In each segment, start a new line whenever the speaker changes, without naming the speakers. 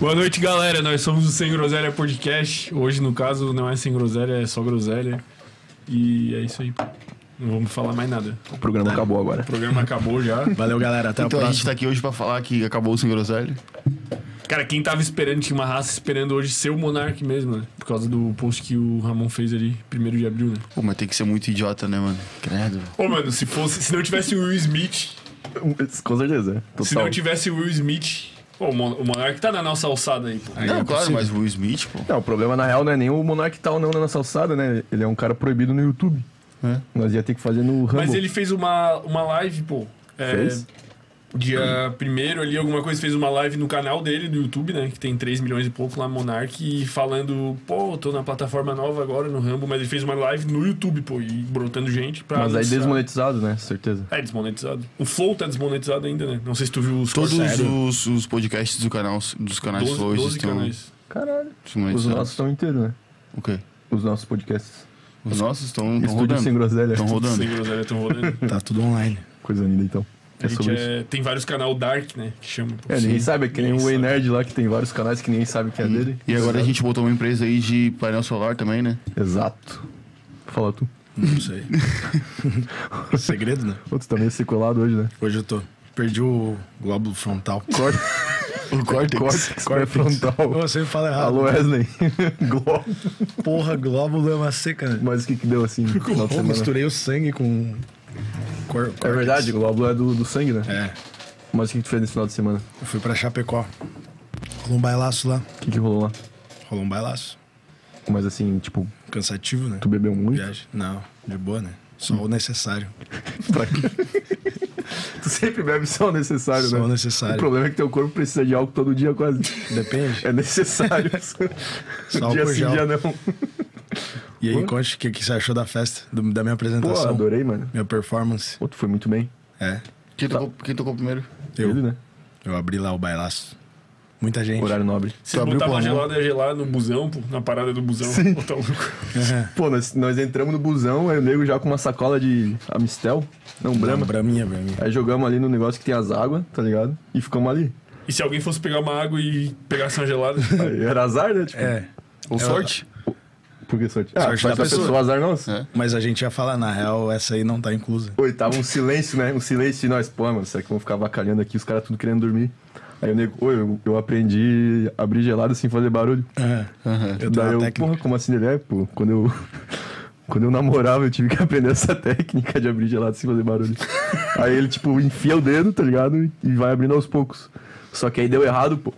Boa noite, galera. Nós somos o Sem Groselha Podcast. Hoje, no caso, não é Sem Groselha, é só Groselha. E é isso aí. Não vamos falar mais nada.
O programa acabou agora.
O programa acabou já.
Valeu, galera. Até
Então
a
a gente
próxima.
tá aqui hoje pra falar que acabou o Sem Groselha.
Cara, quem tava esperando, tinha uma raça esperando hoje ser o Monark mesmo, né? Por causa do post que o Ramon fez ali, 1 de abril, né?
Pô, mas tem que ser muito idiota, né, mano? Credo.
Ô, mano, se, fosse, se não tivesse o Will Smith,
Com certeza.
se
Total.
não tivesse o Will Smith... Pô, o Mon- o Monark tá na nossa alçada aí, é pô.
não, é claro, mas o Will Smith, pô.
Não, o problema na real não é nem o Monark tal não na nossa alçada, né? Ele é um cara proibido no YouTube. Nós ia ter que fazer no Rumble.
É. Mas ele fez uma, uma live, pô. É,
Fez?
Dia primeiro ali, alguma coisa, fez uma live no canal dele, do YouTube, né? Que tem 3 milhões e pouco lá, Monark, e falando, pô, tô na plataforma nova agora, no Rambo, mas ele fez uma live no YouTube, pô, e brotando gente pra.
Mas aí
anunciar.
desmonetizado, né? Certeza.
É, desmonetizado. O Flow tá desmonetizado ainda, né? Não sei se tu viu os
Todos
cortes.
os, os podcasts do canal, dos canais
Doze-
Flow
doze
estão
canais.
Caralho. Os nossos
desmonetizados.
estão inteiros, né?
O quê?
Os nossos podcasts.
Os nossos estão tão
Estúdio sem
rodando.
groselha.
Estão rodando.
Sem groselha, tão rodando.
Tá tudo online.
Coisa linda, então.
A
É
gente
sobre isso.
é, tem vários canal Dark, né? Que chama. pô.
É, ninguém sabe. É que nem
Ninguém
o Way
sabe.
Nerd lá, que tem vários canais que ninguém sabe que é dele.
E agora a gente botou uma empresa aí de painel solar também, né?
Exato. Fala tu.
Não sei. Segredo, né?
Outros também é sequelado hoje, né?
Hoje eu tô. Perdi o glóbulo frontal.
Corte,
O
corte,
Cortex.
corte frontal.
Eu sempre falo errado.
Alô, Wesley. Globo.
Porra, glóbulo é uma seca, né?
Mas o que que deu assim? no final de
Eu
semana?
misturei o sangue com. Cor,
É verdade, glóbulo é do, do sangue, né?
É.
Mas o que que tu fez nesse final de semana?
Eu fui pra Chapecó. Rolou um bailaço lá.
O que que rolou lá?
Rolou um bailaço.
Mas assim, tipo,
Cansativo, né?
tu bebeu muito?
Viagem. Não, de boa, né? Só o necessário.
Pra quê? tu sempre bebe só o necessário,
Só
né?
o necessário.
O problema é que teu corpo precisa de álcool todo dia quase.
Depende.
É necessário.
Só
dia
álcool
sim,
gel.
dia não.
E aí, conte o que, que você achou da festa, do- da minha
Pô,
apresentação.
adorei, mano.
Minha performance.
Pô, tu foi muito bem.
É.
Quem tocou, quem tocou primeiro?
Eu,
Ele, né?
eu abri lá o bailaço. Muita gente.
Horário nobre.
Vocês
abriu
botavam
pra
a
Ramon.
gelada gelar no busão, pô, na parada do busão. um- Botavam no-
É.
Pô, nós, nós entramos no busão, aí o nego já com uma sacola de Amistel. Não, Brahma.
Não, é Braminha, Braminha.
Aí jogamos ali no negócio que tem as águas, tá ligado? E ficamos ali.
E se alguém fosse pegar uma água e pegasse uma gelada?
Aí era azar, né? Tipo,
É.
Ou sorte?
Por que sorte? Ah,
Sorte
sorte
da
da pessoa,
pessoa,
azar nosso.
É.
Mas a gente ia falar, na real, essa aí não tá inclusa.
Oi, tava um silêncio, né? Um silêncio e nós, pô, mano, será que vão ficar avacalhando aqui, os caras tudo querendo dormir. Aí o nego, oi, eu, eu aprendi a abrir gelada sem fazer barulho. É.
Eu tenho
Daí
uma
eu,
técnica.
porra, como assim ele é, pô? Quando eu. Quando eu namorava, eu tive que aprender essa técnica de abrir gelado sem fazer barulho. aí ele, tipo, enfia o dedo, tá ligado? E vai abrindo aos poucos. Só que aí deu errado, pô.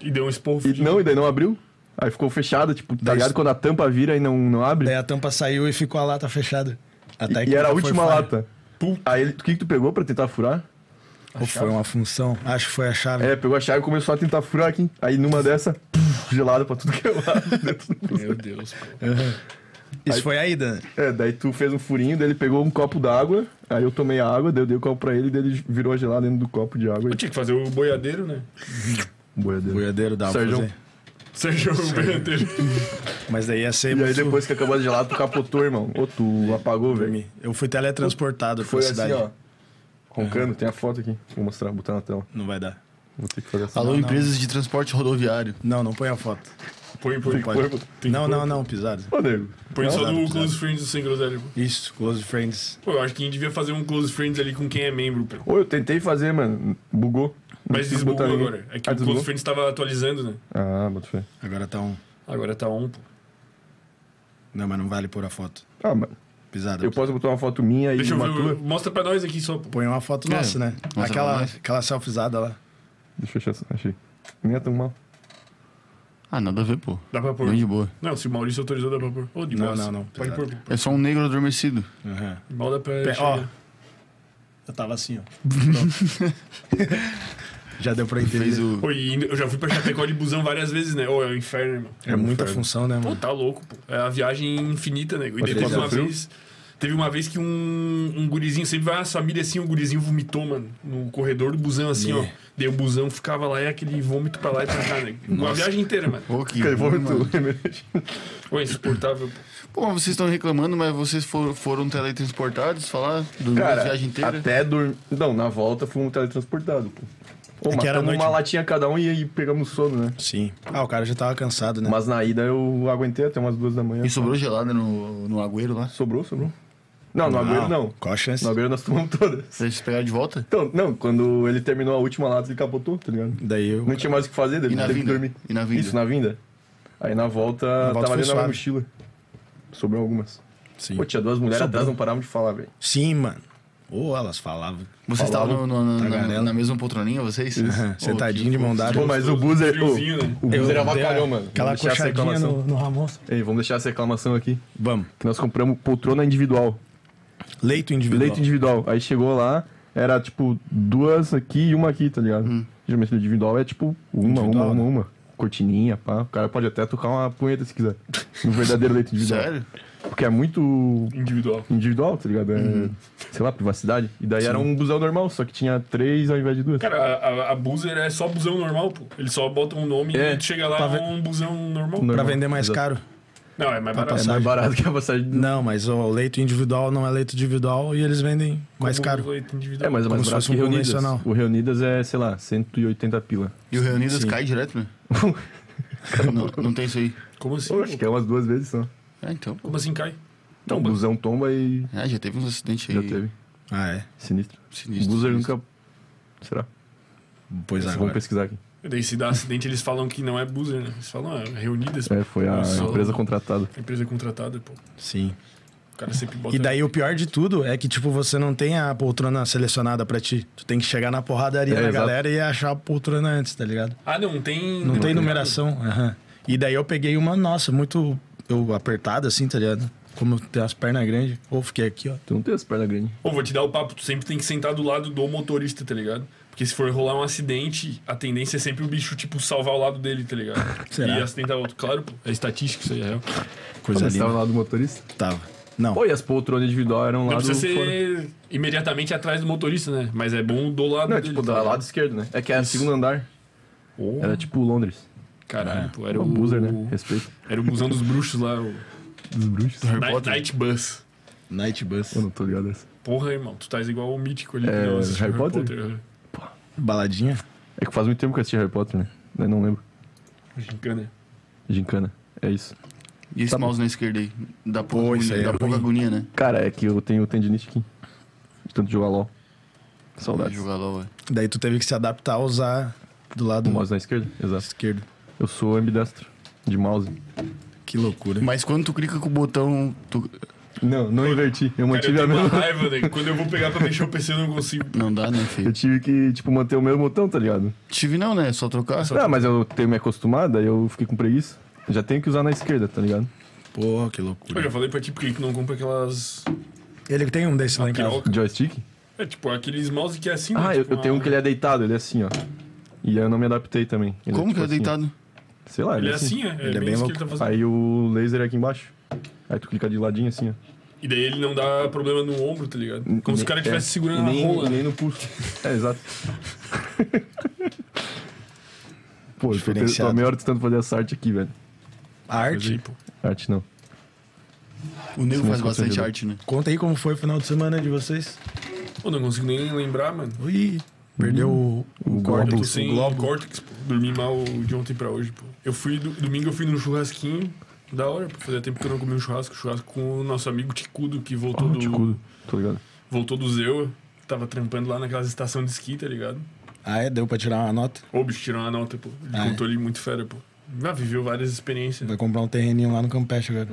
E deu um esporro.
E não, e daí não abriu. Aí ficou fechada, tipo, tá
Daí
ligado?
isso-
Quando a tampa vira e não, não abre.
Daí a tampa saiu e ficou a lata fechada. É, A
e
técnica
era a
foi
última
falha.
lata. Aí ele, o que que tu pegou pra tentar furar?
Ou foi uma função? Acho que foi a chave.
É, pegou a chave e começou a tentar furar aqui. Aí numa dessa, puf, gelada pra tudo que é lado. Deu tudo-
Meu Deus, pô.
Isso foi a ida. né?
É, daí tu fez um furinho, daí ele pegou um copo d'água. Aí eu tomei a água, daí eu dei o copo pra ele, daí ele virou a gelada dentro do copo de água.
Eu tinha que fazer o boiadeiro, né?
E... Boiadeiro.
Boiadeiro dá pra
Sérgio.
fazer.
Seja o boiadeiro.
Mas daí ia ser
E aí
muito-
depois que acabou a gelada, tu capotou, irmão. Ou tu apagou, velho.
Eu fui teletransportado pra
Foi assim,
cidade.
ó. Roncando, tem a foto aqui. Vou mostrar, botar na tela.
Não vai dar.
Vou ter que fazer assim.
Alô, empresas de transporte rodoviário.
Não, não põe a foto.
Põe, põe, põe.
Corpo.
Tem
não,
que
não, não, pisado.
Ô, nego.
Põe
Não,
só
não,
no
não.
Close Friends do Sem Groselha. pô.
Isso, close friends.
Pô, eu acho que a gente devia fazer um Close Friends ali com quem é membro, pô.
Ô, eu tentei fazer, mano. Bugou. Não
Mas
quis
desbugou
botar ninguém.
agora.
Ah,
É que o Close
desbugou?
Friends tava atualizando, né?
Ah, bota fé.
Agora tá um.
Agora tá on, pô.
Não, mas não vale pôr a foto.
Ah, mano.
Pisada.
Eu posso botar uma foto minha e
Deixa eu
uma
ver.
tua?
Mostra pra nós aqui só, pô.
Põe uma foto nossa, né?
Nossa,
aquela,
mas-
aquela selfizada lá.
Deixa eu achar, achei. Nem é tão mal.
Ah, nada a ver, pô.
Dá pra pôr.
Bem de boa.
Não, se o Maurício autorizou, dá pra pôr. Ô, de
Não,
bosta.
não, não.
Pode pôr, pô.
É só um negro adormecido.
Aham.
Mal dá pra...
Pé- ó. Eu tava assim, ó. Pronto. Já deu pra entender.
Fez o.
Pô, e ainda- eu já fui pra Chapecó de busão várias vezes, né? Ô, é um inferno, irmão.
É muita função, né,
Pô,
mano?
tá louco, pô. É a viagem infinita, nego. E
Mas
daí
ele
teve
já
uma
viu?
vez. Teve uma vez que um, um gurizinho, sempre vai as família assim, o gurizinho vomitou, mano, no corredor do busão, assim, ó. Daí o busão ficava lá e aquele vômito pra lá e pra cá, né? Uma viagem inteira, mano.
Pô, que
Ele né?
ruim, mano.
voltou.
Foi insuportável. pô.
Pô, mas vocês estão reclamando, mas vocês foram, foram teletransportados, falar, dormiram a
Cara,
viagem inteira.
até dormir. Não, na volta fomos teletransportados, pô. Pô,
É que era
matamos
noite,
uma
né?
latinha cada um e aí pegamos sono, né?
Sim. Ah, o cara já tava cansado, né?
Mas na ida eu aguentei até umas duas da manhã.
E sobrou gelada no, no agüero lá?
Sobrou, sobrou. Não, no Agüero não.
Qual a chance?
No Agüero nós tomamos todas.
Vocês pegaram de volta?
Então, não, quando ele terminou a última lata, ele capotou, tá ligado?
Daí eu.
Não tinha mais o que fazer,
E
ele
na
teve que
vinda?
dormir.
E na vinda?
Isso, né? na vinda. Aí na volta,
volta
tava ali
foi
na minha
suave.
mochila. Sobrou algumas.
Sim.
Pô, tipo- tinha duas mulheres atrás, não paravam de falar, velho.
Sim, mano. Ou elas falavam.
Vocês
Falaram,
estavam no- no- na,
tagarela.
na mesma poltroninha, vocês?
Aham,
Ô,
Sentadinho
que-
de mão dada.
Pô, mas o Buzer. ô,
friozinho, né?
o Buzer
dei
avacalhou,
a-
mano.
Aquela
Vamos deixar essa
coxadinha
reclamação.
no, no Ramon.
Ei, vamos deixar essa reclamação aqui.
Vamos.
Que nós compramos poltrona individual.
Leito individual.
Leito individual. Aí chegou lá, era tipo duas aqui e uma aqui, tá ligado? Geralmente o individual é tipo uma,
Individual,
uma,
né?
uma, uma. Cortininha, pá. O cara pode até tocar uma punheta se quiser. No verdadeiro leito individual.
Sério?
Porque é muito
Individual.
individual, tá ligado? É, Sei lá, privacidade. E daí era um busão normal, só que tinha três ao invés de duas. É
Cara, a, a, a Buzer é só busão normal, pô. Eles só botam um nome
É,
e tu chega lá
pra
é
ver-
um busão normal.
Normal.
Pra vender mais
Exato.
caro.
Não, é mais
Pra
barato.
É
passar.
mais barato que a passagem do...
Não, mas o leito individual não é leito individual e eles vendem mais
Como
caro.
leito individual.
É, mas é
Como
mais
se
barato
fosse
que
um
Reunidas.
convencional.
O Reunidas é, sei lá, 180 pila.
E o Reunidas cai direto, né? não, não tem isso aí.
Como assim?
Eu acho que é umas duas vezes só.
Ah, então. pô.
Como assim cai?
Então, o busão tomba e
Ah, já teve uns acidentes
já
aí.
teve.
Ah, é.
Sinistro.
Sinistro.
o Buzer
sinistro.
nunca... Será?
Pois
Vamos
agora.
pesquisar aqui.
Daí se dá acidente, eles falam que não é Buzer, né? Eles falam, ah, reunidas, pô.
É, foi a
Nossa.
empresa contratada.
Empresa contratada, pô.
Sim.
O cara sempre bota.
E daí o pior de tudo é que, tipo, você não tem a poltrona selecionada pra ti. Tu tem que chegar na porradaria
É,
da
exato.
galera e achar a poltrona antes, tá ligado?
Ah, não, tem.
Não tem numeração. aham. E daí eu peguei uma, nossa, muito eu apertada assim, tá ligado? Como eu tenho as pernas grandes. Ou fiquei aqui, ó.
Tu não tem as pernas grandes.
Pô, vou te dar o papo, tu sempre tem que sentar do lado do motorista, tá ligado? Porque se for rolar um acidente, a tendência é sempre o bicho, tipo, salvar o lado dele, tá ligado?
Será?
E acidentar o outro. Claro, pô, é estatística isso aí, é real.
Coisa
Você tava
linda.
lá do motorista?
Tava. Não.
Pô, e as poltronas individual eram lá
Não
do
precisa ser
fora.
imediatamente atrás do motorista, né? Mas é bom do lado
Não,
dele.
tipo, do
tá ligado?
lado esquerdo, né? É que era segundo andar.
Porra.
Era tipo Londres.
Caralho, pô, era
Era
o...
um Buzer, né? Respeito.
Era o busão dos bruxos lá, o
Dos bruxos.
Night, Night Bus.
Night Bus.
Eu não tô ligado essa.
Porra, irmão, tu estás igual o mítico ali.
É,
que não assistiu
Harry Potter?
né?
Baladinha.
É que faz muito tempo que eu assisti Harry Potter, né? Eu não lembro.
Gincana.
Gincana. É isso.
E esse
Tá bom.
mouse na esquerda aí? Dá pouca,
Pô, isso
agonia,
aí é
dá pouca
ruim.
agonia, né?
Cara, é que eu tenho tendinite aqui. De tanto jogar LOL.
Vai
Saudades.
jogar LOL, é.
Daí tu teve que se adaptar a usar do lado
O mouse na esquerda? Exato.
esquerdo.
Eu sou ambidestro. De mouse.
Que loucura.
Mas quando tu clica com o botão. Tu...
Não, não inverti. Eu
Cara, eu
mantive
tenho
a
uma
mesma.
raiva, né? Quando eu vou pegar pra mexer o PC, eu não consigo.
Não dá, né,
Eu
filho?
tive que, tipo, manter o mesmo botão, tá ligado?
Tive não, né? Só trocar.
Ah, mas eu tenho me acostumado, aí eu fiquei com preguiça. Já tenho que usar na esquerda, tá ligado?
Pô, que
Eu já
loucura.
falei pra ti, por que tu não compra aquelas
Ele tem um desse lá em casa.
piroca?
Joystick?
É tipo aqueles mouse que é assim,
Ah,
né?
eu,
Tipo
eu tenho um
uma-
que ele é deitado, ele é assim, ó. E aí eu não me adaptei também. Ele
Como que
tipo
é deitado?
Assim, ó. sei lá,
Ele é assim, é. É
Ele é
bem,
bem
isso que ele tá fazendo.
Aí o laser é aqui embaixo. Aí tu clica de ladinho assim, ó.
E daí ele não dá problema no ombro, tá ligado? Como se o cara
É.
estivesse segurando
E nem,
a rola.
e nem no pulso. É, exato. Pô, eu tô, te- tô
Diferenciado.
a meia hora tentando fazer essa arte aqui, velho.
A arte.
tipo,
Arte não.
O nego faz
Sim, com
bastante
certeza.
arte, né?
Conta aí como foi o final de semana de vocês.
Pô, não consigo nem lembrar, mano.
Ui, perdeu o, o,
o
Eu tô
Gordon.
sem córtex, pô. Dormi mal de ontem pra hoje, pô. Eu fui, do- domingo eu fui num churrasquinho, da hora, pô. Fazia tempo que eu não comi um churrasco. Churrasco com o nosso amigo Ticudo, que voltou
Ó,
do...
Ah, ticudo. Tô ligado.
Voltou do Zewa. Tava trampando lá naquelas estações de esqui, tá ligado?
Ah, é? Deu pra tirar uma nota?
Ô, bicho, tirou uma nota, pô. Ele
Ah, é?
contou ali tipo, muito fera, pô. Já viveu várias experiências. né?
Vai comprar um terreninho lá no Campeche agora.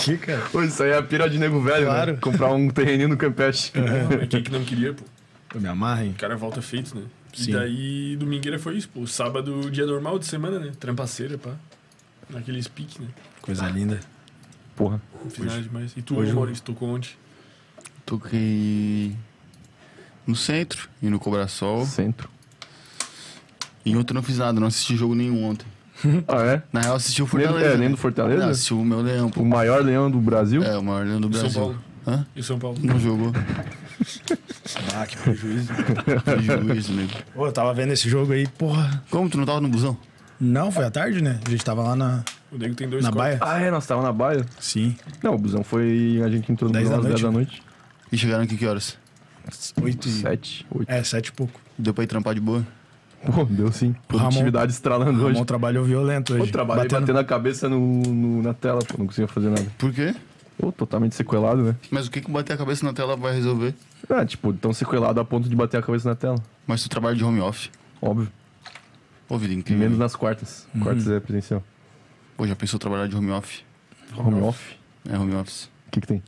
Chica.
Pô, isso aí é a pira de nego velho,
Claro.
né? Comprar um terreninho no Campeche.
É.
Mas Quem que não queria, pô?
Eu me amarro, hein?
O cara volta feito, né?
Sim.
E daí, domingueira foi isso, pô. Sábado, dia normal de semana, né? Trampaceira, pá. Naqueles piques, né?
Coisa linda.
Porra.
Não fiz nada demais. E tu,
hoje eu-
Maurício, tocou onde?
Toquei. No centro e no Cobrasol.
Centro.
E ontem eu não fiz nada, não assisti jogo nenhum ontem.
Ah, é?
Na real, assisti o
Nem do,
Fortaleza.
é, nem
né?
do Fortaleza?
Não, assisti o meu leão, pô.
O maior leão do Brasil?
É, o maior leão do
São
Brasil.
Paulo.
Hã?
E o São Paulo?
Hum?
Não jogou.
Ah, que prejuízo.
Prejuízo, nego.
Ô, eu tava vendo esse jogo aí, porra.
Como tu não tava no busão?
Não, foi à tarde, né? A gente tava lá na,
O Nego tem dois
na
cortes.
baia.
Ah, é, nós tava na baia.
Sim.
Não, o busão foi. A gente entrou no
Dez
busão às
da
10 da noite.
E chegaram aqui que horas?
Oito e...
Sete, oito.
É, sete e pouco.
Deu pra ir trampar de boa.
Pô, deu sim. Produtividade estralando
O
hoje.
Ramon trabalhou violento tá hoje.
Pô, trabalhei batendo, a cabeça no, no- na tela, pô, não conseguia fazer nada.
Por quê?
Pô, totalmente sequelado, né?
Mas o que que bater a cabeça na tela vai resolver?
Ah, tipo, tão sequelado a ponto de bater a cabeça na tela.
Mas tu trabalha de home office.
Óbvio.
Ô, vida
E
incrível.
menos nas quartas. Quartas é presencial.
Pô, já pensou trabalhar de home office?
Home off.
É home office.
O que que tem?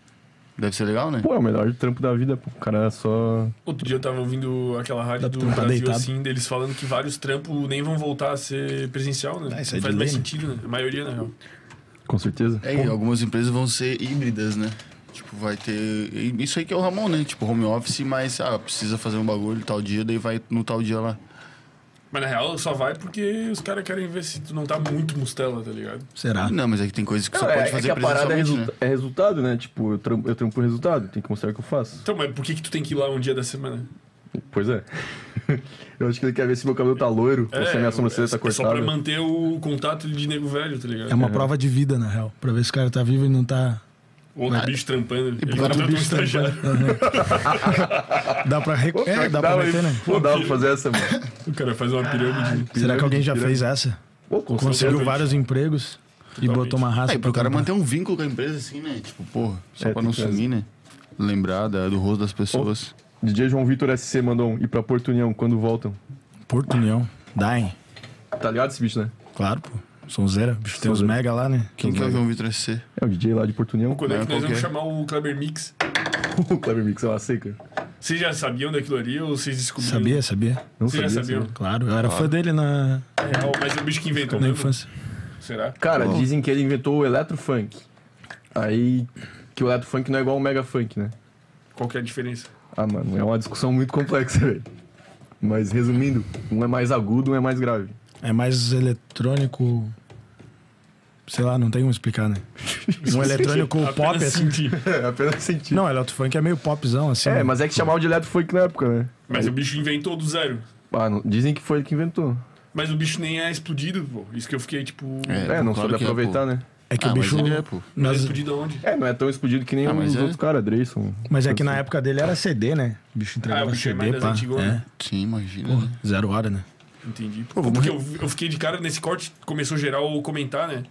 Deve ser legal, né?
Pô, é o melhor trampo da vida, pô. O cara é só...
Outro dia eu tava ouvindo aquela rádio
Tá
do
tudo
Brasil,
deitado.
assim, deles falando que vários trampos nem vão voltar a ser presencial, né?
Ah, isso
não
é de
faz mais
lei, né?
sentido, né? A maioria, na real.
Com certeza.
É, e
Pô,
algumas empresas vão ser híbridas, né? Tipo, vai ter. e Isso aí que é o Ramon, né? Tipo, home office, mas ah, precisa fazer um bagulho tal dia, daí vai no tal dia lá.
Mas na real só vai porque os caras querem ver se tu não tá muito mustela, tá ligado?
Será?
Não, mas é que tem coisas que só
Ah. é,
pode
é
fazer
que a parada é,
presencialmente,
resulta- é resultado, né? Tipo, eu trampo, eu trampo o resultado. Tem que mostrar o que eu faço.
Então, mas por que que tu tem que ir lá um dia da semana?
Pois é. eu acho que ele quer ver se meu cabelo tá loiro, ou se a minha sobrancelha tá
é só pra
cortada.
manter o contato de nego velho, tá ligado?
É uma prova de vida, na real. Pra ver se o cara tá vivo e não tá.
Ou no bicho trampando. Ele
bota o
contrata um
bicho
estagiário.
Dá pra rec...
Pior
É,
que
dá pra
dava,
meter,
hein?
né?
Pô, dá pra fazer essa, mano.
O cara faz uma pirâmide.
Será que alguém já
Pirâmide.
fez essa?
Pô, com certeza.
Conseguiu
Totalmente.
vários empregos e botou uma raça.
Assim,
né? É, pro
pra
cara manter
comprar.
um vínculo com a empresa, assim, né? Tipo, porra, só
É,
pra
tem
não
que fazer.
sumir, né? Lembrar da- do rosto das pessoas.
DJ João Vitor SC mandou um. E pra Porto União, quando voltam?
Porto União. Dain.
Tá ligado esse bicho, né?
Claro, pô. Sonzeira. Bicho, tem uns
Sonzeira.
mega lá, né?
Quem que é o João Vitor SC?
É o DJ lá de Porto União.
Quando é que
Não,
nós vamos
qualquer.
chamar o Kleber Mix?
o Kleber Mix é uma seca.
Vocês já sabiam daquilo ali ou vocês descobriram?
Sabia, sabia.
Não
Vocês já
sabia.
sabiam?
sabia.
Claro, eu era fã dele na,
É real, mas é o bicho que inventou
na
mesmo.
infância.
Será?
Cara, dizem que ele inventou o eletrofunk. Aí que o eletrofunk não é igual o mega funk, né?
Qual que é a diferença?
Ah, mano, é uma discussão muito complexa, velho. Mas resumindo, um é mais agudo, um é mais grave.
É mais eletrônico. Sei lá, não tem como explicar, né? Um eletrônico pop,
Apenas
assim.
senti.
É, apenas sentido.
Não, eletrofunk é meio popzão, assim.
É,
né?
mas é que chamavam de eletrofunk na época, né?
Mas o bicho inventou do zero.
Ah, não- dizem que foi ele que inventou.
Mas o bicho nem é explodido, pô. Isso que eu fiquei, tipo...
É, não
claro
soube
que é,
aproveitar,
pô.
né?
É que
Ah,
o
mas
bicho.
ele é, pô.
Não é
Mas,
explodido aonde?
É, não é tão explodido que nem
Ah, mas
os
é.
outros caras, Dreyson.
mas é que na época dele era CD, né? O bicho entregava
Ah, o bicho é
CD,
mais das
pá.
antigas,
É,
né?
Sim, imagina. né?
zero hora, né?
Entendi. Porque eu, eu fiquei de cara nesse corte, começou geral comentar, né?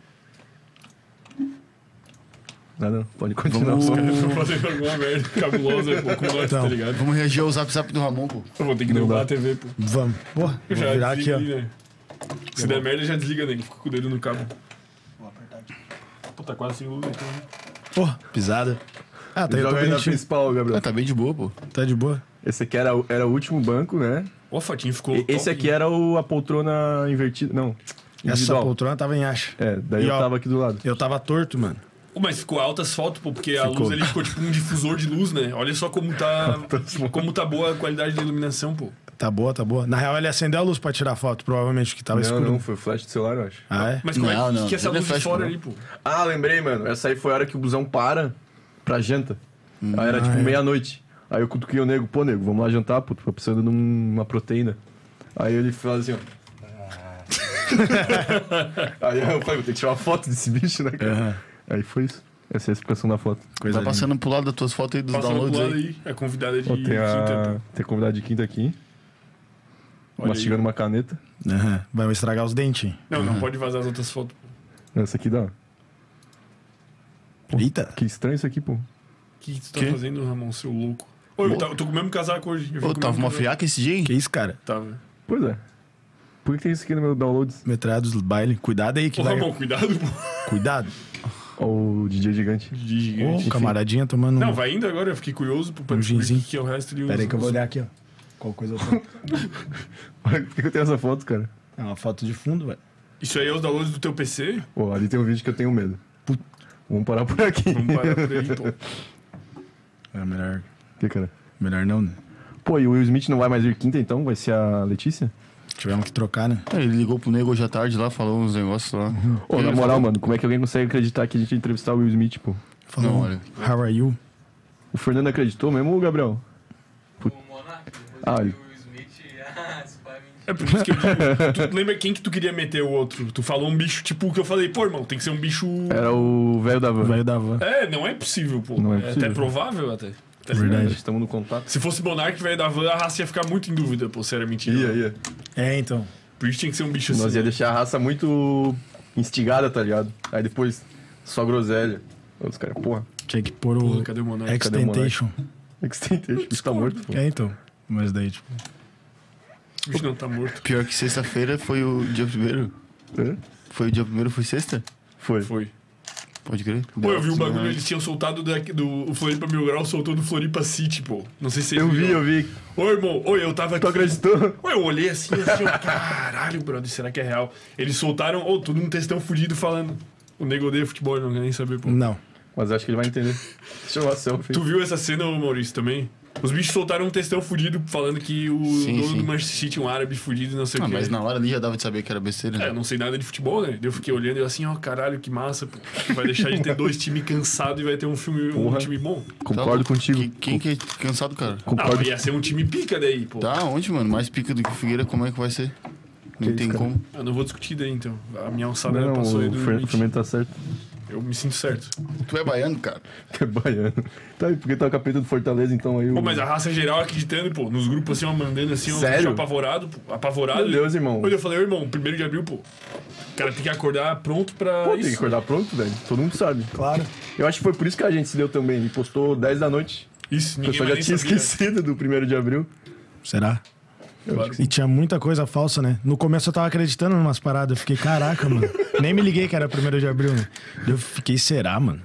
Nada, não. Pode continuar.
Vamos-
só.
Eu tô fazendo alguma merda cabulosa pô, com nós,
Então.
tá ligado?
Vamos reagir ao zap zap do Ramon, pô.
Eu vou ter que
Não
derrubar
dá.
a TV, pô.
Vamos. Porra,
Eu
vou virar aqui,
desliguei,
ó.
né? Se der merda, já desliga nele. Fica com o dedo no cabo. Pô, tá quase sem luz aqui, né?
Porra, pisada. Ah, tá, eu
Joga
tô
aí na
bonitinho.
principal,
Ah,
Gabriel.
tá bem de boa, pô.
Tá de boa?
Esse aqui era, o- era o último banco, né?
Ó, a fotinho ficou
E- Esse
é-
aqui era o, a poltrona invertida. Não.
Essa
individual.
poltrona tava em acha.
É, daí
E,
eu
ó,
tava aqui do lado.
Eu tava torto, mano.
Pô, mas ficou alto asfalto, pô, porque a
Ficou.
luz ali ficou tipo um difusor de luz, né? Olha só como tá, como tá boa a qualidade da iluminação, pô.
Tá boa, tá boa. Na real, ele acendeu a luz pra tirar foto, provavelmente, que tava
Não,
escuro.
não, foi o flash do celular, eu acho.
Ah, é?
Mas como é
Não,
que,
não,
que essa
não é
luz de
flash,
fora
não.
ali, pô?
Ah, lembrei, mano. Essa aí foi a hora que o busão para pra janta. aí era tipo
é.
meia-noite. Aí eu cutuquei o nego, pô, nego, vamos lá jantar, pô, tô precisando de um- uma proteína. Aí ele faz assim, ó. aí eu falei, vou ter que tirar uma foto desse bicho, né, cara?
Aham.
Aí foi isso. Essa é a explicação da foto.
Coisa
Tá
linda.
passando pro lado das tuas fotos e dos
Passando do
downloads
lado
aí.
aí, é convidada de
Ó, tem
quinta, tá?
a... tem a convidada de quinta aqui,
pô. Olha aí.
mastigando uma caneta.
Aham. Vai estragar os dentinhos.
Não, não pode vazar as outras fotos.
Essa aqui dá.
Eita.
Que estranho isso aqui, pô.
O que tu tá
Quê?
fazendo, Ramon, seu louco? Ô, eu, tá- eu tô com o mesmo casaco hoje. Eu vim
Pô,
com o
tava
mesmo
uma
casaco.
friaca esse dia, hein?
Que isso, cara?
Tava.
Pois é. Por que tem isso aqui no meu downloads?
Metralhados do baile. Cuidado aí, que
Ô,
vai.
Ramon, cuidado, pô.
Cuidado.
Ó, o DJ gigante.
De
Ô,
gigante.
camaradinha tomando. um-
Oh. Não, vai indo agora, eu fiquei curioso pô, pra
Um
descobrir o
ginzinho.
que que é o resto de
Pera aí que eu vou olhar aqui, ó. Qual coisa eu tô...
Por que que eu tenho essa foto, cara?
É uma foto de fundo, velho.
Isso aí é os downloads do teu PC?
Pô, ali tem um vídeo que eu tenho medo. Put- Vamos parar por aqui.
Vamos parar por aí, pô.
É melhor.
Que, cara?
Melhor não, né?
Pô, e o Will Smith não vai mais vir quinta, então? Vai ser a Letícia?
Tivemos que trocar, né?
É, Ele ligou pro nego hoje à tarde lá, falou uns negócios lá.
Ô, na moral, mano, como é que alguém consegue acreditar que a gente ia entrevistar o Will Smith, pô?
Falou,
Não, olha.
how are you?
O Fernando acreditou mesmo, ô, Gabriel?
O Monark, depois
Ah,
ah,
ele-
o Will Smith, ah, isso vai mentir.
É por isso que eu digo. Tu lembra quem que tu queria meter o outro? Tu falou um bicho tipo que eu falei, pô, irmão, tem que ser um bicho.
Era o velho da van.
Velho da van.
É, não é possível, pô.
É. Não é
é,
possível.
até provável até. tá ligado?
Verdade.
Estamos no contato.
Se fosse Monark, velho, da van, a raça ia ficar muito em dúvida, pô, se era mentira.
Ia, ia.
É, então.
Por isso tinha que ser um bicho
Nós
assim.
ia deixar a raça muito instigada, tá ligado? Aí depois, só groselha. Os caras, porra, é
Tinha que pôr
Porra,
o
cadê o Monark?
cadê o
Extentation.
Extentation, bicho tá morto, pô.
É, então. Mas daí, tipo.
O bicho não tá morto.
Pior que sexta-feira foi o dia primeiro.
É?
Foi o dia primeiro, foi sexta?
Foi.
Foi.
Pode crer.
Pô, eu vi o
Sim,
bagulho,
né?
eles tinham soltado daqui do o Floripa Mil Grau, soltou do Floripa City, pô. Não sei se vocês
Eu vi, eu
viram.
vi.
Ô, irmão, oi, eu tava aqui.
Tu acreditou?
Ué, eu olhei assim, assim, eu, caralho, brother, será que é real? Eles soltaram, ô, todo um textão fudido falando. O nego odeia futebol, ele não quer nem saber, pô.
Não.
Mas acho que ele vai entender. Deixa eu ver a selfie.
Tu viu essa cena, ô Maurício, também? Os bichos soltaram um textão fudido falando que o
Sim,
dono
sim.
do Manchester City, um árabe fudido, não sei
Ah,
o quê.
mas na hora ali já dava de saber que era besteira.
É, eu
né?
não sei nada de futebol, né? Daí Eu fiquei olhando e eu assim, ó, caralho, que massa, pô. Vai deixar de ter dois times cansados e vai ter um filme, um
Porra.
time bom.
Tá
Concordo
louco.
contigo.
Que- Quem que é cansado, cara?
Ah,
Concordo.
mas ia ser um time pica daí, pô.
Tá onde, mano? Mais pica do que o Figueira, como é que vai ser? Nem
Que
tem
isso, cara?
como.
Eu não vou discutir daí, então. A minha alçada
Não,
passou aí
o
do
Fer-
limite.
Fermento tá certo.
Eu me sinto certo.
Tu é baiano, cara?
Que é baiano. Tá aí, porque tá o capeta do Fortaleza, então aí o...
Pô, mas a raça geral acreditando, pô. Nos grupos assim, ó, mandando assim, ó,
Sério?
apavorado, pô. Apavorado.
Meu Deus, irmão.
Quando eu falei, ô, irmão, primeiro de abril, pô. O cara tem que acordar pronto pra
Pô, tem que
isso.
acordar pronto, velho. Todo mundo sabe.
Claro.
Eu acho que foi por isso que a gente se deu também. Ele postou 10 da noite.
Isso,
O
ninguém
pessoal
mais
já
nem
tinha
sabia.
esquecido do 1 de abril.
Será?
Eu acho que
E tinha muita coisa falsa, né? No começo eu tava acreditando em umas paradas. Eu fiquei, caraca, mano. Nem me liguei que era 1 de abril, né? Eu fiquei, será, mano?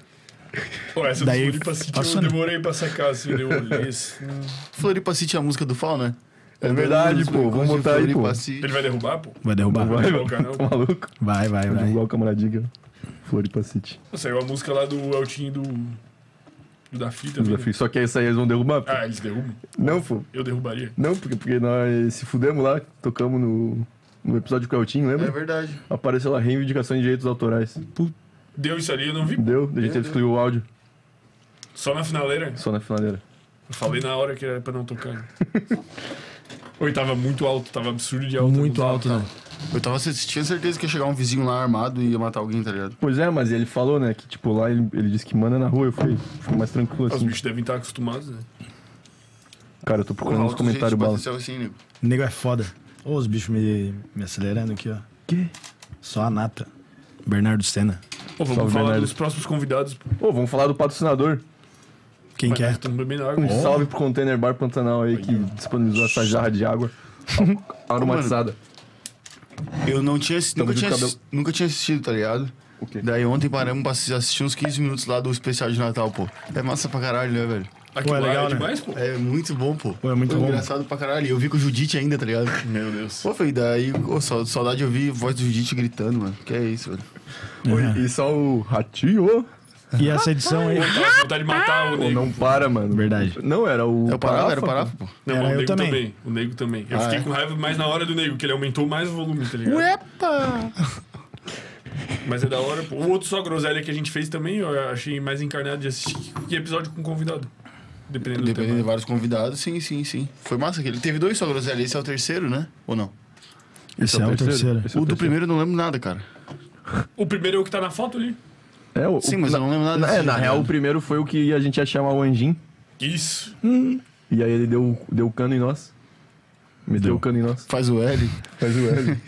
Pô, essa
Daí
Daí, desculpa, assim,
passou,
eu
né?
demorei pra sacar, assim, eu olhei assim.
Floripa City é a música do Fal, né?
É verdade, pô. Vamos botar aí, pô.
Floripa City.
Ele vai derrubar, pô?
Vai derrubar.
Vai,
Ah, Não, cara, não.
tá maluco?
Vai, vai,
Vai
vai.
divulgar o camaradinho aqui, ó. Floripa City.
Saiu a música lá do Eltinho do. do da fita.
Os desafios. Só que essa aí eles vão derrubar. pô.
Ah, eles derrubam?
Não, pô.
Eu derrubaria.
Não, porque, porque nós se fudemos lá, tocamos no, no episódio com o Eltinho,
É
lembra?
verdade.
Apareceu lá reivindicação de direitos autorais.
Deu isso ali, eu não vi.
Deu, a gente teve que excluir o áudio
Só na finaleira.
só na finaleira.
Eu falei na hora que era pra não tocar. né? Oi, tava muito alto, tava absurdo de alto.
Muito alto, né?
Eu tava, tinha certeza que ia chegar um vizinho lá armado e ia matar alguém, tá ligado?
Pois é, mas ele falou, né, que tipo, lá ele, ele disse que manda na rua, eu fui, fui mais tranquilo
Os
assim.
bichos devem estar acostumados, né?
Cara, eu tô procurando uns comentários bala.
assim,
O nego é foda. Ô, os bichos me, me acelerando aqui, ó.
Que?
Só a nata. Bernardo Senna.
Pô, vamos
Salve,
falar
Bernardo.
dos próximos convidados. pô.
Ô, vamos falar do patrocinador.
Quem
Mas
que é?
nós estamos bebendo
Um
água.
salve pro Container Bar Pantanal aí, que disponibilizou essa jarra de água aromatizada.
Eu não tinha, assi-
Tamo
nunca
junto,
tinha,
Cabelo.
assi- nunca tinha assistido, tá ligado?
O quê?
Daí ontem paramos pra assi- assistir uns 15 minutos lá do especial de Natal, pô. É massa pra caralho, né, velho?
Aqui
Pô, é
lá
legal,
é
né?
demais, pô.
É muito bom, pô.
Pô, é muito
Foi
bom.
engraçado pra caralho. E Eu vi com o Judite ainda, tá ligado?
Meu Deus.
Pô, foi daí, ô, sau- saudade de ouvir a voz do Judite gritando, mano. Que é isso, velho.
Oi, E só o ratinho
E essa edição aí?
Tava com vontade de matar o
Pô,
nego.
não para, mano.
Verdade.
Não, era o.
É o Pará, era
Parafa,
o Pará,
pô.
pô.
Não,
Era
mas o
eu
nego
também.
também. O nego também. Eu
Ah,
fiquei
é?
com raiva mais na hora do nego, que ele aumentou mais o volume, tá ligado? Mas é da hora, pô. O outro só groselha que a gente fez também, eu achei mais encarnado de assistir. Que episódio com convidado? Dependendo,
Dependendo de
do tema.
vários convidados, sim, sim, sim. Foi massa aquele. Teve dois só, Groselha. Esse é o terceiro, né? Ou não?
Esse é o terceiro.
Esse é
O do primeiro eu não lembro nada, cara.
O primeiro é o que tá na foto ali.
É, o,
Sim,
o-
mas
na,
eu não lembro nada
É,
desse
na
jeito,
real,
né?
o primeiro foi o que a gente ia chamar o Anjin.
Isso.
E aí ele deu, deu o cano em nós. Meteu o cano em nós.
Faz o L.
Faz o L.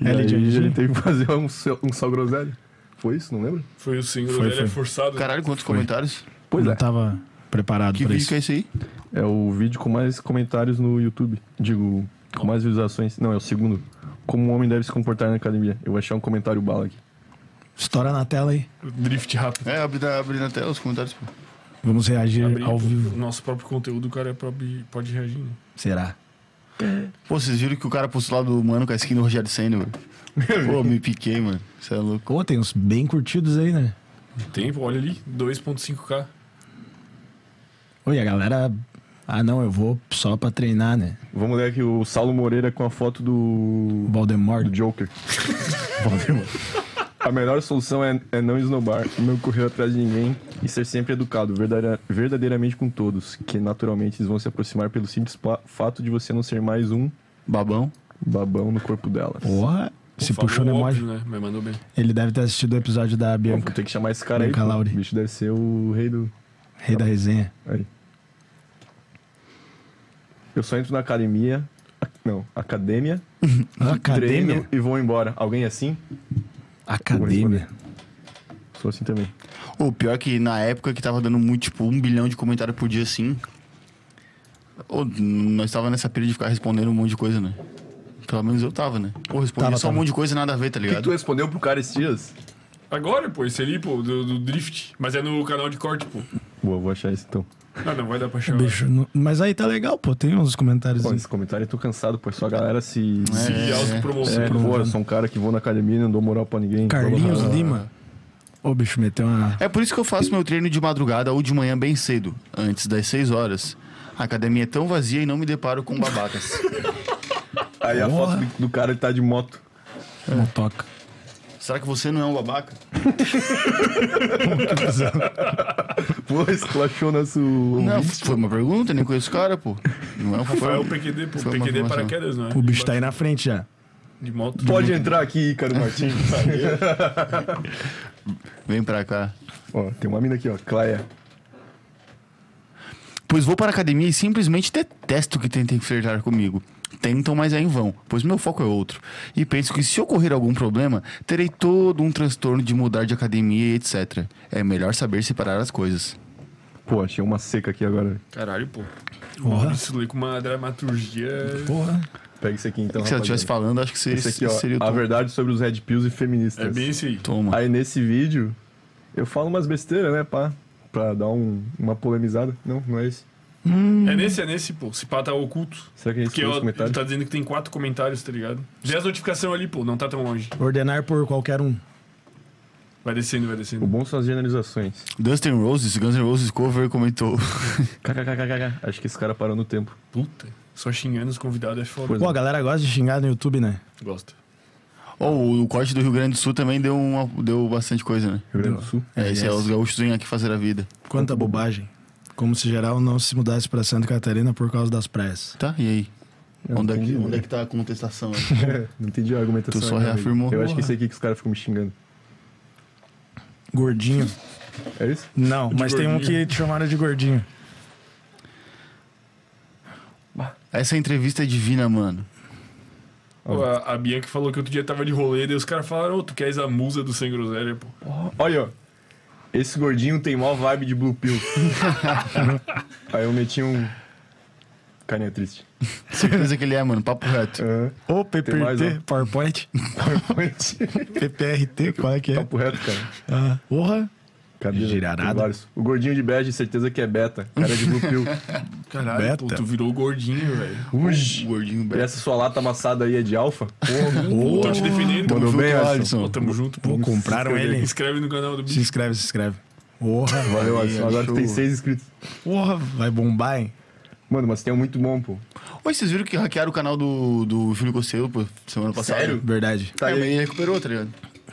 e
L
aí
de Anjin.
ele teve que fazer um, sal- um sal groselha. Foi isso, não lembra?
Foi o sim,
Foi,
groselha
foi.
forçado.
Caralho, quantos comentários?
Pois
não
é.
tava preparado
Que
pra
vídeo
isso.
que é esse aí?
É o vídeo com mais comentários no YouTube. Digo, com mais visualizações. Não, é o segundo. Como um homem deve se comportar na academia. Eu vou achar um comentário bala aqui.
Estoura na tela aí.
Drift rápido.
É, abre na, abre na tela os comentários, pô.
Vamos reagir
Abrir
ao
o
vivo.
Nosso próprio conteúdo, o cara é próprio- pode reagir. né?
Será?
Pô, vocês viram que o cara postou lá do mano com a skin do Rogério Senna, velho? Pô, me piquei, mano. Você é louco.
Ô, tem uns bem curtidos aí, né?
Tempo, olha ali, 2.5k.
Oi, a galera. Ah, não, eu vou só pra treinar, né?
Vamos ler aqui o Saulo Moreira com a foto do.
Voldemort.
do Joker. A melhor solução é, é não esnobar, não correr atrás de ninguém e ser sempre educado, verdadeira- verdadeiramente com todos, que naturalmente eles vão se aproximar pelo simples pa- fato de você não ser mais um
Babão.
babão no corpo delas.
Porra, se
Falou
puxou no emoji.
óbvio, né? Mas mandou bem.
Ele deve ter assistido o episódio da
Pô,
Bianca.
vou ter que chamar esse cara aí.
Bianca
pô.
Lauri.
O bicho deve ser o rei do.
Rei da resenha.
Aí. Eu só entro na academia. Não, academia.
Academia.
Treino e vou embora. Alguém é assim?
Academia.
Sou assim também.
O pior é que na época que tava dando muito, tipo, um bilhão de comentários por dia, assim. ô, nós tava nessa pilha de ficar respondendo um monte de coisa, né? Pelo menos eu tava, né? Pô, respondia
Tava,
só
tava.
um monte de coisa nada a ver, tá
O que, que
ligado?
tu respondeu pro cara esses dias?
Agora, pô, esse ali, pô, do, do Drift. Mas é no canal de corte, pô.
Boa, vou achar esse então.
Ah, não vai dar pra achar.
Bicho, não- mas aí tá legal, pô. Tem uns comentários. assim.
Pô,
aí.
esse comentário eu tô cansado, pô. É Só a galera se.
Se
É.
autopromoção.
É, pô, eu sou um cara que vou na academia e não dou moral pra ninguém.
Carlinhos
Blá, blá, blá.
Lima. Ô, bicho, meteu uma.
É por isso que eu faço meu treino de madrugada ou de manhã bem cedo, antes das 6 horas. A academia é tão vazia e não me deparo com babacas.
Aí a
Porra.
foto do, do cara ele tá de moto.
Motoca.
Será que você não é um babaca?
Pô, esclachou nosso. Uhum.
Não, foi uma pergunta, nem conheço o cara, pô. Não é um
Foi o
fã.
PQD, pô.
Foi uma
PQD
informação.
paraquedas, não é?
O bicho tá aí na frente já.
De moto.
Pode entrar aqui, Ícaro Martins.
Vem pra cá.
ó, tem uma mina aqui, ó, Claia.
Pois vou para a academia e simplesmente detesto que tentem flertar comigo. Tentam, mas é em vão, pois meu foco é outro. E penso que se ocorrer algum problema, terei todo um transtorno de mudar de academia e etc. É melhor saber separar as coisas.
Então, Pô, achei uma seca aqui agora.
Caralho, pô.
Porra.
Isso lê com uma dramaturgia.
Porra.
Pega isso aqui então.
se ela
rapaziada.
estivesse falando, acho que seria,
Esse aqui, ó.
seria o
a
tom.
verdade sobre os Red Pills e feministas.
É bem isso aí.
Toma.
Aí nesse vídeo, eu falo umas besteiras, né, pá? Pra dar um- uma polemizada. Não, não é esse.
É nesse, é nesse, pô. Se pá tá oculto.
Será que é esse
Porque
que eu,
ó,
comentário?
tá dizendo que tem quatro comentários, tá ligado? Vê as notificações ali, pô. Não tá tão longe.
Ordenar por qualquer um.
Vai descendo, vai
O
descendo.
bom são as generalizações.
Dustin Roses, Guns N' Roses cover comentou.
KKKKK. Acho que esse cara parou no tempo.
Puta. Só xingando os convidados é foda.
Pois
Pô, a galera gosta de xingar no YouTube, né?
Gosta.
Oh, o corte do Rio Grande do Sul também deu, uma, deu bastante coisa, né?
Rio Grande do Sul.
É, esse é os gaúchos em aqui fazer a vida.
Quanta bobagem. Como se geral não se mudasse pra Santa Catarina por causa das praias.
Tá, e aí?
Eu
Onde é,
entendi,
que, onde
né?
é que tá a contestação? aí?
Não entendi a argumentação.
Tu só
aí, né,
reafirmou.
velho? Eu acho que esse aqui que os caras ficam me xingando.
Gordinho.
É isso?
Não, mas tem um
gordinho.
que te chamaram de gordinho.
Essa entrevista é divina, mano.
Pô, a, a Bianca falou que outro dia tava de rolê, daí os caras falaram, ô, tu queres a musa do Sem Groselha, pô.
Olha, ó. Esse gordinho tem mó vibe de Blue Pill. Aí eu meti um. Carinha triste.
Certeza que ele é, mano. Papo reto.
Aham.
Ô,
Tem mais
PPRT,
um.
PowerPoint. PPRT, qual é que é?
Papo reto, cara.
Ah, porra.
Cabelo,
Girarada.
tem vários. O gordinho de bege, certeza que é beta. Cara de Blue Pill.
Caralho,
Beta.
pô, tu virou gordinho, velho.
Uji.
O gordinho
E
belo.
essa sua lata amassada aí é de alfa?
Tô te defendendo.
Mandou
Tamo
bem,
junto,
Alisson.
Pô, tamo junto, pô.
Pô, compraram
Se
ele.
Inscreve no canal do bicho.
Se inscreve, se inscreve. Porra, vai,
Valeu,
Aí, é
Alisson. Agora tu tem
achou.
seis inscritos.
porra, vai bombar, hein?
Mano, mas tem um muito bom, pô.
Oi, vocês viram que hackearam o canal do, do Júlio Cosselo, pô, semana passada?
Verdade.
Tá, é, mas ele recuperou, tá ligado?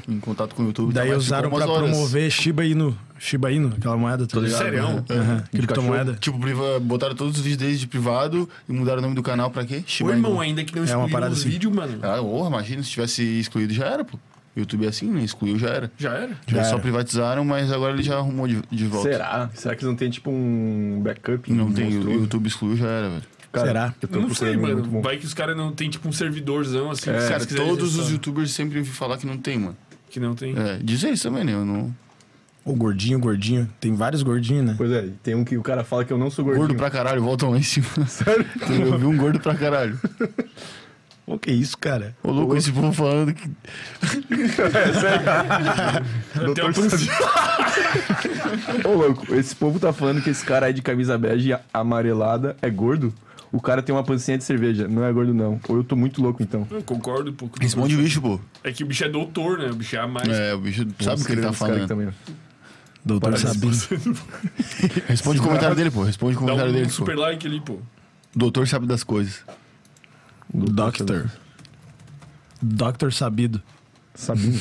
Em contato com o YouTube.
Daí
tá, mas
usaram
ficou
pra
umas horas.
promover Shiba Inu. Shiba Inu, aquela moeda, tá ligado?
Sério?
Aham, criptomoeda.
Tipo, priva- botaram todos os vídeos deles de privado e mudaram o nome do canal pra quê?
Ô,
Shiba
irmão,
Inu.
ainda que não
É uma
excluíram
parada
os
assim.
vídeos, mano.
Ah, porra, imagina se tivesse excluído, já era, pô. YouTube é assim, né? Excluiu, já era.
Já era?
Já
Já
só
era.
privatizaram, mas agora ele já arrumou de, de volta.
Será? Será que eles não tem tipo um backup?
Não
um
tem, o
monstruoso?
YouTube excluiu, já era, velho.
Cara,
Será?
Eu tô
Eu não sei,
procurando um muito bom.
mano. Vai que os caras não tem tipo um servidorzão assim. se
Cara,
eles quiserem
É, todos os
acessar.
youtubers sempre ouvi falar que não tem, mano.
Que não tem.
É, diz eles também, né? Eu não...
O gordinho, gordinho. Tem vários gordinhos, né?
Pois é, e tem um que o cara fala que eu não sou gordinho.
Gordo pra caralho, voltam lá em cima.
Sério?
Eu vi um gordo pra caralho.
O que é isso, cara?
Ô, louco, esse povo falando que.
Até uma pancinha.
Ô, louco, esse povo tá falando que esse cara aí de camisa bege a- amarelada é gordo? O cara tem uma pancinha de cerveja. Não é gordo, não. Ou eu tô muito louco, então.
Não, Concordo, pô. com-
Responde o bicho, pô.
É que o bicho é doutor, né? O bicho é a mais.
É, o bicho sabe o que ele tá
Escrevendo esse cara aqui
falando.
também, ó.
Doutor Sabino.
um
Responde o comentário dele, pô. Responde o
Dá
comentário
um
dele,
super like ali, pô.
pô. Doutor sabe das coisas.
Doctor. Doctor Sabido.
Sabino.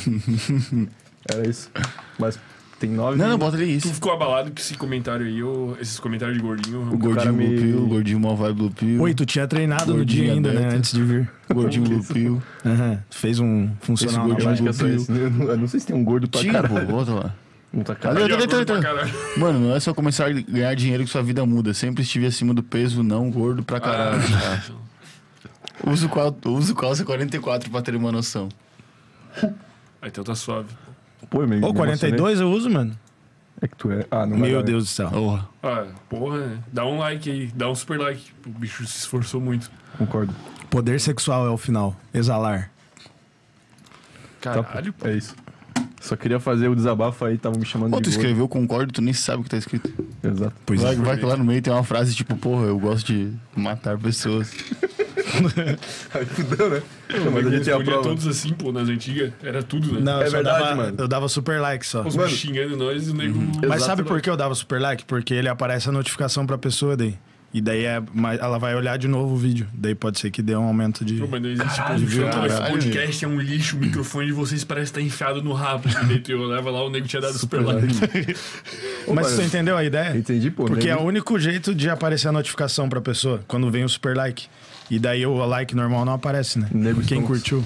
Era isso. Mas tem nove.
Não, não, bota ali isso.
Tu ficou abalado com esse comentário aí, ou esses comentários de gordinho.
O
Ramon?
gordinho
cara me-
Blue Pill, o gordinho Mó Vibe Blue Pill,
Oi, tu tinha treinado no
Gordinho
dia ainda, né?
aberto.
Antes de vir.
o gordinho Blue Pill.
Aham. Fez um funcional
Esse
na
gordinho
Eu acho
live.
que é só esse. né? Eu não, eu não sei se tem um gordo pra
Tinha, pô,
caralho.
bota lá.
Não tá caro.
Ali, ali,
Pior
ali,
coisa
ali, ali.
pra caralho.
Mano, não é só começar a ganhar dinheiro que sua vida muda. Sempre estive acima do peso, não gordo pra caralho.
Ah,
Ah. Uso, qual, uso calça 44 pra ter uma noção.
Aí então tá suave.
Pô, me,
Ô,
me
42 eu uso, mano.
emocionei. É que tu é. Ah, não vai
Meu
dar,
Deus do céu.
Porra.
Ah, porra, né? dá um like aí, dá um super like. O bicho se esforçou muito.
né? Concordo.
Poder sexual é o final. Exalar.
Caralho, pô.
É isso. Só queria fazer o desabafo aí, tava me chamando
Pô, tu
de gordo.
escreveu concordo, tu nem sabe o que tá escrito.
Exato.
Pois
Vai,
é.
vai que lá no meio tem uma frase tipo, porra, eu gosto de matar pessoas.
Aí fudeu, né? Não, mas a gente tem a
Respondia
prova.
todos assim, pô, nas antigas. Era tudo, né?
Não,
É
eu só
verdade,
dava,
mano.
Eu dava super like só.
Os
Mano.
bichos xingando nós e o nego.
Mas
Exato,
sabe por
mano.
que eu dava super like? Porque ele aparece a notificação pra pessoa daí. E daí é, mas ela vai olhar de novo o vídeo. Daí pode ser que dê um aumento de.
Pô, mas não existe conjunto,
caralho,
mas esse podcast é um lixo, o microfone de vocês parece estar enfiado no rabo. E daí tu olhava lá, o nego tinha dado super, like.
Mas tu entendeu a ideia?
Entendi, pô.
Porque
né?
é o único jeito de aparecer a notificação pra pessoa quando vem o super like. E daí o like normal não aparece, né?
Nego
Quem
Stonks.
curtiu.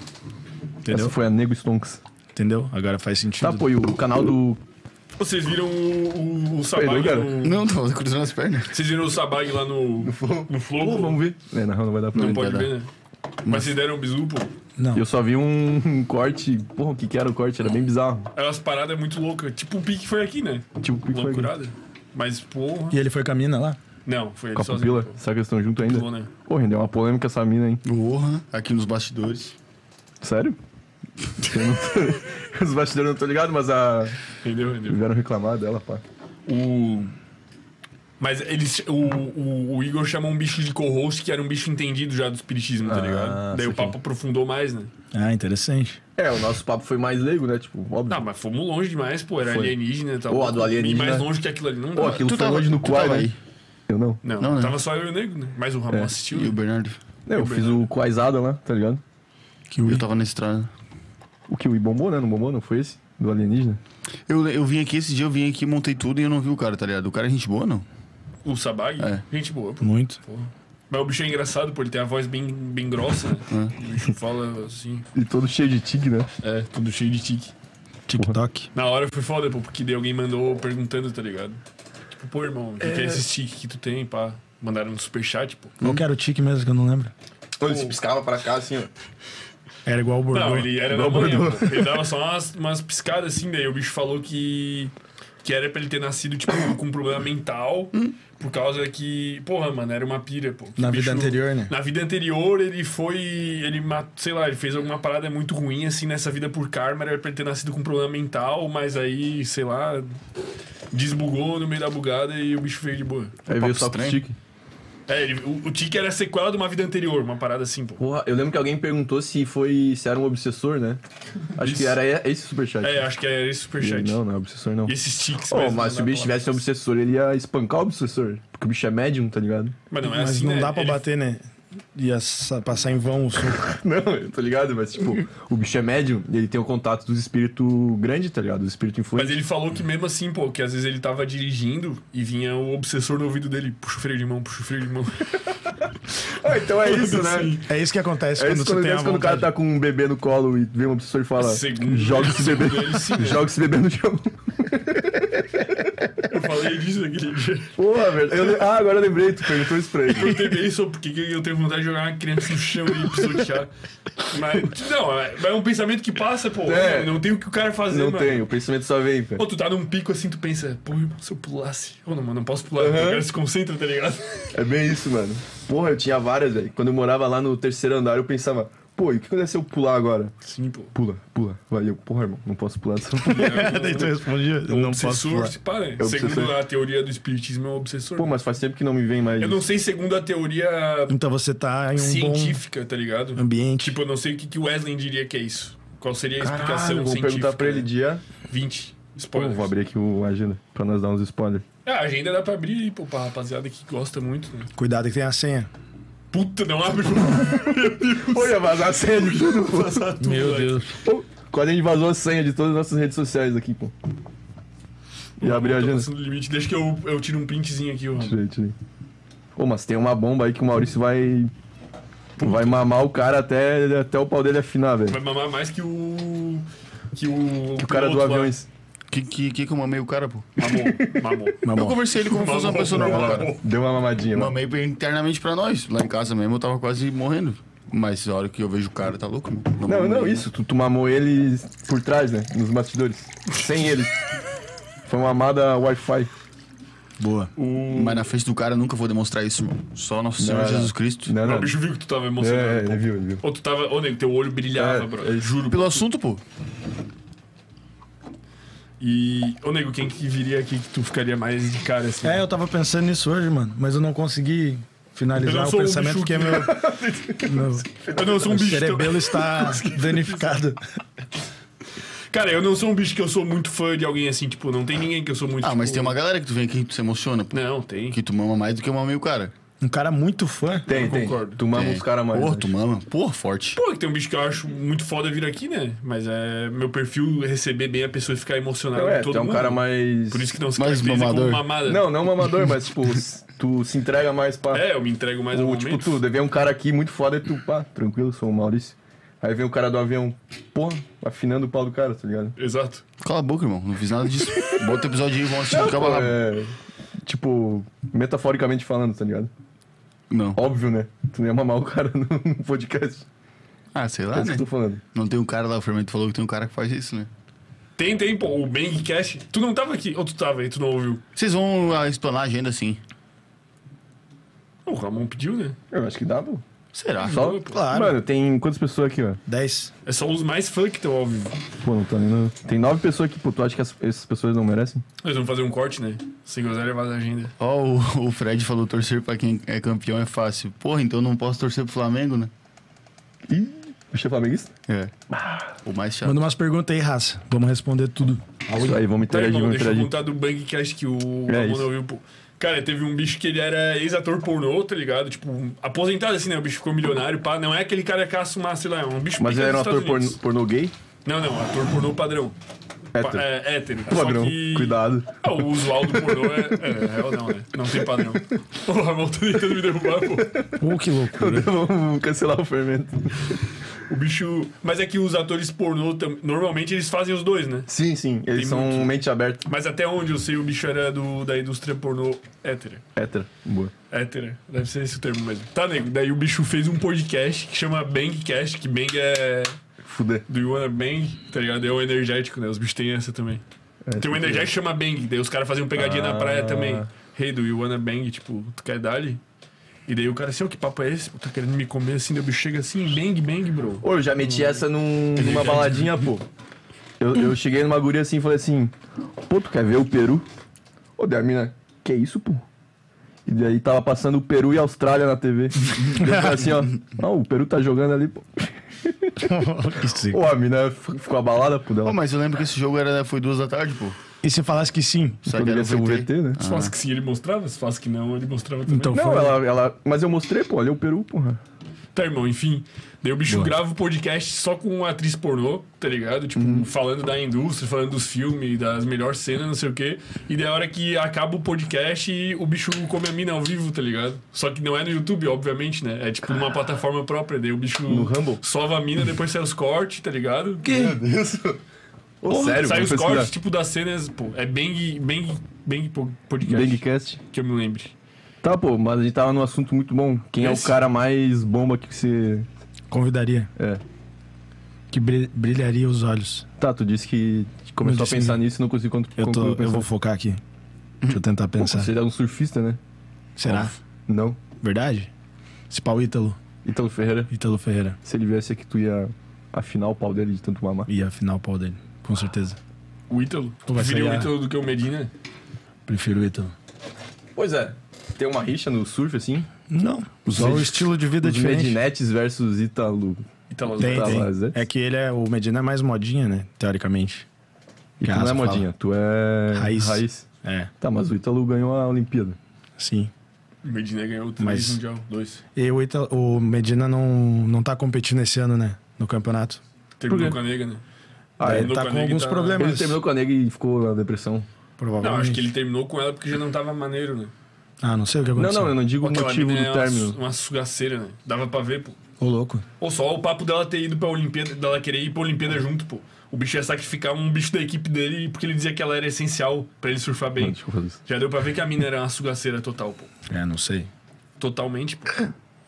Entendeu?
Essa foi a Nego Stonks.
Entendeu? Agora faz sentido.
Tá, pô, e o canal do.
Vocês viram o, o, o Sabag
Perdeu, cara?
no-
Não, tô cruzando as pernas.
Vocês viram o Sabag lá no. No Flow?
Pô, vamos ver. É, na real, não vai dar pra
Não
ver.
pode
vai
ver, né? Mas vocês deram um bizu, pô.
Não.
Eu só vi um, um corte. Porra, o que que era o corte? Era bem bizarro.
É umas paradas muito loucas. Tipo o pique foi aqui, né?
Tipo, o que foi?
Loucurada. Mas, porra.
E ele foi com a mina lá?
Não, foi ele
Com a
sozinho.
pupila? Será que eles estão junto ainda?
Pulou, né?
Pô, rendeu uma polêmica essa mina, hein?
Porra, aqui nos bastidores.
Sério? Eu não tô- Os bastidores não tô ligado, mas a.
Entendeu? Entendeu?
Vieram reclamar dela, pá.
O. Mas eles, o, o, o Igor chamou um bicho de co-host que era um bicho entendido já do espiritismo, tá
Ah,
ligado? Daí o
saquei.
papo aprofundou mais, né?
Ah, interessante.
É, o nosso papo foi mais leigo, né? Tipo, óbvio.
Não, mas fomos longe demais, pô. Era
Foi.
alienígena e tal.
Pô, a do alienígena.
E mais longe que aquilo ali não dá.
Pô, aquilo
Tu
foi
tava-
hoje no
tu
Quai,
tava
né?
aí.
Eu não.
Não,
Não, né?
tava só eu e o Nego, né? Mas o Ramon assistiu.
E o
né?
Bernardo?
É, eu fiz o Quaisada lá, tá ligado?
Eu tava na estrada.
O que? O bombou, né? Não bombou, não foi esse? Do alienígena?
Eu, eu vim aqui, esse dia eu vim aqui, montei tudo e eu não vi o cara, tá ligado? O cara é gente boa, não?
O Sabag,
É.
gente boa, pô.
Muito.
Mas o bicho é engraçado, pô. Ele tem a voz bem, bem grossa, né?
É.
O bicho fala assim.
E todo cheio de tique, né?
É, tudo cheio de tique.
TikTok.
Na hora foi foda, pô, porque daí alguém mandou perguntando, tá ligado? Tipo, pô, irmão, o que, que é esse tique que tu tem, pá? Mandaram no superchat, pô.
Qual que era o tique mesmo que eu não lembro?
Ele se piscava pra cá, assim, ó.
Era igual o Bordeaux.
Não, ele era na
Não
manhã,
mandou.
pô. Ele dava só umas, umas piscadas assim, daí o bicho falou que. Que era pra ele ter nascido, tipo, com um problema mental. Por causa que. Porra, mano, era uma pira, pô. Que
Na
o
vida anterior, né?
Na vida anterior, ele foi. Ele matou, sei lá, ele fez alguma parada muito ruim, assim, nessa vida por karma. Era pra ele ter nascido com um problema mental, mas aí, sei lá. Desbugou no meio da bugada e o bicho veio de boa.
Aí veio só pro
estranho.
tique.
É, ele- o, o tique era sequela de uma vida anterior, uma parada assim, pô.
Porra, eu lembro que alguém perguntou se foi. se era um obsessor, né? Acho
Isso.
que era esse superchat.
É, acho que era esse superchat.
Não, não é obsessor, não.
E esses tiques
Pô,
mesmo,
mas se
né,
o bicho
palavra.
tivesse um obsessor, ele ia espancar o obsessor. Porque o bicho é médium, tá ligado?
Mas não é
Mas
assim,
não
né?
dá pra
Ele-
bater, né? Ia sa- passar em vão o soco.
Não, eu tô ligado, mas tipo, o bicho é médium e ele tem o contato dos espíritos grandes, tá ligado? Dos espíritos
Mas
influentes.
ele falou que mesmo assim, pô, que às vezes ele tava dirigindo e vinha o obsessor no ouvido dele, puxa o freio de mão, puxa o freio de mão.
Ah, então é isso,
Assim,
né?
É isso que acontece
É
quando
isso
você
quando,
tem a
é isso quando o cara
vontade.
tá com um bebê no colo e vê um obsessor e fala:
Segundo-
joga esse bebê.
segundo ele, sim, né?
Joga esse bebê no chão.
Eu falei disso naquele dia.
Porra, velho. eu le- ah, agora eu lembrei, tu perguntou isso pra ele.
Eu tentei isso porque eu tenho vontade de jogar uma criança no chão e pisotear. Mas, não, é mas é um pensamento que passa, pô.
É.
Não tem o que o cara fazer,
Não
mano.
tem, o pensamento só vem, velho.
Ou tu tá num pico assim, tu pensa, pô, irmão, se eu pulasse. Ou não, mano, não posso pular. O cara se concentra, tá ligado?
É bem isso, mano. Porra, eu tinha várias, velho. Quando eu morava lá no terceiro andar, eu pensava: pô, e o que acontece se eu pular agora?
Sim, pô.
Pula, pula. Vai, eu, porra, irmão, não posso pular dessa porra.
Daí tu respondia, Então, eu não posso
obsessor,
falar.
tá um se para.
É obsessor.
segundo a teoria do espiritismo, é um obsessor.
Pô, mas faz tempo que não me vem mais.
Eu não sei segundo a teoria
Então você tá em um
científica, tá ligado?
bom ambiente.
Tipo, eu não sei o que que o Wesley diria que é isso. Qual seria a explicação
Caralho, vou
científica?
perguntar pra ele
né?
dia. Pô,
20. Spoiler.
vou abrir aqui o agenda pra nós dar uns spoilers.
Ah, a agenda dá pra abrir aí, pô, pra rapaziada que gosta muito. Né?
Cuidado que tem a senha.
Puta, não abre.
Olha, vazar a senha de tudo, pô.
Meu Deus.
Pô, Quase a gente vazou a senha de todas as nossas redes sociais aqui, pô. E abriu a
Tá
agenda.
passando do limite. Deixa que eu, eu tiro um printzinho aqui, ó.
Tirei, tirei. Pô, mas tem uma bomba aí que o Maurício vai. Vai mamar o cara até, até o pau dele afinar, velho.
Vai mamar mais que o. Que o.
Que o cara do
piloto lá.
aviões.
Que, que, que que eu mamei o cara, pô?
Mamou, mamou.
Eu conversei ele como se fosse uma pessoa normal, cara.
Deu uma mamadinha, mano.
Mamei internamente pra nós. Lá em casa mesmo eu tava quase morrendo. Mas a hora que eu vejo o cara, tá louco, mano.
Não, não,
mamei.
isso. Tu, tu mamou ele por trás, né? Nos bastidores. Sem ele. Foi uma amada Wi-Fi.
Boa.
Mas na frente do cara eu nunca vou demonstrar isso, mano. Só nosso Senhor
não.
Jesus Cristo.
Não,
Não,
não.
o bicho viu que tu tava
É,
emocionado.
ele viu, ele viu.
Ou tu tava. Ô, nego, teu olho brilhava,
É,
bro.
é.
Juro.
Pelo assunto, pô.
E. Ô, nego, quem que viria aqui que tu ficaria mais de cara assim?
É, eu tava pensando nisso hoje, mano, mas eu não consegui
Eu
finalizar
não
o
sou um
pensamento
bicho
que é meu, meu
Eu não sou um bicho. que eu-
cerebelo está danificado.
Cara, eu não sou um bicho que eu sou muito fã de alguém assim, tipo, não tem ninguém que eu sou muito
Ah, mas tem
tipo,
uma galera que tu vem aqui que tu se emociona, pô.
Não, tem.
Que tu mama mais do que eu mamei o cara.
Um cara muito fã.
Tem,
Eu
tem.
concordo.
Tu mama
É.
os caras mais.
Porra,
né?
tu mama. Porra, forte.
Pô, que tem um bicho que eu acho muito foda vir aqui, né? Mas é meu perfil é receber bem a pessoa e ficar emocionada
Não, é,
com todo
tu é um
mundo.
cara mais.
Por isso que não se
Mais
caracteriza como
mamador.
mamada.
Não, não mamador, mas tipo, s- tu se entrega mais pra.
Tá. É, eu me entrego mais ao
o, tipo,
momento.
tu, daí vem um cara aqui muito foda e tu, pá, tranquilo, sou o Maurício. Aí vem o cara do avião, porra, afinando o pau do cara, tá ligado?
Exato.
Cala a boca, irmão. Não fiz nada disso. Bota o episódio aí, vão assistir. Não,
Pô,
lá.
é, tipo, metaforicamente falando, tá ligado?
Não.
Óbvio, né? Tu não ia mamar o cara no, no podcast.
Ah, sei
É
lá,
isso
né?
que eu tô falando.
Não tem um cara lá, o Fermento falou que tem um cara que faz isso, né?
Tem, tem, pô, o Bang Cash. Tu não tava aqui. Ou tu tava aí, tu não ouviu.
Vocês vão ah, explanar a agenda assim.
O Ramon pediu, né?
Eu acho que dá, pô.
Será?
Só...
Claro.
Mano, tem quantas pessoas aqui, ó?
10.
É só os mais fã que estão ao vivo.
Pô, não tá nem. no- Tem nove pessoas aqui, pô. Tu acha que as- essas pessoas não merecem?
Nós vamos fazer um corte, né? Sem groselha, vaza a agenda. Tá,
Ó, o, o Fred falou torcer pra quem é campeão é fácil. Porra, então eu não posso torcer pro Flamengo, né?
Ih, bicho é flamenguista?
É. O mais chato.
Manda umas perguntas aí, raça. Vamos responder tudo.
Isso aí, vamos
Tá,
interagir,
irmão,
vamos
deixa eu
interagir.
contar do Bang Cash que o
É
Ramon
isso.
não viu. Pô. Cara, teve um bicho que ele era ex-ator pornô, tá ligado? Tipo, um- aposentado assim, né? O bicho ficou milionário, pá. Não é aquele cara que assumar, sei lá, é um bicho
Mas
pica
ele era um
dos
ator
Estados Unidos.
porno, pornô gay?
Não, não, ator pornô padrão. Pa-
Hétero.
É, hétero.
Padrão,
Só que-
cuidado.
Ah, o usual do pornô é. É, real não, né? Não tem padrão. O Ramon tá tentando me derrubar, pô.
Ô, que loucura.
Vamos cancelar o fermento.
O bicho. Mas é que os atores pornô, tam- normalmente eles fazem os dois, né?
Sim, sim. Eles
Tem
são
muito.
mente aberta.
Mas até onde eu sei, o bicho era do, da indústria pornô hétero.
Hétero. Boa.
Hétero, deve ser esse o termo mesmo. Tá, nego. Daí o bicho fez um podcast que chama Bangcast, que Bang é.
Fuder.
Do You Wanna Bang, tá ligado? É o energético, né? Os bichos têm essa também.
É,
Tem
tipo
um energético que chama Bang, daí os caras faziam pegadinha na praia
Ah.
também. Hey, do You Wanna Bang, tipo, tu quer dar ali? E daí o cara assim, ô, que papo é esse? Pô, Tá querendo me comer assim, daí o bicho chega assim, bang, bang, bro.
Ô, eu já meti essa num- numa baladinha, pô. Eu, eu cheguei numa guria assim e falei assim: Pô, tu quer ver o Peru? Ô, daí a mina, que isso, pô? E daí tava passando o Peru e a Austrália na TV. Daí eu falei assim, ó. Não, o Peru tá jogando ali, pô.
Isso.
Ô, a mina f- ficou abalada, pô. Dela.
Pô, mas eu lembro que esse jogo era, foi duas da tarde, pô.
E se falasse que sim?
Sabe
Poderia ser um VT, né?
Se faz que sim, ele mostrava, se faz que não, ele mostrava também.
Ah. Então
Não,
foi.
ela, ela. Mas eu mostrei, pô, olha o Peru, porra.
Tá, irmão, enfim. Daí o bicho grava o podcast só com uma atriz pornô, tá ligado? Tipo, falando da indústria, falando dos filmes, das melhores cenas, não sei o quê. E daí é a hora que acaba o podcast, o bicho come a mina ao vivo, tá ligado? Só que não é no YouTube, obviamente, né? É tipo numa plataforma própria. Daí o bicho
No Rumble?
sova a mina, depois sai os cortes, tá ligado?
Meu Deus. Ô, sério,
sai
vamos
os
pesquisar.
cortes, tipo, das cenas, pô. É bang, bang, bang po- podcast,
Bangcast.
que eu me lembre.
Tá, pô, mas a gente tava num assunto muito bom. Quem é
Esse?
o cara mais bomba aqui que você.
Convidaria.
É.
Que bri- brilharia os olhos.
Tá, tu disse que começou
Eu
a
disse
pensar nisso e não conseguiu quanto
Eu, tô, eu vou focar aqui. Deixa eu tentar pensar.
Você é um surfista, né?
Será?
Não.
Verdade? Esse pau Ítalo.
Então, Ferreira,
Ítalo Ferreira.
se ele viesse aqui, tu ia afinar o pau dele de tanto mamar.
E afinal o pau dele. Com certeza.
O Ítalo.
vai
Preferiu o
sair a-
Ítalo do que o Medina?
Prefiro o Ítalo.
Pois é. Tem uma rixa no surf, assim?
Não. Só o
Med-
estilo de vida
Os
diferente.
Medinetes versus Italo.
Ítalo
Tem,
Tá
tem.
lá, Zé.
É que ele é. O Medina é mais modinha, né? Teoricamente.
E tu não é
Graça,
modinha, tu é.
Raiz. É,
Tá, mas o Italo ganhou a Olimpíada.
sim.
O Medina ganhou três
Mas-
mundial, dois.
E o, Ita- o Medina não, não tá competindo esse ano, né? No campeonato.
Terminou
Por quê?
com a nega, né?
Ah,
Ele
ele
nunca
tá com
nem
alguns
tá-
problemas.
Ele terminou com a nega e ficou na depressão.
Provavelmente.
Não, acho que ele terminou com ela porque já não tava maneiro, né?
Ah, não sei o que
Não,
aconteceu.
não, eu não digo o
Aquela
motivo
mina é
do
uma su-
término.
Uma sugaceira, né? Dava pra ver, pô.
Ô, louco.
Ou só o papo dela ter ido pra Olimpíada, dela querer ir pra Olimpíada junto, pô. O bicho ia sacrificar um bicho da equipe dele porque ele dizia que ela era essencial pra ele surfar
Não,
bem.
deixa eu fazer isso.
Já deu pra ver que a mina era uma sugaceira total, pô.
É, não sei.
Totalmente, pô.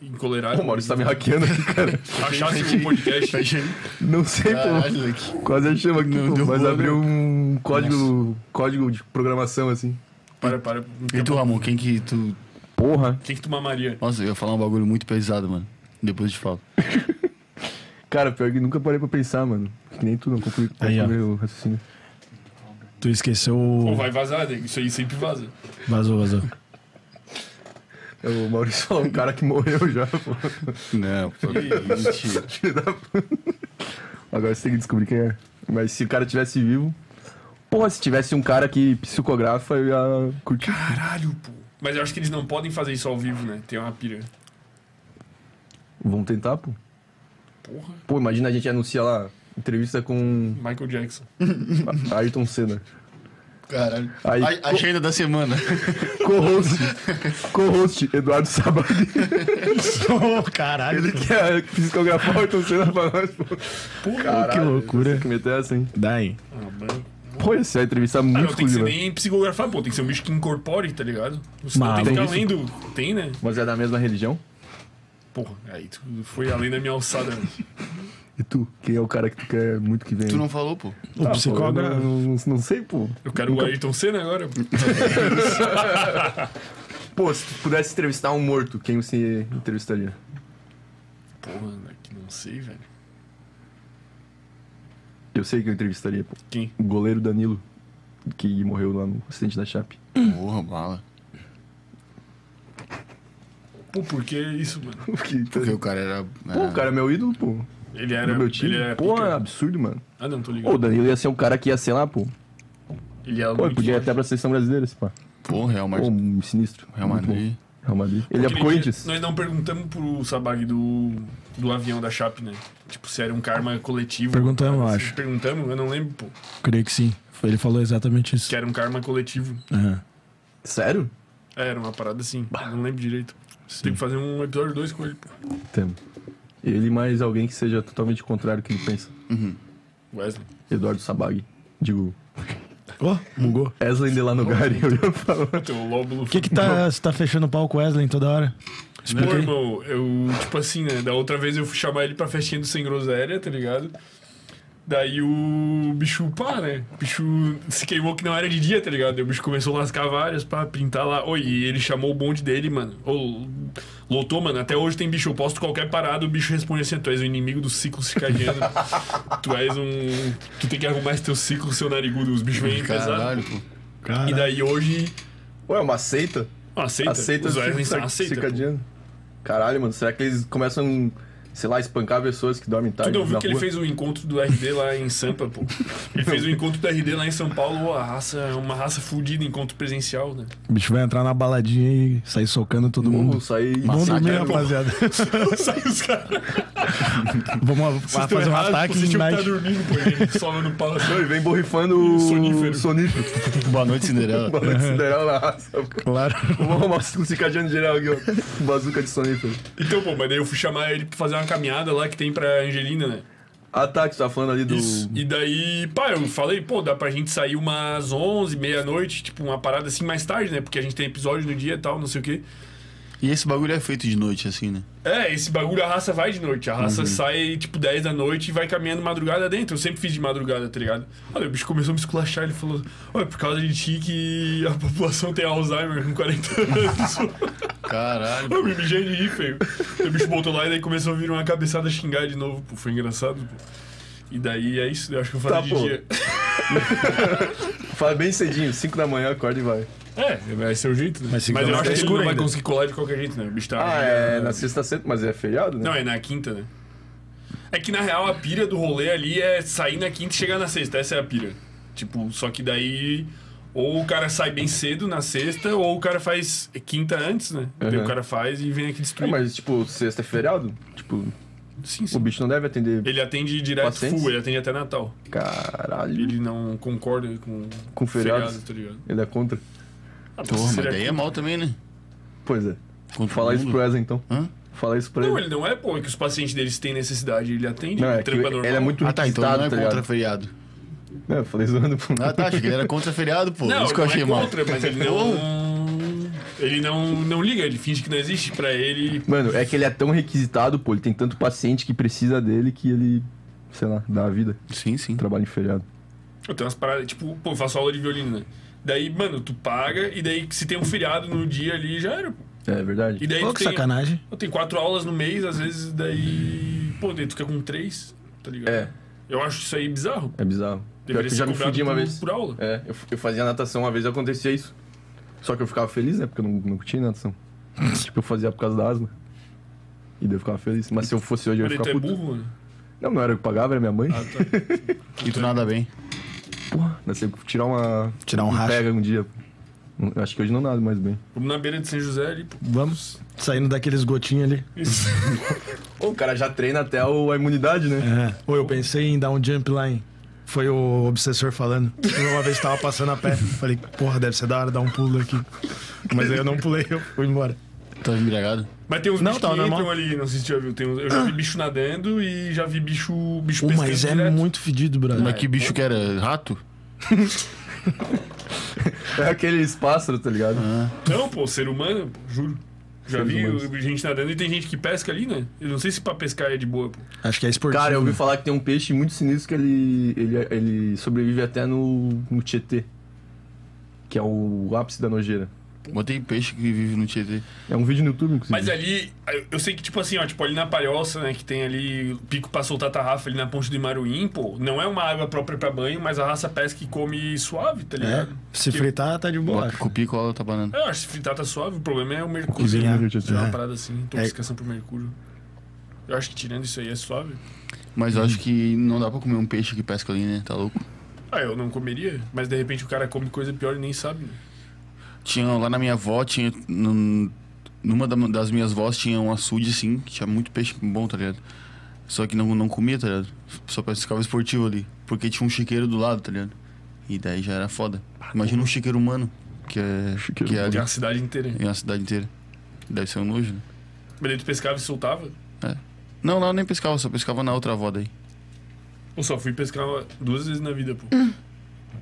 Encolerado.
Pô, o Maurício tá me hackeando aqui, cara.
Achasse um podcast.
Não sei, pô.
Caralho, que-
Quase achamos aqui,
Não né?
pô,
deu
mas
boa,
abriu um código, código de programação, assim.
Para, para.
E tu, Ramon, quem que tu.
Porra.
Quem que tu mamaria?
Nossa, eu ia falar um bagulho muito pesado, mano. Depois eu te falo.
Cara, pior que nunca parei pra pensar, mano. Que nem tu, não concluí
Aí, ó.
concluí o raciocínio.
Tu esqueceu.
Ou
o-
vai vazar, né? Isso aí sempre vaza.
Vazou, vazou.
É O Maurício falou um cara que morreu já, pô.
Não, pô.
Filho da puta. Agora você tem que descobrir quem é. Mas se o cara tivesse vivo. Porra, se tivesse um cara que psicografa, eu ia curtir.
Caralho, pô. Mas eu acho que eles não podem fazer isso ao vivo, né? Tem uma pira.
Vamos tentar, pô.
Porra.
Pô, imagina a gente anuncia lá. Entrevista com
Michael Jackson.
Ayrton Senna.
Caralho.
Aí-
A, agenda da semana.
Co-host. Co-host, Eduardo Sabadinho.
Caralho.
Ele que é psicografar o Ayrton Senna pra nós, pô. Porra,
que loucura.
Que meter essa, hein?
Daí.
Ah, mano.
Pô, essa é uma entrevista
Ah,
muito
não tem que ser
exclusiva.
nem psicografar, pô. Tem que ser um bicho que incorpore, tá ligado? Você não
Mas
tem que ficar
tem
além do. Tem, né?
Mas é da mesma religião?
Porra, aí tu foi além da minha alçada. né?
E tu? Quem é o cara que tu quer muito que venha?
Tu não falou, pô.
O
Ah, pô,
psicógrafo.
eu Não, não, não sei, pô.
Eu quero o Ayrton Senna agora. pô.
Pô, se tu pudesse entrevistar um morto, quem você entrevistaria?
Porra, né? que não sei, velho.
Eu sei que eu entrevistaria, pô.
Quem?
O goleiro Danilo, que morreu lá no acidente da Chape.
Porra, bala.
Pô, por que isso, mano?
Porque, tá-
Porque o cara era. né,
Pô, o cara é meu ídolo, pô.
Ele era.
Do meu time.
Ele era
Pô, é
pica.
absurdo, mano.
Ah, não, tô
Pô, o
ligado.
Danilo ia ser um cara que ia ser lá, pô.
Ele era
Pô, ele
muito
podia ir
forte.
até pra seleção brasileira, esse pá.
Pô, Real
Pô,
Madrid.
um sinistro.
Real
Muito bom.
Madrid.
Real Madrid. Ele é pro
Aquele
Corinthians.
dia, Nós não perguntamos pro Sabag do, do avião da Chape, né? Tipo, se era um karma coletivo.
Perguntamos, eu
Vocês
acho.
Perguntamos, eu não lembro, pô.
Creio que sim. Ele falou exatamente isso.
Que era um karma coletivo.
Aham.
Sério?
É, Era uma parada assim. eu Não lembro direito. Você tem que fazer um episódio 2 com ele, pô.
Temos. Ele mais alguém que seja totalmente contrário ao que ele pensa.
Wesley.
Eduardo Sabag. Digo,
Ó, bugou.
Eslen de Lanogari, eu ia falar.
Teu lóbulo.
O que que tá, você tá fechando o palco Wesley toda hora?
Pô,
Explica aí.
irmão, eu, tipo assim, né? Da outra vez eu fui chamar ele pra festinha do Sem Groséria, tá ligado? Daí o bicho, pá, né? O bicho se queimou que não era de dia, tá ligado? Daí o bicho começou a lascar várias pra pintar lá. Oi, e ele chamou o bonde dele, mano. Ou, lotou, mano. Até hoje tem bicho. Eu posto qualquer parada, o bicho responde assim: Tu és o inimigo do ciclo circadiano. tu és um. Tu tem que arrumar esse teu ciclo, seu narigudo. Os bichos vêm pesados.
Caralho, pô.
E daí hoje.
Ué, é uma seita?
Ah, Aceita.
Aceita
Os Wesley
cir-
são aceita. pô.
circadiano. Caralho, mano, será que eles começam, sei lá, espancar pessoas que dormem
Tu
tarde
não viu
na
que
rua?
ele fez o encontro do RD lá em Sampa, pô? Ele fez o encontro do RD lá em São Paulo, a raça, uma raça fudida, encontro presencial, né?
O bicho vai entrar na baladinha e sair socando todo
Vamos
mundo.
sair...
Vamos dormir,
Massacre,
rapaziada.
Sai os caras.
Vamos a-
Vocês
fazer um
tão errados,
ataque
pô, Vocês
de
tinham que
night.
tá dormindo, pô. Ele sobe no pau.
Não, e vem borrifando
Sonífero.
sonífero.
Boa noite, Cinderela.
Balanço sideral na raça.
Claro.
Vamos arrumar o ciclo circadiano geral aqui, ó. Bazuca de sonífero.
Então, pô, mas daí eu fui chamar ele pra fazer uma caminhada lá que tem pra Angelina, né?
Ah, tá, que tu tá falando ali do...
Isso. E daí, pá, eu falei, pô, dá pra gente sair umas 11, meia-noite, tipo, uma parada assim mais tarde, né? Porque a gente tem episódio no dia e tal, não sei o quê.
E esse bagulho é feito de noite, assim, né?
É, esse bagulho a raça vai de noite. A raça sai tipo 10 da noite e vai caminhando madrugada dentro. Eu sempre fiz de madrugada, tá ligado? Olha, o bicho começou a me esculachar. Ele falou: Olha, por causa de ti que a população tem Alzheimer com 40 anos.
Caralho.
eu me mijei de rir, feio. Aí O bicho botou lá e daí começou a vir uma cabeçada xingar de novo. Pô, foi engraçado, pô. E daí é isso, eu acho que eu falei
Tá,
de
pô.
dia.
Fala bem cedinho, 5 da manhã, acorda e vai.
É, vai ser o jeito, né?
Mas
Mas,
se
eu
tá
acho que ele
escuro
não vai
ainda.
conseguir colar de qualquer jeito, né? O bicho tá.
Ah, é na sexta-feira, mas é feriado, né?
Não, é na quinta, né? É que na real a pira do rolê ali é sair na quinta e chegar na sexta. Essa é a pira. Tipo, só que daí. Ou o cara sai bem cedo na sexta, ou o cara faz quinta antes, né? Daí
Uhum.
o cara faz e vem aqui
É,
destruir.
mas, tipo, sexta é feriado? Tipo,
Sim,
o
sim.
bicho não deve atender.
Ele atende direto
Pacientes?
full, ele atende até Natal.
Caralho.
Ele não concorda com,
Com feriados.
tá ligado?
Ele é contra.
Ah, mas
Porra, mas
será
daí
é
que-
é mal também, né?
Pois é.
Quando
Falar isso pro Wesley, então.
Hã?
Fala isso pra
Não,
ele.
ele não é, pô, é que os pacientes deles têm necessidade, ele atende,
Não,
ele
é que
trampa normal.
ele é muito
Ah, tá, então ele não é
requisitado,
contra
ligado?
feriado.
É, eu falei zoando.
Ah, tá, achei que ele era contra feriado, pô.
Não,
isso que eu
não
achei
é
mal.
contra, mas ele não. ele não, não liga, ele finge que não existe. Pra ele.
Mano, é que ele é tão requisitado, pô. Ele tem tanto paciente que precisa dele que ele, sei lá, dá a vida.
Sim, sim.
Trabalha em feriado.
Eu tenho umas paradas, tipo, pô, eu faço aula de violino, né? Daí, mano, tu paga, e daí se tem um feriado no dia ali, já era. pô.
É verdade.
E daí tu
Pô, que
tem,
sacanagem.
eu tenho quatro aulas no mês, às vezes, daí. Pô, daí tu fica com três, tá ligado?
É.
Eu acho isso aí bizarro.
É bizarro. Pior que
Deveria
eu
ser
já me
cobrado
fudi uma
por, um
vez.
por aula.
É, eu, eu fazia natação uma vez e acontecia isso. Só que eu ficava feliz, né? Porque eu não, não curtia natação. tipo, eu fazia por causa da asma. E daí eu ficava feliz. Mas se eu fosse hoje, eu ia
Peraí,
ficar
tu é
puto.
burro, mano?
Não, não era eu que pagava, era minha mãe.
Ah, tá.
E tu nada bem.
Porra, nós temos que tirar uma.
Tirar um racha.
Pega um dia. Não, Acho que hoje não nada mais bem.
Vamos na beira de São José ali, pô.
Vamos. Saindo daqueles gotinhos ali.
Isso.
Pô, o cara já treina até o- a imunidade, né?
É. Ou eu pensei em dar um jump line. Foi o obsessor falando. Uma vez tava passando a pé. Falei, porra, deve ser da hora dar um pulo aqui. Mas aí eu não pulei, eu fui embora.
Tá embriagado?
Mas tem uns
Não,
bichos
tá
que
normal.
entram ali, não sei se você já viu. Tem uns- eu já vi bicho nadando e já vi bicho, bicho
Pô,
pescando
mas é
direto.
muito fedido, brother.
Mas que bicho que era? Rato?
É aqueles pássaros, tá ligado?
Ah, Não, pô, ser humano, pô, juro. Já
Seres
vi
humanos.
gente nadando e tem gente que pesca ali, né? Eu não sei se pra pescar é de boa, pô.
Acho que é esportivo.
Cara, eu ouvi falar que tem um peixe muito sinistro que ele, ele, ele sobrevive até no, no Tietê. Que é o ápice da nojeira.
Botei peixe que vive no Tietê.
É um vídeo no YouTube, inclusive.
Mas ali, eu- eu sei que, tipo assim, ó, tipo ali na Palhoça, né, que tem ali o pico pra soltar tarrafa ali na ponte do Imaruim, pô, não é uma água própria pra banho, mas a raça pesca e come suave, tá
É,
ligado?
se fritar, tá de boa.
Bota cupi e cola tá banana.
Eu acho que se fritar tá suave, o problema é o mercúrio.
Cozinhar.
né? É uma
É.
parada assim, intoxicação por mercúrio. Eu acho que tirando isso aí é suave.
Mas eu acho que não dá pra comer um peixe que pesca ali, né? Tá louco?
Ah, eu não comeria, mas de repente o cara come coisa pior e nem sabe. né?
Tinha lá na minha avó, tinha. num- numa da- das minhas avós tinha um açude, assim, que tinha muito peixe bom, tá ligado? Só que não, não comia, tá ligado? Só pescava esportivo ali. Porque tinha um chiqueiro do lado, tá ligado? E daí já era foda. Imagina um chiqueiro humano, que é,
Chiqueiro
que é ali,
Tem a cidade inteira.
é a cidade inteira. Deve ser um nojo, né?
Mas daí tu pescava e soltava?
Não, lá eu nem pescava, só pescava na outra avó daí.
Eu só fui pescar duas vezes na vida, pô.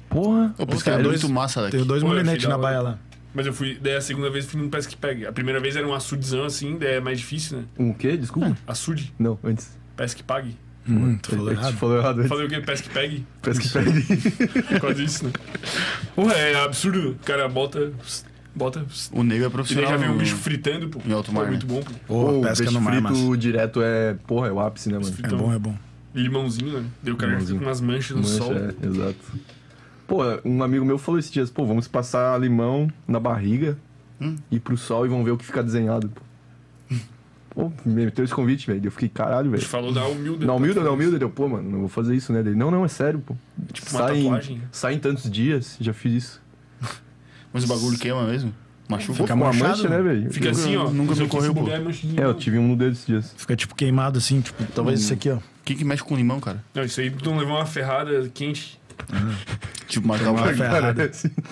Porra!
Eu pescava
dois-
é muito massa daqui.
Tenho dois
Pô, eu
molinetes
achei da
na
hora.
baia lá.
Mas eu fui, daí a segunda vez fui num pesca e pega. A primeira vez era um açudezão assim, daí é mais difícil, né?
Um quê? Desculpa?
Açude,
Não, antes.
pesca e pague.
Hum, tu falou
Eu te
errado.
falou errado antes.
Falei o quê? Pesca e pegue?
Parece que perde.
É quase isso, né? Porra, é absurdo. O cara bota, bota.
O negro é
E daí
profissional.
já vem um
no-
bicho fritando, pô.
em alto mar,
É
né?
muito bom, pô.
Pô,
o
pesca
peixe
no mar,
frito
mas...
direto é. Porra, é o ápice, né, mano?
É
Então,
bom, é bom.
Limãozinho, né? Daí o cara já fica
Limãozinho.
com umas manchas no
Mancha,
sol.
é, exato. Pô, um amigo meu falou esses dias, pô, vamos passar limão na barriga, ir pro sol e vamos ver o que fica desenhado, pô. Pô, me meteu esse convite, velho. Eu fiquei, caralho,
A gente
velho.
falou da humilde.
Na humilde, na humilde, deu, pô, mano, não vou fazer isso, né? Dele, não, não, é sério, pô. Tipo,
uma
sai, em,
tatuagem.
sai em tantos dias, já fiz isso.
Mas o bagulho queima mesmo? Machuca?
Pô, com uma
manchado,
mancha, né, velho?
Fica assim, ó.
Nunca
isso
me
aqui,
ocorreu,
se
pô.
bobear, é mancha de
É, eu
limão.
tive um dedo esses dias.
Fica tipo queimado assim, tipo, talvez isso aqui, ó.
Quem que mexe com limão, cara?
Não, isso aí tu não levou uma ferrada quente.
Tipo, matar
Uma
o
ferrada.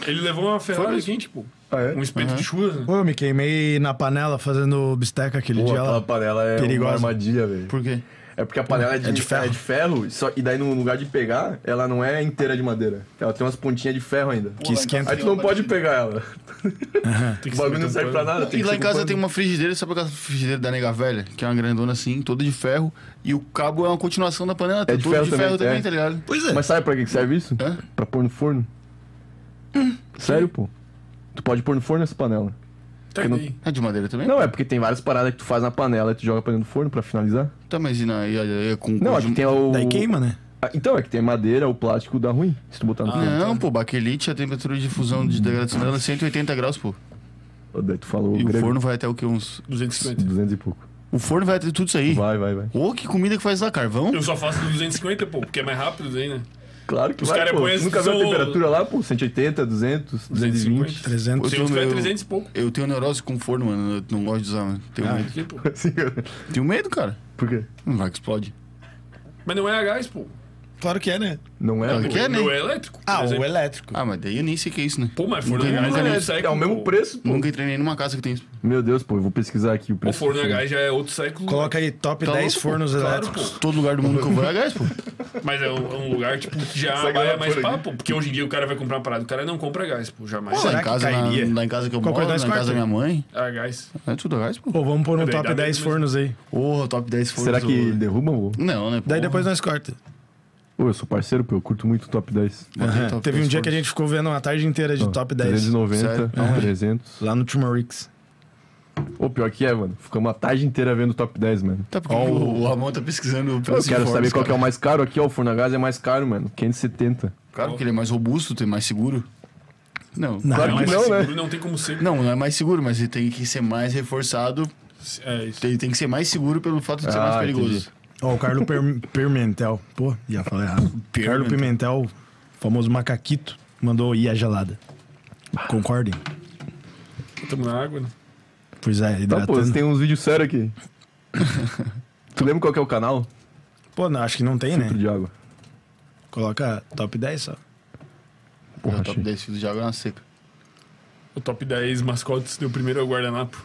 Ele levou uma ferrada quente, pô.
Ah, é?
Um espeto de churras, né?
Pô, eu me queimei na panela fazendo bisteca aquele
Pô,
dia
aquela
lá.
panela é
Perigosa.
uma armadilha, velho.
Por quê?
É porque a panela é de,
de ferro.
é de ferro, só, e daí no lugar de pegar, ela não é inteira de madeira. Ela tem umas pontinhas de ferro ainda.
Que esquenta.
Aí tu não pode pegar ela.
Tem
O
que
bagulho
ser
não serve pra
tampando.
nada. tem
E
que
lá
ser
em casa
ocupando.
tem uma frigideira, sabe aquela frigideira da nega velha? Que é uma grandona assim, toda de ferro. E o cabo é uma continuação da panela, tá
de
todo
ferro
de
também,
ferro também,
é.
tá ligado?
Pois é.
Mas sabe pra que que serve isso?
Hã?
Pra pôr no forno.
Hum.
Sério, pô. Tu pode pôr no forno essa panela.
Tá
não-
aí.
É de madeira também?
Não, é porque tem várias paradas que tu faz na panela e tu joga pra dentro do forno pra finalizar.
Tá, mas e na. E, e, e, com,
Não,
com
é que tem o.
Daí queima, né?
Ah, Então, é que tem madeira, o plástico dá ruim se tu botar no forno.
Ah, Não, pô, baquelite, a temperatura de fusão de degradação dela é 180 graus, pô.
Ô, Daí tu falou
E o
grego,
forno vai até o que? Uns.
250.
200 e pouco.
O forno vai até tudo isso aí.
Vai, vai, vai.
Ô, que comida que faz lá, carvão?
Eu só faço do 250, pô, porque é mais rápido daí, né?
Claro que
Os
vai,
é
cara
pô.
põem
Tu nunca viu a
esse-
temperatura lá, pô? 180, 200, 220.
250.
300.
Se
Eu
eu tiver
meu-
300 e pouco.
Eu tenho neurose com forno, mano. Eu não gosto de usar, mano. Tenho medo.
Por quê, pô?
Assim,
Tenho medo, cara.
Por quê?
Não vai que explode.
Mas não é a gás, pô.
Claro que é, né?
Não é?
Não,
pô.
que é, né?
meu é elétrico. por
Ah, o
exemplo.
elétrico.
Ah, mas daí eu nem sei o que é isso, né?
Pô, mas
Não
forno
tem
a gás
nada
é
a
meio
ver.
século.
É o mesmo
pô.
preço, pô.
Nunca entrei em nenhuma casa que tem isso.
Meu Deus, pô, eu vou pesquisar aqui o
O
preço.
forno a gás já é outro século.
Coloca aí top
Tá
10
louco, pô.
fornos
Claro,
elétricos.
pô.
Todo lugar do mundo que eu vou é a gás, pô.
Mas é um, é um lugar tipo, que já
Essa
vai
galera
mais
por aí.
papo. Porque hoje em dia o cara vai comprar uma parada. O cara não compra gás, pô. Jamais.
lá,
será
em
que
casa, na,
cairia?
lá em casa que eu
Qualquer
moro, lá
coisa
em
nós
casa da minha
corta.
mãe,
Ah, gás.
é tudo a gás, pô.
Pô, vamos pôr no
Daí
top
dá
10
mesmo.
fornos aí.
Porra, top 10 fornos.
Será que
ô.
derrubam? ô?
Não, né? porra.
Daí depois nós corta.
Pô, eu sou parceiro, pô, eu curto muito o top 10.
Botei
Aham.
top
Teve
10
um dia que a
fornos.
gente ficou vendo uma tarde inteira de
Ó,
top 10.
390,
Sério? é?
300.
Lá no Turmerix.
Ô, pior que é, mano. Ficamos a tarde inteira vendo o top 10, mano.
Tá, porque o, o Ramon tá pesquisando
Eu
pelos
quero
informes,
saber qual que é
assim, cara.
o mais caro aqui, ó. O forno a gás é mais caro, mano. 570.
Claro, porque ele é mais robusto, tem mais seguro. Não.
Não.
Claro
Não,
que
mas
não,
seguro
né?
não tem como ser.
Não, não é mais seguro, mas ele tem que ser mais reforçado.
É isso.
Ele tem que ser mais seguro pelo fato de ser
Ah,
mais perigoso.
entendi.
Ó, o Carlos Per- Pimentel. Pô, ia falar errado. Carlos Pimentel, famoso macaquito, mandou ir a gelada. Concordem?
Tamo na água, né?
Pois
Tá,
é,
pô,
hidratando.
você
né?
tem uns vídeos sérios aqui. tu lembra qual que é o canal?
Pô, não, acho que não tem, né?
Filtro de água.
É
Coloca top 10 só.
Porra,
Porra,
top
achei.
10 filhos de água na seca.
O top 10 mascotes deu primeiro é o guardanapo.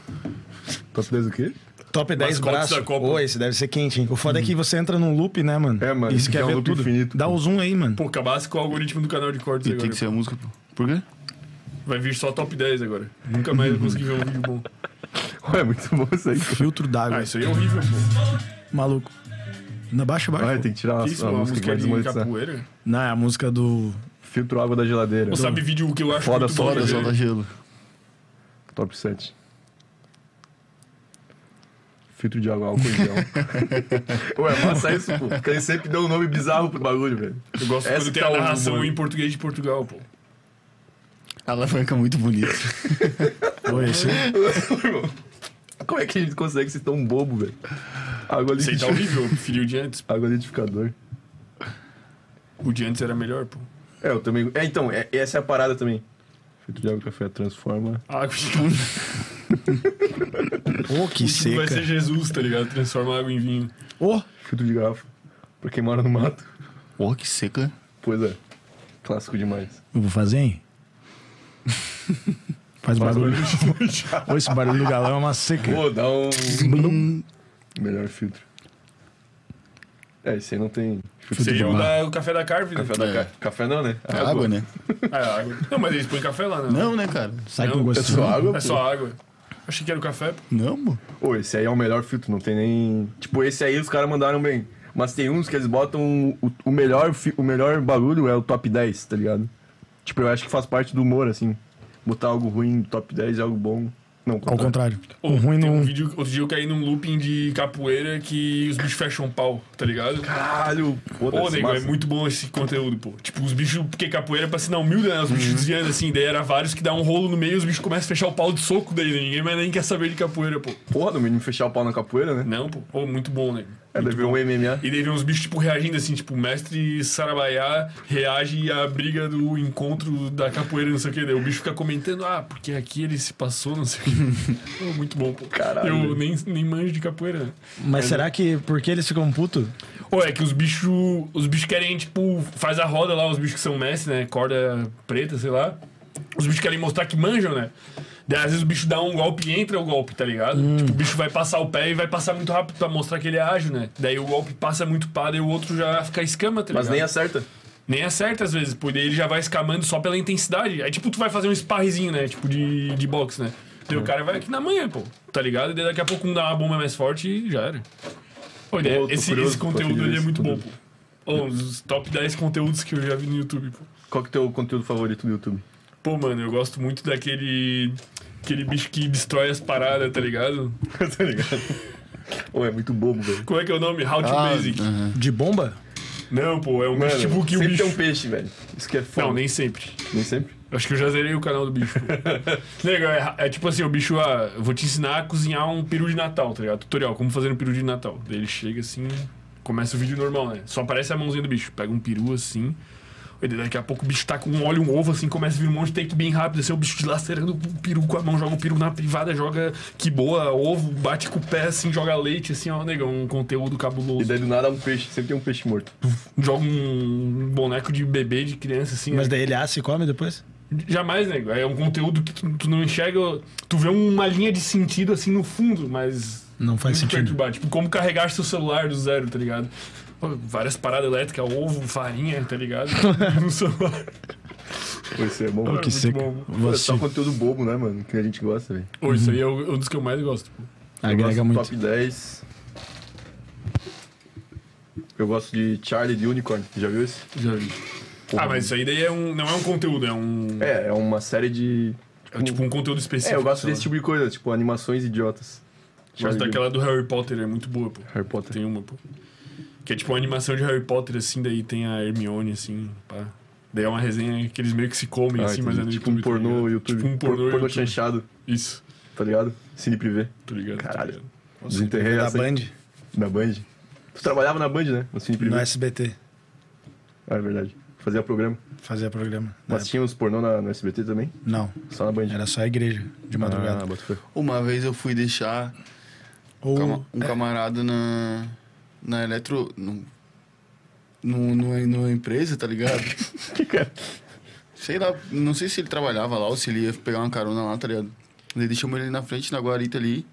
Top 10 o quê?
Top 10
Mascotes
braços.
da Copa.
Ô, esse deve ser quente, hein? O foda é que você entra num loop, né, mano?
É, mano,
E você
é
quer
um
ver
loop
tudo.
infinito,
Dá
pô.
o zoom aí, mano.
Pô, acabasse com o algoritmo do canal de cortes
E
agora.
tem que ser a música, pô. Por quê?
Vai vir só top 10 agora. Nunca mais eu consegui ver um vídeo bom.
Ué, é muito bom isso aí.
Filtro d'água.
Ah, isso aí é horrível, pô.
Maluco. Na baixa, baixa.
Vai,
pô.
tem que tirar a,
Que isso,
a
uma
música né? que
música
vai
de
desmonetizar.
capoeira.
Não, é a música do.
Filtro água da geladeira.
Pô, sabe vídeo que eu acho
Foda,
muito bom,
Fora,
né,
solta
velho?
tá gelo.
Top 7. Filtro de água, álcool em gel. Ué, massa isso, pô. Porque eles sempre dão um nome bizarro pro bagulho, velho.
Eu gosto
Essa
quando
que
tem
é
a
o
narração
humor.
em português de Portugal, pô.
A alavanca é muito bonita.
Pô, esse.
Como é que a gente consegue ser tão bobo, velho? Água,
Isso aí tá
liquidificador.
horrível, eu preferi o de antes.
água liquidificador.
O de antes era melhor, pô.
É, eu também. É, então, é- essa é a parada também. Filtro de água, café, transforma.
A água de
Ô, que
vai
seca.
ser Jesus, tá ligado? Transforma a água em vinho.
Ô,
Filtro de garrafa. Pra quem mora no mato.
Porra, que seca.
Pois é. Clássico demais.
eu vou fazer, hein? Faz barulho. Ô, esse barulho do galão é uma seca.
Pô, dá um. Melhor filtro. É, esse aí não tem. Filtro de
Seria é o,
barra.
da, o café da carne, né?
Café, da
É.
ca- café não, né?
Água, né?
Ah, é água. Não, mas eles põem café lá, né?
Não, né, cara?
Sai com
Não,
É
gosto.
só água?
É só água. Achei que era o café, pô.
Não, pô.
Pô, esse aí é o melhor filtro, não tem nem. Tipo, esse aí os caras mandaram bem. Mas tem uns que eles botam. um, O, o melhor, fi- o melhor barulho é o top 10, tá ligado? Tipo, eu acho que faz parte do humor, assim. Botar algo ruim no top 10 é algo bom. Não,
Ao contrário.
Ô,
O ruim
tem um
não.
vídeo, outro dia eu caí num looping de capoeira que os bichos fecham um pau, tá ligado?
Caralho! Pô,
Ô,
deve ser
nego, é
massa.
muito bom esse conteúdo, pô. Tipo, os bichos, porque capoeira é pra se dar humilde, né? Os
Uhum.
bichos desviando assim, daí era vários que dá um rolo no meio e os bichos começam a fechar o pau de soco daí, né? Ninguém mais nem quer saber de capoeira, pô.
Porra, no mínimo fechar o pau na capoeira, né?
Não, pô. Ô, muito bom, né?
É, deve ver um MMA.
E daí vem uns bichos, tipo, reagindo assim, tipo, o mestre Sarabaiá reage à briga do encontro da capoeira, não sei o que. Daí o bicho fica comentando, ah, porque aqui ele se passou, não sei o que. muito bom, pô.
Caralho.
Eu nem, nem manjo de capoeira, né?
Mas será que. Por que eles ficam putos?
Ou é que os bichos. Os bichos querem, tipo, faz a roda lá, os bichos que são mestre, né? Corda preta, sei lá. Os bichos querem mostrar que manjam, né? Daí, às vezes o bicho dá um golpe e entra o golpe, tá ligado? Tipo, o bicho vai passar o pé e vai passar muito rápido pra mostrar que ele é ágil, né? Daí o golpe passa muito pá, daí o outro já fica escama, tá ligado?
Mas nem acerta.
Nem acerta às vezes, porque ele já vai escamando só pela intensidade. Aí, tipo, tu vai fazer um sparrezinho, né? Tipo, de, de boxe, né? Daí
É.
o cara vai aqui na manhã, pô, tá ligado? E daí daqui a pouco um dá uma bomba mais forte e já era. Pô, né?
Pô, tô
esse,
curioso
esse
pra
conteúdo
seguir
ele é
esse
muito bom, pô.
conteúdo.
Ô, um dos top 10 conteúdos que eu já vi no YouTube, pô.
Qual que é o teu conteúdo favorito do YouTube?
Pô, mano, eu gosto muito daquele. Aquele bicho que destrói as paradas, tá ligado?
tá ligado? Ou é muito bobo, velho.
Como é que é o nome? How to
Ah,
Basic.
aham.
De bomba?
Não, pô, é um
Mano,
bicho tipo que o
sempre
bicho.
tem um peixe, velho. Isso que é foda.
Não, nem sempre.
nem sempre.
Acho que eu já zerei o canal do bicho. Legal, é, é tipo assim, o bicho, ah, eu vou te ensinar a cozinhar um peru de Natal, tá ligado? Tutorial, como fazer um peru de Natal. Daí ele chega assim, começa o vídeo normal, né? Só aparece a mãozinha do bicho. Pega um peru assim, E daí Daqui a pouco o bicho tá com um óleo, um ovo, assim, começa a vir um monte de take bem rápido, assim, o bicho dilacerando o peru com a mão, joga o peru na privada, joga que boa, ovo, bate com o pé, assim, joga leite, assim, ó, negão, um conteúdo cabuloso.
E daí do nada um peixe, sempre tem um peixe morto.
Joga um boneco de bebê, de criança, assim,
Mas
né?
daí ele assa e come depois?
Jamais, nego. É um conteúdo que tu, tu não enxerga. Tu vê uma linha de sentido assim no fundo, mas.
Não faz
muito
sentido.
perturbado. Tipo, como carregar seu celular do zero, tá ligado? Pô, Várias paradas elétricas, ovo, farinha, tá ligado? No celular.
Pô, isso é bom.
Pô, que
muito
seca.
bom.
Pô, é
Você
só conteúdo bobo, né, mano? Que a gente gosta, velho.
Pô, isso aí é o- um dos que eu mais gosto. pô.
Eu
agrega
gosto do
muito.
Top 10. Eu gosto de Charlie de Unicorn. Já viu esse?
Já vi.
Porra,
Ah, mas isso aí daí é um, não é um conteúdo, é um.
É, é uma série de.
é tipo um conteúdo específico.
É, eu gosto
sei lá.
desse tipo de coisa, tipo animações idiotas.
Mas
Charlie
daquela do Harry Potter é muito boa, pô.
Brown, Harry Potter.
Tem uma, pô. Que é tipo uma animação de Harry Potter, assim, daí tem a Hermione, assim, pá. Daí é uma resenha que eles meio que se comem,
Ah,
assim, mas é no
entendi. tipo
YouTube,
um
tá
pornô
ligado?
YouTube.
Tipo um
Por-
pornô,
pornô
YouTube.
chanchado,
Isso,
tá ligado? Cine privê.
tá ligado? tá
Caralho.
ligado.
Desenterrei
Da
essa aí.
Band,
Na assim, Band. Tu trabalhava na Band, né? No Cine privê.
no SBT,
Ah, é verdade. Fazia programa.
fazia programa.
Mas tinha uns pornô na, no SBT também?
Não,
Só na Band.
É. era só a igreja, de madrugada.
Ah, bota fé.
Uma vez eu fui deixar
Ou é.
cama- um camarada na. Na eletro. No, no, no- numa empresa, tá ligado?
Que cara.
Sei lá, não sei se ele trabalhava lá ou se ele ia pegar uma carona lá, tá ligado? Daí deixamos ele na frente, na guarita ali.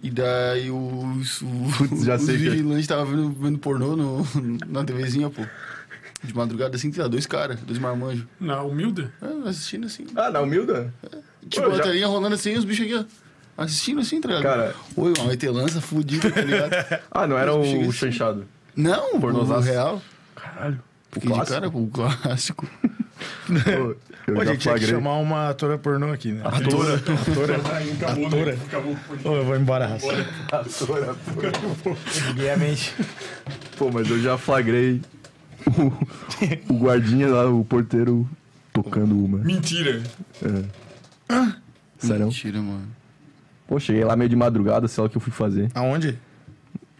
E daí os, o-
Putz, já
os
sei que- é.
vigilantes estavam vendo, vendo pornô no, na TVzinha, pô. De madrugada, assim, tinha dois caras, dois marmanjos.
Na humilde?
Ah, Assistindo assim.
Ah, na humilda?
Tipo,
Pô,
a
já-
telinha rolando assim, os bichos aqui, ó. Assistindo assim, tá ligado?
Cara-
Oi, uma metelança fudida, tá ligado?
Ah, não era
Mas chega
o
assim.
chanchado.
Não, o
Pornozaço.
real.
Caralho. O
Fiquei de
clássico.
cara com o clássico.
Pô, eu
Pô,
já
a gente tinha que
flagrei.
chamar uma atora pornô aqui, né?
Atora.
Acabou, né?
Atora.
Acabou.
Ô, eu vou embora, raça.
Atora.
Liguei a mente.
Pô, mas eu já flagrei o, o guardinha lá, o porteiro, tocando uma.
Mentira.
Sério?
Mentira, mano.
Pô, cheguei lá meio de madrugada, sei lá o que eu fui fazer.
Aonde?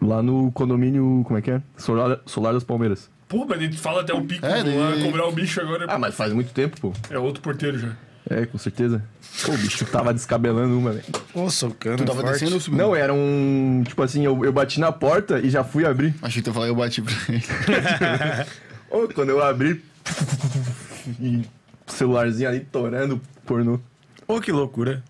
Lá no condomínio, como é que é? Solar, Solar das Palmeiras.
Pô, mas ele fala até o pico,
É,
vou lá
daí-
cobrar o bicho agora.
Ah, mas faz muito tempo, pô.
É outro porteiro já.
É, com certeza. Pô, o bicho tava descabelando uma, velho.
Ô, socando.
Tá
Tu tava
forte.
descendo ou subindo?
Não, era um. Tipo assim, eu, eu bati na porta e já fui abrir.
Achei que tu ia falar eu bati pra ele.
Ô, quando eu abri. e o celularzinho ali torando pornô.
Ô, que loucura.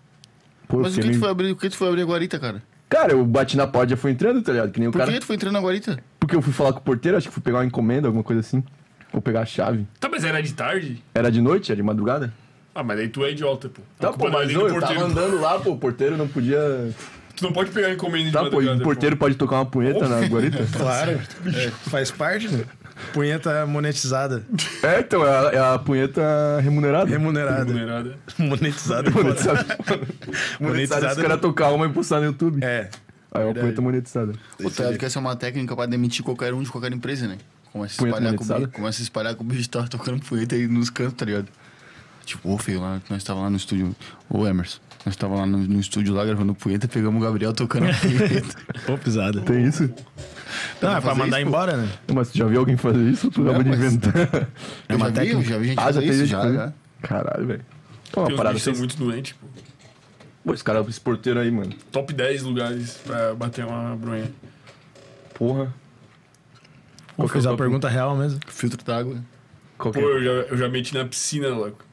Pô, eu
Mas o
fiquei
que, tu
meio-
foi abrir, o que tu foi abrir a guarita, cara?
Cara, eu bati na porta e já fui entrando, tá ligado? Que nem o
Por
cara.
que tu foi entrando na guarita?
Porque eu fui falar com o porteiro, acho que fui pegar uma encomenda, alguma coisa assim. Ou pegar a chave.
Tá, mas era de tarde?
Era de noite? Era de madrugada?
Ah, mas aí tu é idiota, pô. A
Tá,
culpa
pô,
não é
mas
nem
eu,
do
eu tava
porteiro.
andando lá, pô, o porteiro não podia.
Tu não pode pegar encomenda de
Tá, pô, e
madrugada,
o
pô.
porteiro pode tocar uma punheta na guarita?
Claro. É, faz parte, né? Punheta monetizada.
É, então, é a, é a punheta remunerada.
Remunerada.
Remunerada.
Monetizada.
Monetizada.
Monetizada.
monetizada. Os caras tocar uma e postar no YouTube.
É.
Aí é uma punheta monetizada.
Pô, tá ligado que essa é uma técnica pra demitir qualquer um de qualquer empresa, né? Começa a
Punheta
espalhar, com o
monetizada?
bicho- começa a espalhar que o bicho tava tocando punheta aí nos cantos, tá ligado? Tipo, ô feio, lá, nós tava lá no estúdio. Ô Emerson, nós tava lá no, no estúdio lá gravando punheta, pegamos o Gabriel tocando punheta.
Pô, pisada.
Tem isso?
Não, é pra
fazer
mandar
isso, pô.
embora, né?
Mas tu já viu alguém fazer isso? Tu
Não,
acaba de
É, mas-
inventar.
Eu já vi, eu já vi gente
Ah, já
fazer
tem
isso,
gente
já,
fazer?
já.
Caralho, velho. Pô,
Tem
uma
uns
parada
bichos que
assim.
são muito doentes, pô.
Pô, esse cara, esse porteiro aí, mano.
Top 10 lugares pra bater uma bronha.
Porra.
Vou
Qual que é o
fazer a
top?
pergunta real mesmo.
Filtro d'água.
Qual que
Pô,
é?
eu já, eu já meti na piscina, louco.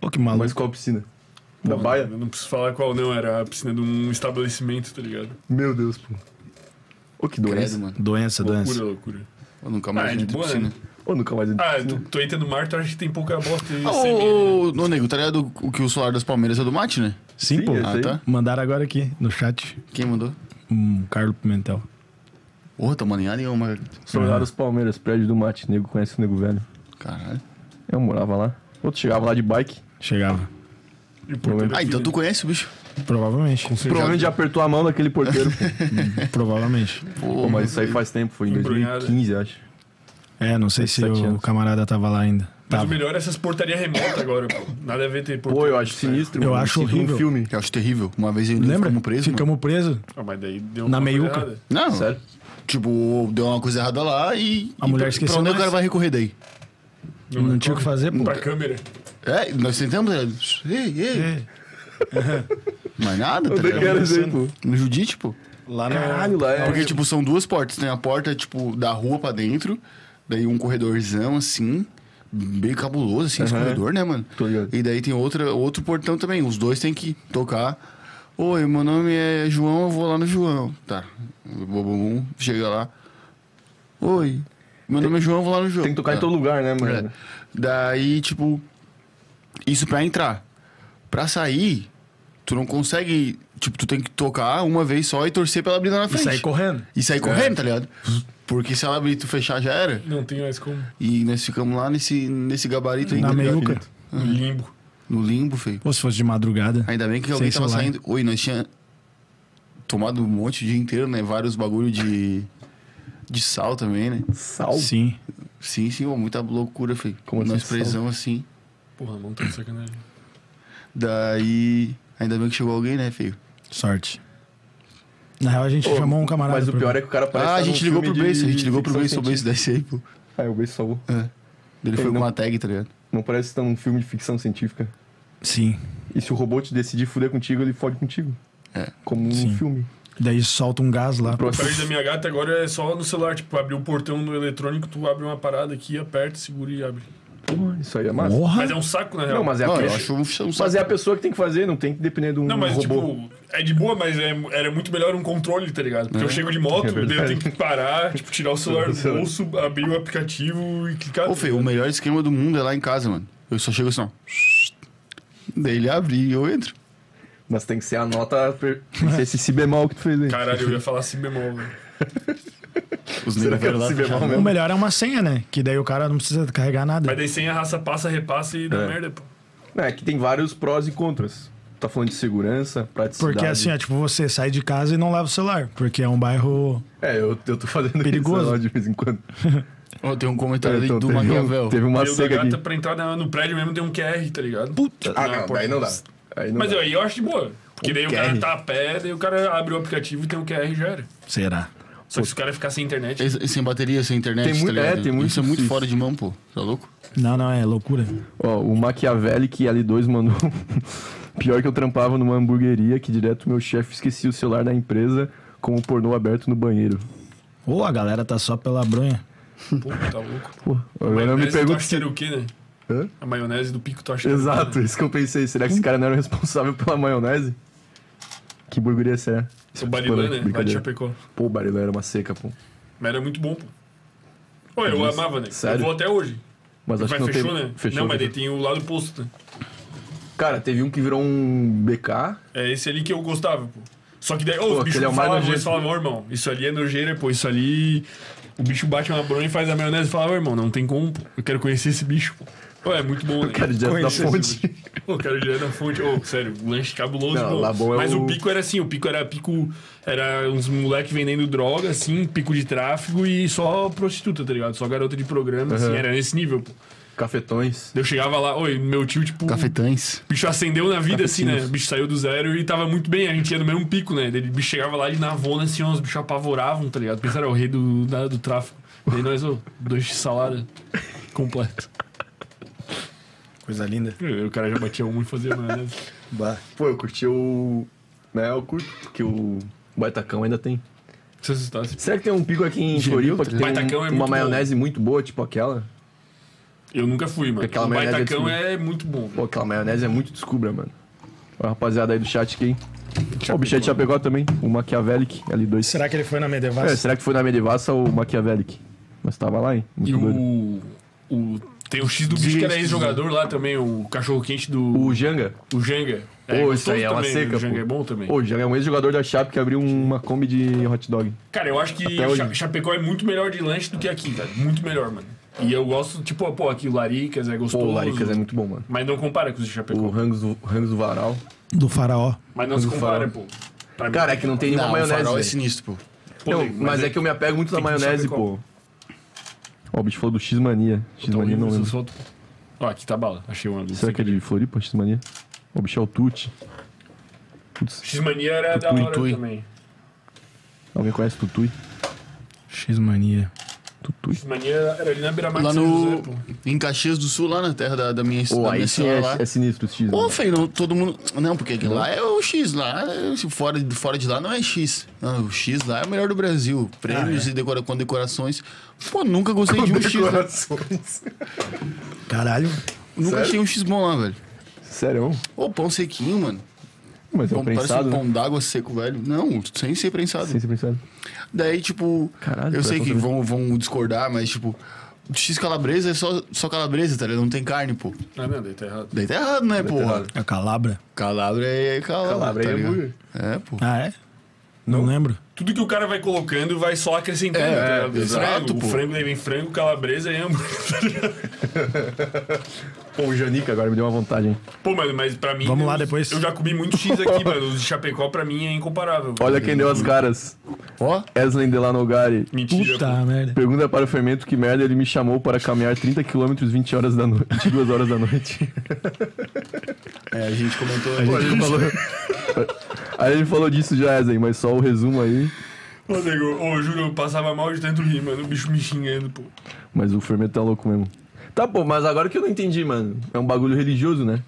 Ô, que maluco.
Mas qual piscina? Da baia?
Eu não preciso falar qual não, era a piscina de um estabelecimento, tá ligado?
Meu Deus, pô. Ô, que
Credo,
doença.
mano.
Doença,
Loucura,
doença.
loucura.
Eu nunca
Ah,
mais
é de
entrei na
boa,
piscina.
né?
Ô, nunca mais
Ah,
entendi.
tu, tu entra no mar, tu acha que tem pouca bosta e
Ah,
semente, né?
Ô, ô, ô, nego, tá ligado o que o solar das Palmeiras é do mate, né?
Sim,
Sim,
pô.
esse
Ah,
aí.
tá.
Mandaram agora aqui no chat
Quem mandou?
um Carlos Pimentel.
Porra, tá maninhado em uma.
Soldado dos Palmeiras, prédio do Mate. Nego conhece o Nego Velho.
Caralho.
Eu morava lá. Outro chegava lá de bike.
Chegava.
E o porteiro
Ah, então
aqui,
tu conhece o bicho.
Provavelmente.
Provavelmente já apertou a mão daquele porteiro. pô.
Provavelmente.
Pô, mas isso aí faz tempo, foi em
Embrulhada.
2015, acho.
É, não sei se
17
o
anos.
camarada tava lá ainda.
Mas o
Tava.
melhor é essas portarias remotas agora, pô. Nada a ver ter
Pô,
porteiro.
eu acho sinistro.
Eu
mano.
acho
Sinto
horrível.
Um filme.
Eu acho terrível. Uma vez eu
Lembra?
ficamos preso. mano.
Ficamos presos.
Ah, mas daí deu
Na
uma coisa
meiuca.
errada.
Não,
Sério?
tipo, deu uma coisa errada lá e.
A mulher
e pra-
esqueceu
Pra onde o
nós.
cara vai recorrer daí?
Não,
é
tinha o que fazer, pô.
Pra câmera.
É, nós tentamos. é, Ei, ei.
É.
Mas nada, tá
Eu nem quero
ligado?
dizer, pô.
No Judite, pô.
Lá no...
Caralho, lá é.
Porque, tipo, são duas portas. Tem a porta, tipo, da rua pra dentro, daí um corredorzão, assim, bem cabuloso, assim, esse
Aham.
corredor, né, mano?
Tô ligado.
E daí tem outra, outro portão também. Os dois tem que tocar. Oi, meu nome é João, eu vou lá no João. Tá. Bom, bom, bom. Chega lá. Oi, meu nome é João, eu vou lá no João.
Tem que tocar
tá.
em todo lugar, né,
É.
mano?
Daí, tipo, isso pra entrar. Pra sair, tu não consegue. Tipo, tu tem que tocar uma vez só e torcer pra ela abrir lá na
E
frente.
sair correndo.
E sair correndo, tá ligado? Porque se ela abrir e tu fechar, já era.
Não tem mais como.
E nós ficamos lá nesse, nesse gabarito aí,
Na
tá ligado?
meiuca.
No limbo.
No limbo, feio.
Ou se fosse de madrugada.
Ainda bem que alguém
Sem
tava
celular.
saindo. Oi, nós tinha tomado um monte o dia inteiro, né? Vários bagulho de. De sal também, né?
Sal.
Sim.
Sim, sim, ô, muita loucura, feio.
Como assim,
nós
sal?
presão assim.
Porra, não tá de sacanagem.
Daí. Ainda bem que chegou alguém, né, feio?
Sorte. Na real, a gente
Ô,
chamou um camarada.
Mas o
pra-
pior é que o cara parece.
ah,
que
a
tá
gente
num
ligou pro
filme
Bass,
de
a gente ligou pro
ficção
Bass, o Bass
científica.
desse aí, pô.
Ah, o Bass salvou.
É. Ele foi
Ele
com
não-
uma tag, tá ligado?
Não parece que tá num filme de ficção científica.
Sim.
E se o robô te decidir fuder contigo, ele fode contigo.
É.
Como num
Sim.
filme.
Daí solta um gás lá.
O aparelho da
Próximo.
minha gata agora é só no celular. Tipo, abrir o portão no eletrônico, tu abre uma parada aqui, aperta, segura e abre.
Pô, Isso aí é massa.
Porra!
Mas é um saco, na real.
Não, mas é, a
Não, eu
pessoa-
acho um, um saco.
mas é a pessoa que tem que fazer, não tem que depender de um
Não, mas
robô.
tipo, é de boa, mas é, era muito melhor um controle, tá ligado? Porque eu chego de moto,
É
daí eu
verdade.
tenho que parar, tipo, tirar o celular do
Celular.
bolso, abrir o aplicativo e clicar.
Ô,
tá
feio, o
ligado?
melhor esquema do mundo é lá em casa, mano. Eu só chego assim, ó. Daí ele abre e eu entro.
Mas tem que ser a nota. per- Tem que ser esse si bemol que tu fez aí.
Caralho, eu ia falar assim si bemol, velho.
Os
Será
negros
que é
vieram lá
si
fechar.
bemol
O
mesmo?
melhor é uma senha, né? Que daí o cara não precisa carregar
Mas é
nada.
daí sem a raça passa, repassa e dá
É.
merda, pô.
Não, É que tem vários prós e contras. Tá falando de segurança, praticidade.
Porque assim, é tipo, você sai de casa e não leva o celular. Porque é um bairro.
É, eu, eu tô fazendo
Perigoso.
isso lá de vez em quando.
Ó, tem um comentário ali
Então,
do
teve,
Maquiavel.
um, teve uma
Eu da
cega
gata
aqui.
pra entrar na- no prédio mesmo tem um QR, tá ligado?
Ah,
na
não,
porta.
aí não dá. Aí não
Mas
dá.
aí eu acho de boa. Porque daí o cara
QR.
tá a pé, daí o cara abre o aplicativo e tem o QR e já era.
Será?
Só que se o cara ficar sem internet.
Esse- Sem bateria, sem internet,
Tem
tá
muito- é,
ligado?
tem muito
Isso é muito
isso.
fora de mão, pô. Tá louco?
Não, não, é loucura.
Ó, o Machiavelli que L2 mandou. Pior que eu trampava numa hamburgueria que direto meu chefe esquecia o celular da empresa com o pornô aberto no banheiro.
Ou a galera tá só pela bronha.
Pô, tá louco.
Pô, agora eu me
Maionese, tu
pergunto
acha
se.
que era o quê, né?
Hã?
A maionese do pico, tu acha que era o quê, né?
Exato, isso que eu pensei. Será que esse cara não era o responsável pela maionese? Que hamburgueria será?
O Barilã, né? Lá de
Brincadeira.
Chapecó.
Pô, o Barilã era uma seca, pô.
Mas era muito bom, pô. Olha, eu amava, né?
Sério?
Eu vou até hoje.
Mas acho
Mas
que não
fechou,
tem...
né? não, mas daí
fechou.
tem o lado posto, né?
Cara, teve um que virou um BK.
É esse ali que eu gostava, pô. Só que daí, ô,
Pô,
o bicho
aquele é o mais
falava,
nojento.
eles falavam, ô, irmão, isso ali é nojeira, pô, isso ali... O bicho bate uma bronha e faz a maionese e fala, ô, irmão, não tem como, pô. Eu quero conhecer esse bicho, pô. Pô, é muito bom, né?
Cara, direto da
Conhecer esse bicho.
fonte.
Pô, cara, ele era fonte. Ô, sério, um lanche cabuloso,
Não,
bom.
lá bom é
Mas o...
o
pico era assim, o pico era pico. Era uns moleque vendendo droga, assim, pico de tráfico e só prostituta, tá ligado? Só garota de programa, assim,
Aham.
era nesse nível, pô.
Cafetões.
Daí Eu chegava lá, oi, meu tio, tipo.
Cafetães.
O bicho acendeu na vida, assim, né?
Cafetinos.
O bicho saiu do zero e tava muito bem. A gente ia no mesmo pico, né? Daí O bicho chegava lá e na vona, assim, ó, os bichos apavoravam, tá ligado? Pensaram, é o rei do, da- do tráfico. Daí nós, ô, dois de salada completo.
Coisa linda.
O cara já batia um e fazia maionese.
Pô, eu curti o. Né, eu curto, porque o Baitacão ainda tem.
Se assustasse.
Será que tem um pico aqui em
Gemil,
Floripa que
tá
tem
ligado? Baitacão
um-
é
uma
muito
maionese muito boa, tipo aquela?
Eu nunca fui, mano.
Aquela
o
maionese
baitacão
é
é muito bom.
Pô, aquela maionese é muito descubra, mano. Ó, a rapaziada aí do chat aqui. Ó, o bichete já pegou também, o Machiavellic L2.
Será que ele foi na
É,
Medevassa?
será que foi na Medevassa ou o Machiavellic? Mas tava lá, hein? Muito
E
doido.
o. o tem o X do bicho que era ex-jogador lá também, o cachorro-quente do.
O Janga.
O Jenga.
Pô,
gostoso
isso aí é uma
também,
seca,
O Jenga
pô.
é bom também.
Ô, o Janga é um ex-jogador da Chape que abriu uma Kombi de hot dog.
Cara, eu acho que
Até hoje.
Cha- Chapecó é muito melhor de lanche do que aqui, velho. Muito melhor, mano. E eu gosto, tipo, pô, aqui o Laricas é
Pô,
gostoso.
o Laricas é muito bom, mano.
Mas não compara com os de
O
Chapecó.
Rangos, do- Rangos do Varal.
Do faraó.
Mas não se
Quando fala-
compara, pô. Pra mim,
Cara, é que não tem nenhuma
Não, o
maionese.
farol é
velho.
sinistro, pô.
pô,
Não,
nego,
mas é que eu me apego muito na
tem que
maionese,
saber qual.
pô. Ó, o bicho falou do X-Mania.
Tá
X-Mania
horrível
não
essa
lembro.
foto. Ó, aqui tá bala. Achei uma luz.
Será que é de Floripa, X-Mania? Ó, o bicho é o Tuti. Putz,
X-Mania era da hora
Tui.
também.
alguém conhece o Tutui?
X-mania.
Tutui.
Mania era ali na beira-mar
Lá
de São
é
no.
José, pô.
Em Caxias do Sul, lá na terra da, da minha, da
Pô,
minha
aí sim
senhora
é,
lá.
é sinistro o X.
Ô,
né?
feio, não, todo mundo. Não, porque aqui lá é o X, lá. é- se Fora, de- fora de lá não é X. Não, o X lá é o melhor do Brasil.
Ah, é?
Prêmios e decora, condecorações. Pô, nunca gostei de um X. lá.
Caralho.
Nunca achei um X bom lá, velho.
Sério?
Ô, pão sequinho, mano.
Mas é
Pão,
um
parece
prensado,
um
né?
pão d'água seco, velho. Não, sem ser prensado.
Sem ser prensado.
Daí, tipo,
Caralho,
eu sei
parece
que
um
vão, vão discordar, mas, tipo, X calabresa é só, só calabresa, tá ligado? Não tem carne, pô.
Ah, não, daí tá errado.
Daí tá errado, né, pô?
errado.
É calabra?
Calabra é calabra.
Calabra
tá
é
ligado?
hambúrguer.
É, pô.
Ah, é? Não, lembro.
Tudo que o cara vai colocando vai só acrescentando.
É,
tá ligado?
é,
O
exato,
frango,
pô.
O frango daí vem frango, calabresa e hambúrguer.
Pô, o Janica agora me deu uma vontade, hein?
Pô, mano, mas pra mim.
Vamos
eu-
lá depois.
Eu já comi muito X aqui, mano. Os de Chapecó pra mim é incomparável.
Olha quem deu as caras.
Ó,
Eslen Delanogari.
Mentira. pô.
Puta merda.
Pergunta para o Fermento que merda ele me chamou para caminhar 30km 20 horas da noite, 22 horas da noite.
é, a gente comentou.
Pô, ele falou... Aí ele falou disso já, Eslen, mas só o resumo aí.
Ô, nego, ô, juro, eu passava mal de tanto rir, mano. O bicho me xingando, pô.
Mas o Fermento tá louco mesmo. Tá, pô, mas agora que eu não entendi, mano. É um bagulho religioso, né?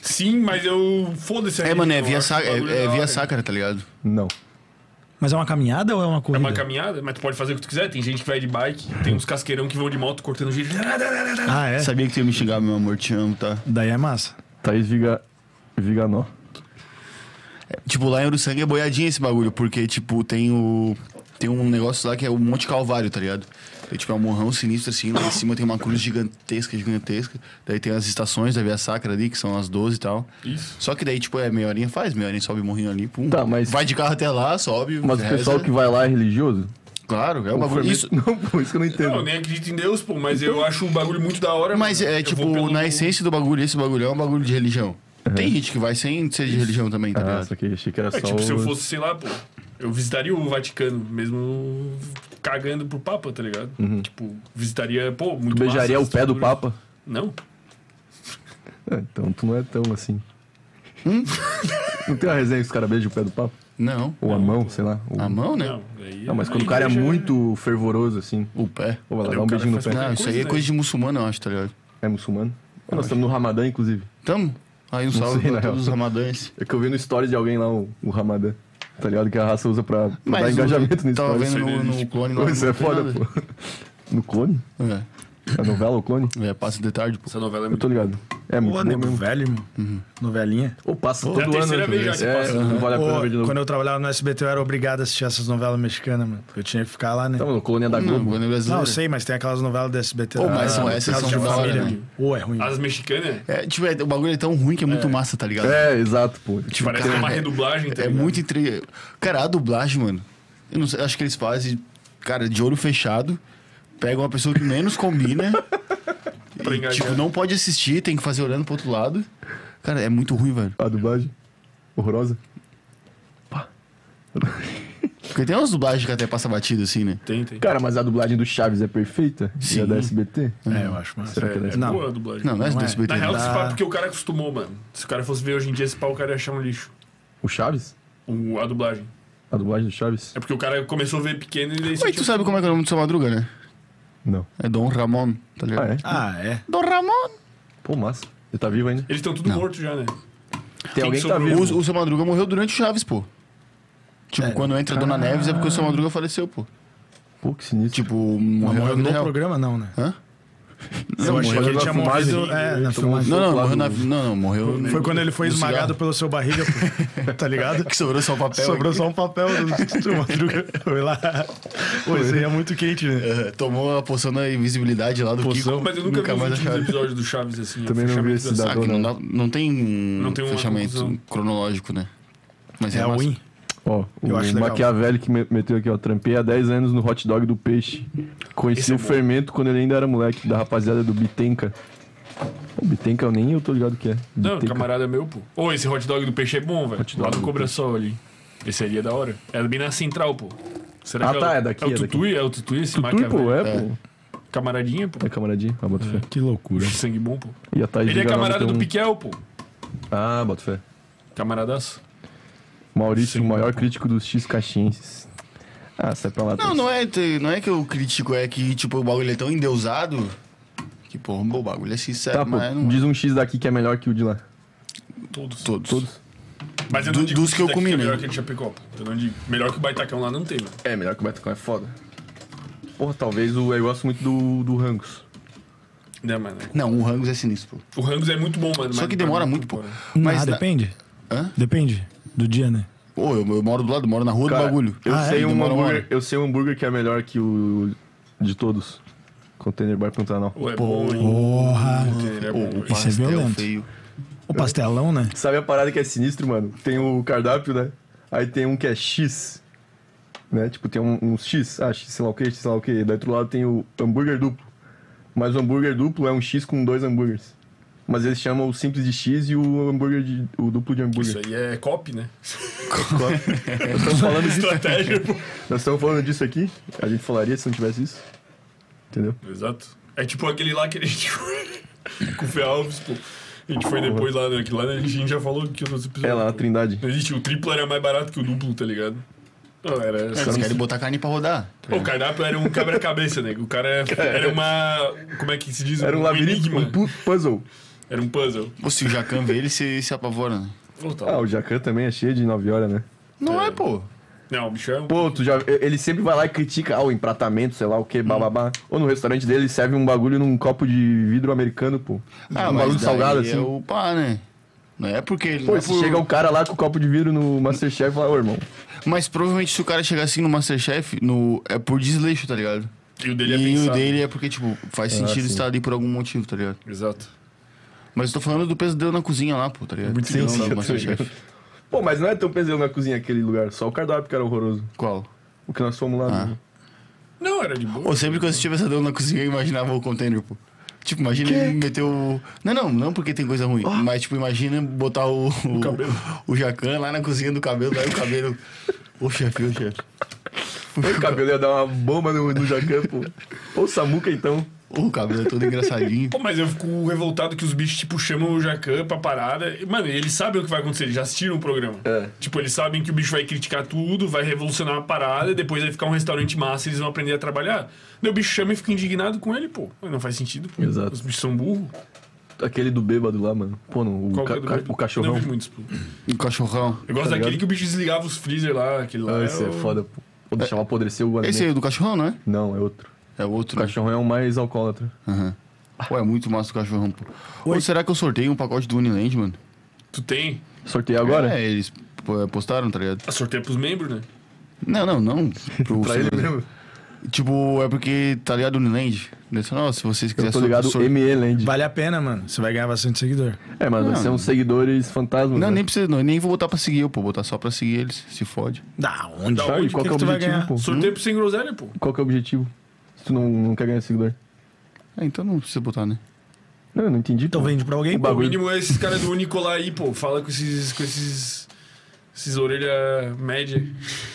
Sim, mas eu. Foda-se
É,
aí,
mano, é
eu
via,
acho
sa-
que o
é,
bagulho
é
da hora.
via sacra, tá ligado?
Não.
Mas é uma caminhada ou é uma
É
corrida?
uma caminhada, mas tu pode fazer o que tu quiser. Tem gente que vai de bike, tem uns casqueirão que vão de moto cortando gente.
Ah, é?
Sabia que tu ia me xingar, meu amor, te amo, tá?
Daí é massa.
Thaís Viga... Viganó.
Tipo, lá em Uruçanga é boiadinha esse bagulho, porque, tipo, tem o. Tem um negócio lá que é o Monte Calvário, tá ligado? É, tipo, é um morrão sinistro, assim, lá em cima tem uma cruz gigantesca, gigantesca. Daí tem as estações da Via Sacra ali, que são as 12 e tal.
Isso.
Só que daí, tipo, é meia horinha faz, meia horinha sobe morrinho ali, pum.
Tá, mas-
Vai de carro até lá, sobe,
Mas o
reza.
pessoal que vai lá é religioso?
Claro, é um
O
bagulho.
Fermento-
Isso,
Não, pô, isso que eu não entendo.
Não, eu nem acredito em Deus, pô, mas eu acho o bagulho muito da hora.
Mas
mano.
é
Eu
tipo,
vou pelo-
na essência do bagulho, esse bagulho é um bagulho de religião. Tem gente que vai sem ser de religião também, tá
Uhum. Ah,
ligado?
só que achei que era só...
É tipo, se eu
o-
fosse, sei lá, pô, eu visitaria o Vaticano, mesmo cagando pro Papa, tá ligado? Tipo, visitaria, pô, muito
Uhum. Tu beijaria
massa,
o pé do
estrutura.
Papa?
Não.
Ah, então tu não é tão assim. Não tem uma resenha que os caras beijam o pé do Papa?
Não.
Ou a mão, sei lá. Ou...
A mão, né?
Não, aí-
Não, mas
aí
quando o cara é
beija-
muito fervoroso, assim...
O pé.
Ou vai lá,
Cadê
dá
o
um
cara
beijinho no
faz
pé.
uma-
Não, isso aí é
coisa, né?
coisa de muçulmano, eu acho, tá ligado?
É muçulmano?
Ah,
Nós estamos no Ramadã, inclusive.
Tamo? Aí um salve
sei, né,
pra
na
todos os ramadães.
É que eu vi no stories de alguém lá o, o Ramadã. Tá ligado? Que a raça usa pra, pra
Mas
dar
o-
engajamento no
Tava
stories.
vendo no, no clone lá.
Pô, isso
não
é
tem
foda,
nada.
pô. No clone? A novela, o clone?
É, é, passa de tarde, pô.
Essa novela é
Eu
muito.
tô ligado. É muito
Pô,
bom
nego
mesmo.
velho, mano.
Uhum.
Novelinha.
Ou passa
É a
todo ano.
terceira vez já que
é,
passa,
não vale a pena
Pô,
ver de novo.
quando eu trabalhava no SBT, eu era obrigado a assistir essas novelas mexicanas, mano. Eu tinha que ficar lá, né?
Tá, mano, o clone é da
Não,
Globo.
quando é
Não,
brasileiro.
eu sei, mas tem aquelas novelas do SBT.
Então, Pô,
lá,
mas são
né?
essas
Casa
são
de
da hora,
Família,
né?
mano. Ou é ruim.
As mexicanas,
É, tipo, é, o bagulho é tão ruim que é muito massa, tá ligado?
É, exato, pô. Tipo,
parece
cara,
uma
é-
redublagem, tá
É
ligado?
muito entre. Cara, a dublagem, mano. Eu não sei, acho que eles fazem, cara, de olho fechado. Pegam uma pessoa que menos combina.
Pra
e,
engajar.
tipo, não pode assistir, tem que fazer olhando pro outro lado. Cara, é muito ruim, velho.
a dublagem. Horrorosa.
Porque tem umas dublagens que até passa batido assim, né?
Tem, tem.
Cara, mas a dublagem do Chaves é perfeita? E a
Sim.
da SBT?
É, eu acho massa.
Será que é da
É
SBT?
Não.
boa a dublagem.
Não, não é
Não
do
é.
SBT.
Na real, esse
dá-
pau é porque o cara acostumou, mano. Se o cara fosse ver hoje em dia esse pau, o cara ia achar um lixo.
O Chaves?
O, a dublagem.
A dublagem do Chaves?
É porque o cara começou a ver pequeno e daí
Mas tu
sentiu-
sabe como é que é o nome do seu madruga, né?
Não.
É Dom Ramon, tá
Ah,
ligado?
é?
Ah, é.
Dom Ramon!
Pô, massa. Ele tá vivo ainda?
Eles estão tudo mortos já, né?
Tem alguém que tá
sobrou?
vivo.
O, o seu madruga morreu durante o Chaves, pô. Tipo, quando entra a Dona Neves é porque o seu madruga faleceu, pô.
Pô, que sinistro.
Tipo, morreu,
Morreu
na vida
no
real.
programa, não, né?
Hã?
eu achei
morreu
que ele
na
tinha
filmagem.
morrido. É,
Tomou um
na filmagem.
Não, não,
Lá no-
morreu na. Não, não, morreu.
Foi quando ele foi
no
esmagado
cigarro.
pelo seu barriga, pô. tá ligado?
Que sobrou só o papel. né?
Sobrou só um papel do, do Madruga. Foi lá. Pô, isso aí é muito quente, né?
É, tomou a poção da invisibilidade lá do Kiko.
Mas eu nunca, vi um os
mais
últimos
acharam.
episódios do Chaves assim.
Também
o
não vi
fechamento
esse
da-
da-
Ah, que não, dá- não tem um
Não tem uma
fechamento
conclusão.
cronológico, né? Mas
É
massa.
ruim.
Ó,
Eu acho
o
legal.
Maquiavelli que me- meteu aqui, ó. Trampei há 10 anos no hot dog do peixe. Conheci
Esse é
o
bom.
fermento quando ele ainda era moleque, da rapaziada do Bitenca. O Bitenca eu nem eu tô ligado o que é.
Não,
Bitenca.
camarada meu, pô. Ô, esse hot dog do peixe é bom, velho.
Hot
Lá
dog
no
do
Cobra Sol ali. Esse ali é da hora. É bem na central, pô. Será
Ah,
que
tá,
o-
é daqui,
É
é
o
daqui.
Tutui? É o Tutui esse
Tui, pô,
Maquiavel?
é, pô.
Camaradinha, pô.
É camaradinha. Ah, bota fé.
Que loucura.
Sangue bom, pô.
E a Thaís
Ele é
Viganó
camarada
meteu
do
um-
Piquel, pô.
Ah, bota fé.
Camaradaço.
Maurício,
Sim,
o maior crítico dos X Caxienses. Ah, sai pra lá.
Não, não é, te- não é que eu critico, é que, tipo, o bagulho é tão endeusado que, porra, o bagulho é sincero,
Tá, pô,
mas não
diz um X daqui que é melhor que o de lá.
Todos.
todos.
Todos?
Mas eu não
Do-
digo
dos que eu
daqui
comi,
é
né?
melhor que o Chapecó. Eu não digo. Melhor que o Baitacão lá não tem, mano.
É, melhor que o Betacão é foda. Porra, talvez o. Eu gosto muito do, do Rangos.
Né, mano?
Não, o Rangos é sinistro. pô.
O Rangos é muito bom, mano.
Só
mas
que demora
pra mim,
muito, pô.
Mas
Mas na-
Ah, depende.
Hã?
Depende do dia, né?
Ô, eu, eu moro do lado, moro na rua
Cara,
do bagulho.
Eu,
Ah, é?
sei um
Demora uma
hambúrguer,
hora.
eu sei um hambúrguer que é melhor que o de todos. Container Bar Pantanal.
Pô, é bom, hein?
Porra!
Ele é bom,
Ô, o
velho.
Esse é
pastel
violento.
feio.
O pastelão, né?
Sabe a parada que é sinistro, mano? Tem o cardápio, né? Aí tem um que é X. Né? Tipo, tem um, um X. Ah, X, sei lá o que, X, sei lá o que. Do outro lado tem o hambúrguer duplo. Mas o hambúrguer duplo é um X com dois hambúrgueres. Mas eles chamam o simples de X e o hambúrguer de, o duplo de
Isso
hambúrguer.
aí é copy, né?
Nós estamos falando disso.
Estratégia, pô.
Nós estamos falando disso aqui. A gente falaria se não tivesse isso. Entendeu?
Exato. É tipo aquele lá que a gente foi com o Fê Alves, pô. A gente foi depois lá, né? Aquilo lá né, a gente já falou que os outros episódios.
É lá na
pô.
Trindade.
Não existe, o triplo era mais barato que o duplo, tá ligado? Não, era
Eles
essa.
querem botar carne pra rodar.
O cardápio era um quebra-cabeça, né? O cara era uma. Como é que se diz?
Era um labirinto, um
enigma.
pu- puzzle.
Era um puzzle.
Ô, se o Jacan vê ele, se, se apavora, né?
Pô, tá
Ah,
louco.
o Jacan também é cheio de 9 horas, né?
Não é, pô.
Não, o bicho é um.
Pô, tu já, ele sempre vai lá e critica ah, o empratamento, sei lá o
Hum.
que, bababá. Ou no restaurante dele serve um bagulho num copo de vidro americano, pô.
Ah,
um
mas
bagulho
daí
salgado,
é
assim.
o pá, né? Não é porque ele...
Pô,
não é
se
por-
chega o cara lá com o copo de vidro no Masterchef e fala, ô irmão,
Mas provavelmente se o cara chegar assim no Masterchef, no... é por desleixo, tá ligado?
E o dele é
E o
pensado.
né?
dele é porque, tipo, faz sentido
sim.
estar ali por algum motivo, tá ligado?
Exato.
Mas eu tô falando do pesadelo na cozinha lá, pô, tá ligado?
Muito
Sim,
legal,
sim,
né?
do Masterchef.
pô, mas não é tão pesadelo na cozinha aquele lugar, só o cardápio que era horroroso.
Qual?
O que nós fomos lá.
Ah.
né?
Não, era de boa.
Ou sempre que eu assistia pesadelo na cozinha, eu imaginava o container, pô. Tipo, imagina ele meter o. Não, não, não porque tem coisa
Ah.
ruim. Mas, tipo, imagina botar o. O,
cabelo.
o Jacan lá na cozinha do cabelo, aí o cabelo. Ô chefe, ô chefe.
O cabelo ia dar uma bomba no, no Jacan, pô. Ou Samuca, então.
O cabelo é todo engraçadinho.
Pô, mas eu fico revoltado que os bichos, tipo, chamam o Jacan pra parada. E, Mano, eles sabem o que vai acontecer, eles já assistiram o programa.
É.
Tipo, eles sabem que o bicho vai criticar tudo, vai revolucionar a parada, e depois vai ficar um restaurante massa e eles vão aprender a trabalhar. Daí o bicho chama e fica indignado com ele, pô. Mas Não faz sentido, pô.
Exato.
Os bichos são burros.
Aquele do bêbado lá, mano. Pô, não, o,
Qual que
ca-
é do
ca-
meu?
o cachorrão.
Não vi muitos, pô.
O cachorrão.
Eu gosto
Tá
daquele
ligado?
que o bicho desligava os freezer lá, aquele lá.
Ah, esse é
o-
foda, pô. Ou deixava apodrecer o alimento.
Esse aí é do cachorrão, não é?
Não, é outro.
É outro.
O cachorrão é um mais alcoólatra.
Aham. Pô, é muito massa o cachorrão, pô. Ou será que eu sorteio um pacote do Uniland, mano?
Tu tem?
Sorteio agora?
É, eles pô, postaram, tá ligado?
A sorteia pros membros, né?
Não, não, não. Pro
Pra ele mesmo.
Tipo, é porque, tá ligado, Uniland? Daí você, Nossa, se vocês
é
Eu
quiserem
tô ligado
sortear-
ME Land.
Vale a pena, mano. Você vai ganhar bastante seguidor.
É, mas vai
Não.
ser uns seguidores fantasmas.
Não,
né?
nem precisa, não. Nem vou botar pra seguir eu, pô. Botar só pra seguir eles. Se fode.
Da onde?
Da
O
Ah, e
onde?
qual que,
que
é o
tu vai
objetivo,
ganhar?
pô?
Sorteio pro sem groselha, pô.
Qual que é o objetivo? Se tu não, não quer ganhar seguidor.
É, então não precisa botar, né?
Não, eu não entendi.
Então
pô.
vende pra alguém?
O
O
bagulho-
mínimo é esses caras do Nicolai aí, pô. Fala com esses. com esses. esses orelha média.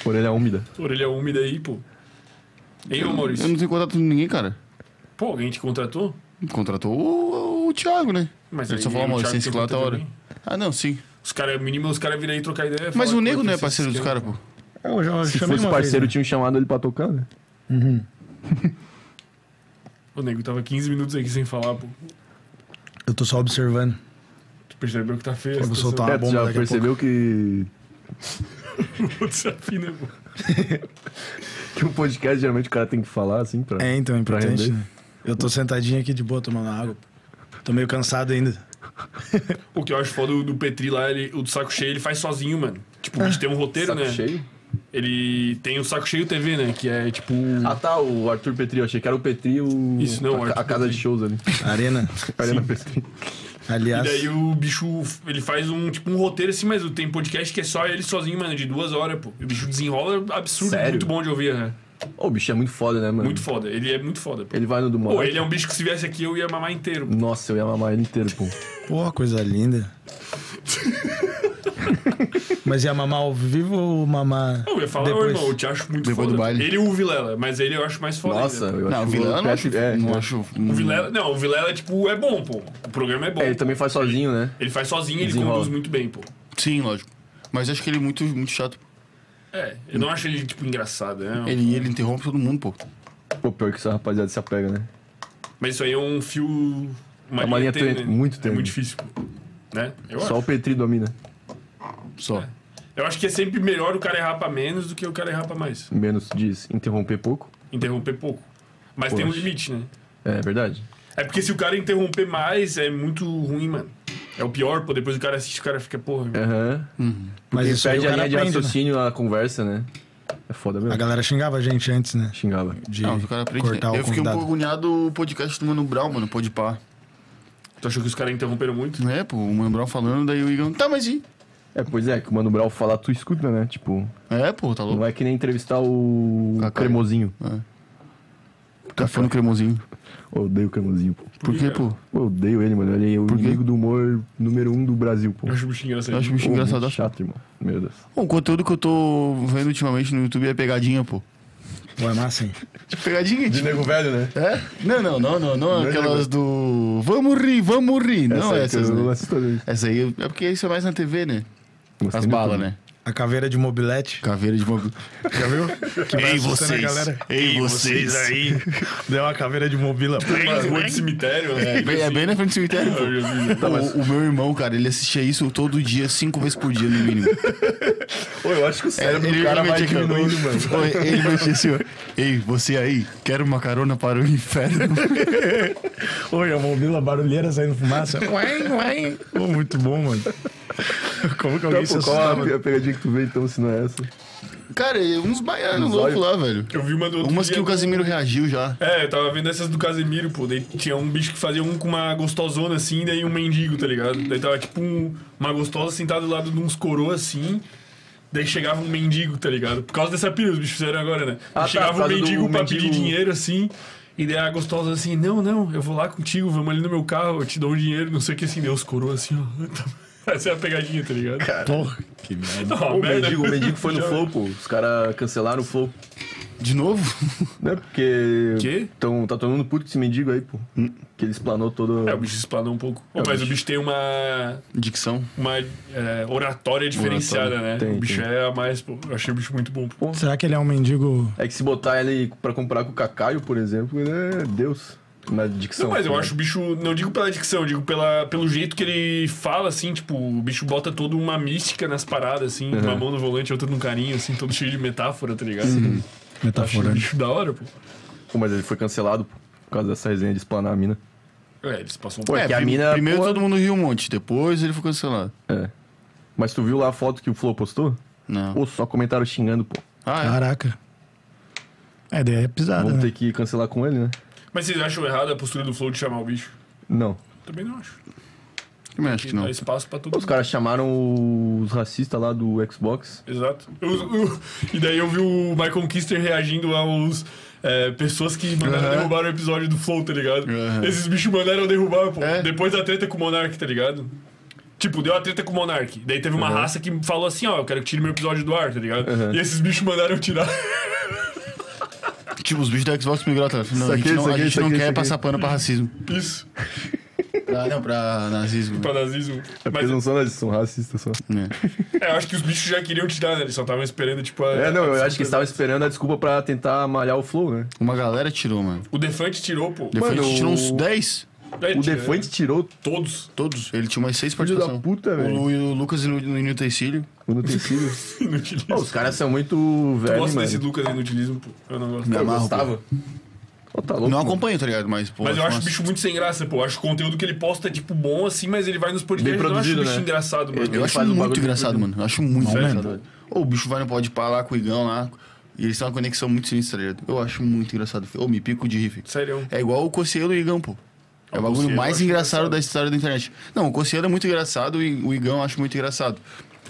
Orelha é úmida.
Orelha úmida aí, pô. Hein, ô
É
Eu não
Maurício?
tenho contato com ninguém, cara.
Pô, alguém te contratou?
Contratou o, o Thiago, né?
Mas
Ele
aí
só falou,
o
amor,
Thiago
sem
tem
lá tá
contato
hora.
também.
Ah, não, sim.
Os caras, mínimo, os caras viram aí trocar ideia.
Mas
falar
o nego
quanto
não é
esses
parceiro dos
esquema.
caras, pô.
Eu já
Se
chamei
fosse
uma
parceiro,
vez, né?
tinha um chamado ele pra tocar, né?
O nego tava 15 minutos aqui sem falar, pô.
né? Eu tô só observando.
Tu percebeu que tá feio? a
Eu vou
situação?
soltar
é,
uma
tu
bomba
já
Ah, daqui a pouco.
percebeu que...
Pô, desafina, né, pô.
que um podcast geralmente o cara tem que falar, assim, pra...
É, então, é
pra
importante,
render.
né? Eu tô sentadinho aqui de boa tomando água. pô. Tô meio cansado ainda.
O que eu acho foda do, do Petri lá, ele, o do saco cheio, ele faz sozinho, mano. Tipo, a gente tem um roteiro,
Saco
né?
cheio?
Ele tem o saco cheio TV, né? Que é tipo.
Ah tá, o Arthur Petri, eu achei que era o Petri o...
Isso, não, o
a,
Arthur
a casa de
Petri.
shows ali.
Arena,
Arena Petri.
E
aliás.
daí o bicho, ele faz um, tipo, um roteiro assim, mas tem podcast que é só ele sozinho, mano, de duas horas, pô. E o bicho desenrola absurdo,
Sério?
muito bom de ouvir, né?
Ô, o bicho é muito foda, né, mano?
Muito foda, ele é muito foda, pô.
Ele Hum. vai no do
Pô,
Monark.
ele é um bicho que se viesse aqui eu ia mamar inteiro. pô.
Nossa, eu ia mamar ele inteiro, pô.
Pô, coisa linda. Mas ia mamar ao vivo ou mamar.
Eu ia falar, ô
Depois-
tipo,
irmão, eu te acho muito
Depois
foda.
do baile.
Ele e o Vilela, mas ele eu acho mais
né?
foda.
Nossa,
ainda.
eu
Não, o
acho
Vilela eu não
Petri-
acho.
É,
não
é.
acho. um-
O Vilela, não, o Vilela, tipo, é bom, pô. O programa é bom.
É, ele também faz sozinho, né?
Ele faz sozinho, ele
Desenrola.
conduz muito bem, pô.
Sim, lógico. Mas acho que ele é muito, muito chato.
É, eu
Hum.
não acho ele, tipo, engraçado. né?
Ele, ele interrompe todo mundo, pô.
Pô, pior que essa rapaziada se apega, né?
Mas isso aí é um fio. Uma
É uma linha
tênue,
tênue,
né?
muito
É
tênue.
muito difícil. pô. Né? Eu
Só o
acho.
Petri domina.
Só.
Eu acho que é sempre melhor o cara errar pra menos do que o cara errar pra mais.
Menos diz interromper pouco.
Interromper pouco. Mas tem um
Poxa.
limite, né?
É verdade.
É porque se o cara interromper mais, é muito ruim, mano. É o pior, pô. Depois o cara assiste, o cara fica, porra.
É.
meu.
Aham.
Mas
Ele
isso aí
perde
o
a
cara
linha de
aprende, né?
raciocínio, a conversa, né? É foda
A
mesmo.
galera xingava a gente antes, né?
Xingava.
De
Não, o cara aprende. né?
cortar o
Eu fiquei um
convidado.
pouco agoniado o podcast do Mano Brown, mano, pode pá.
Tu achou que os caras interromperam muito?
É, pô, o Mano Brown falando, daí o Igão, tá, mas e?
É, pois é, que o Mano Brau falar, tu escuta, né? Tipo,
É, pô, tá
não
louco.
é que nem entrevistar o
Cacá.
Cremosinho. é
Café no Tá cremosinho.
Eu odeio o Cremosinho, pô.
Por quê, pô?
Pô, Eu odeio ele, mano. Ele é o
Por quê?
inimigo do humor número um do Brasil, pô.
Eu acho muito engraçado.
Eu acho
Pô,
bicho
muito
engraçado.
chato, irmão. Meu Deus.
Bom, o conteúdo que eu tô vendo ultimamente no YouTube é pegadinha, pô.
Pô, é massa, hein?
Tipo, pegadinha, tipo.
nego velho, né?
É? Não, não, não, não, não
é
aquelas do. Vamos rir, vamos rir.
Essa
Não
é
essas,
que eu
né?
assisto também.
Essa aí é porque isso é mais na TV, né?
Gostei
As
muito,
balas,
mano.
né?
A caveira de mobilete.
Caveira de bambu.
Já viu? Que vai assustando a galera.
né, Ei, vocês!
aí. Deu uma caveira de mobila.
Mas rua de cemitério, né?
É bem, é bem na frente do cemitério, pô.
Eu já vi, né?
O- o, meu irmão, cara, ele assistia isso todo dia, cinco vezes por dia, no mínimo. É,
Pô, eu acho que o cérebro
ele
do cara vai
metia aqui, ó.
diminuindo, mano.
Oi, Ele metia assim, ó. Ei, você aí, quer uma carona para o inferno?
Oi, a mobila barulheira saindo fumaça. Ué, ué. Pô, muito bom, mano. Como que
Tá,
alguém se
é
pô, qual
assustava?
a pegadinha que tu vê, então, se não é essa?
Cara, é uns baianos
Uns
loucos
olhos.
lá, velho.
Eu vi uma do outro
Umas que
dia
o
do-
Casimiro reagiu já.
É, eu tava vendo essas do Casemiro, pô. Daí tinha um bicho que fazia um com uma gostosona assim, daí um mendigo, tá ligado? Daí tava tipo um- uma gostosa sentada do lado de uns coroas assim. Daí chegava um mendigo, tá ligado? Por causa dessa pira, os bichos fizeram agora, né?
Ah, tá, por
chegava um
causa do
mendigo pra
mendigo-
pedir dinheiro assim. E daí a gostosa assim, não, não, eu vou lá contigo, vamos ali no meu carro, eu te dou um dinheiro, não sei o que assim, deu os coroas assim, ó. Essa é a pegadinha, tá ligado?
Porra. Que
Não,
merda.
O
merda.
mendigo, o mendigo foi no Flow, pô. Os caras cancelaram o Flow.
De novo?
Né? Porque.
Quê?
Tão, tá todo mundo puto com esse mendigo aí, pô. Que ele explanou todo.
É, o bicho explanou um pouco. Pô,
É, o
mas o
bicho.
bicho tem uma.
Dicção.
uma é, oratória diferenciada, né?
Tem,
o bicho
tem.
é a mais, pô. Eu achei o bicho muito bom. Pô.
Será que ele é um mendigo
É que se botar ele pra comparar com o Cacaio, por exemplo, ele é Deus. Na dicção.
Não, mas eu
né?
acho o bicho, não digo pela dicção, eu digo pela, pelo jeito que ele fala, assim, tipo, o bicho bota toda uma mística nas paradas, assim, uma mão no volante, outra no carinho, assim, todo cheio de metáfora, tá ligado? Achei o
metaforando?
bicho da hora, pô.
Pô, mas ele foi cancelado, pô. Por causa dessa resenha de explanar a mina.
É, eles passam um
Pô, é que a
prim-
mina.
Primeiro
pô,
todo mundo riu um monte, depois ele ficou cancelado.
É. Mas tu viu lá a foto que o Flow postou?
Não.
Pô, só comentaram xingando, pô.
Ah, é.
Caraca. É, daí é
Ah,
pisada,
Vamos
né?
ter que cancelar com ele, né?
Mas vocês acham errado a postura do Flow de chamar o bicho?
Não.
Também não acho.
Também acho que não.
Dá espaço pra todo
Os
mundo.
caras chamaram os racistas lá do Xbox.
Exato. Eu- eu- e daí eu vi o Michael Kister reagindo aos. é, pessoas que mandaram
Aham.
derrubar o episódio do Flow, tá ligado?
Aham.
Esses bichos mandaram derrubar, pô.
É.
Depois da treta com o Monark, tá ligado? Tipo, deu a treta com o Monark. Daí teve uma raça que falou assim: ó, eu quero que tire meu episódio do ar, tá ligado?
Aham.
E esses bichos mandaram tirar.
Tipo, os bichos da Xbox migraram atrás. Não, a
Saquei,
gente não, a
saquei,
gente não
saquei,
quer
saquei.
passar pano pra racismo.
Isso,
Pra, não, pra nazismo.
pra nazismo.
É porque
Mas
eles não são nazistas, são racistas só.
Né?
é, eu acho que os bichos já queriam tirar, né? Eles só estavam esperando, tipo. A,
É, não, eu
a-
acho que eles estavam esperando a desculpa pra tentar malhar o Flow, né?
Uma galera tirou, mano.
O Defante tirou, pô.
Defante
Mano,
tirou uns
o-
10.
É,
O
tira,
Defante tirou
Todos.
Todos. Ele tinha umas 6
Filho da
participações.
puta,
o,
velho.
Lu- e o Lucas e o Nino e o Tecílio.
O Nutricílio.
Inutilismo.
Pô, os caras são muito
eu
velhos,
gosto desse
mano.
Lucas inutilismo, pô. Eu não gosto.
Não,
Eu
amarro,
gostava. Pô, tá louco.
Não
mano.
acompanho, tá ligado? Mas, pô,
Mas eu acho o
massa.
bicho muito sem graça, pô. Eu acho o conteúdo que ele posta, tipo, bom assim, mas ele vai nos podcasts.
Bem
Eu não acho o
produzido,
bicho
né?
engraçado, mano.
Eu
Ele
acho
faz um
muito
bagulho
engraçado, mano. Eu acho muito engraçado.
mesmo?
Ô, o bicho vai no pode pá lá com o Igão lá. E eles têm uma conexão muito sinistra, tá ligado? Eu acho muito engraçado. Ô, me pico de riff.
Sério.
É igual o Cossielo e o Igão, pô. É o bagulho
Cossiello eu
mais
acho
engraçado
engraçado.
da história da internet. Não, o Cossielo é muito engraçado e o Igão eu acho muito engraçado.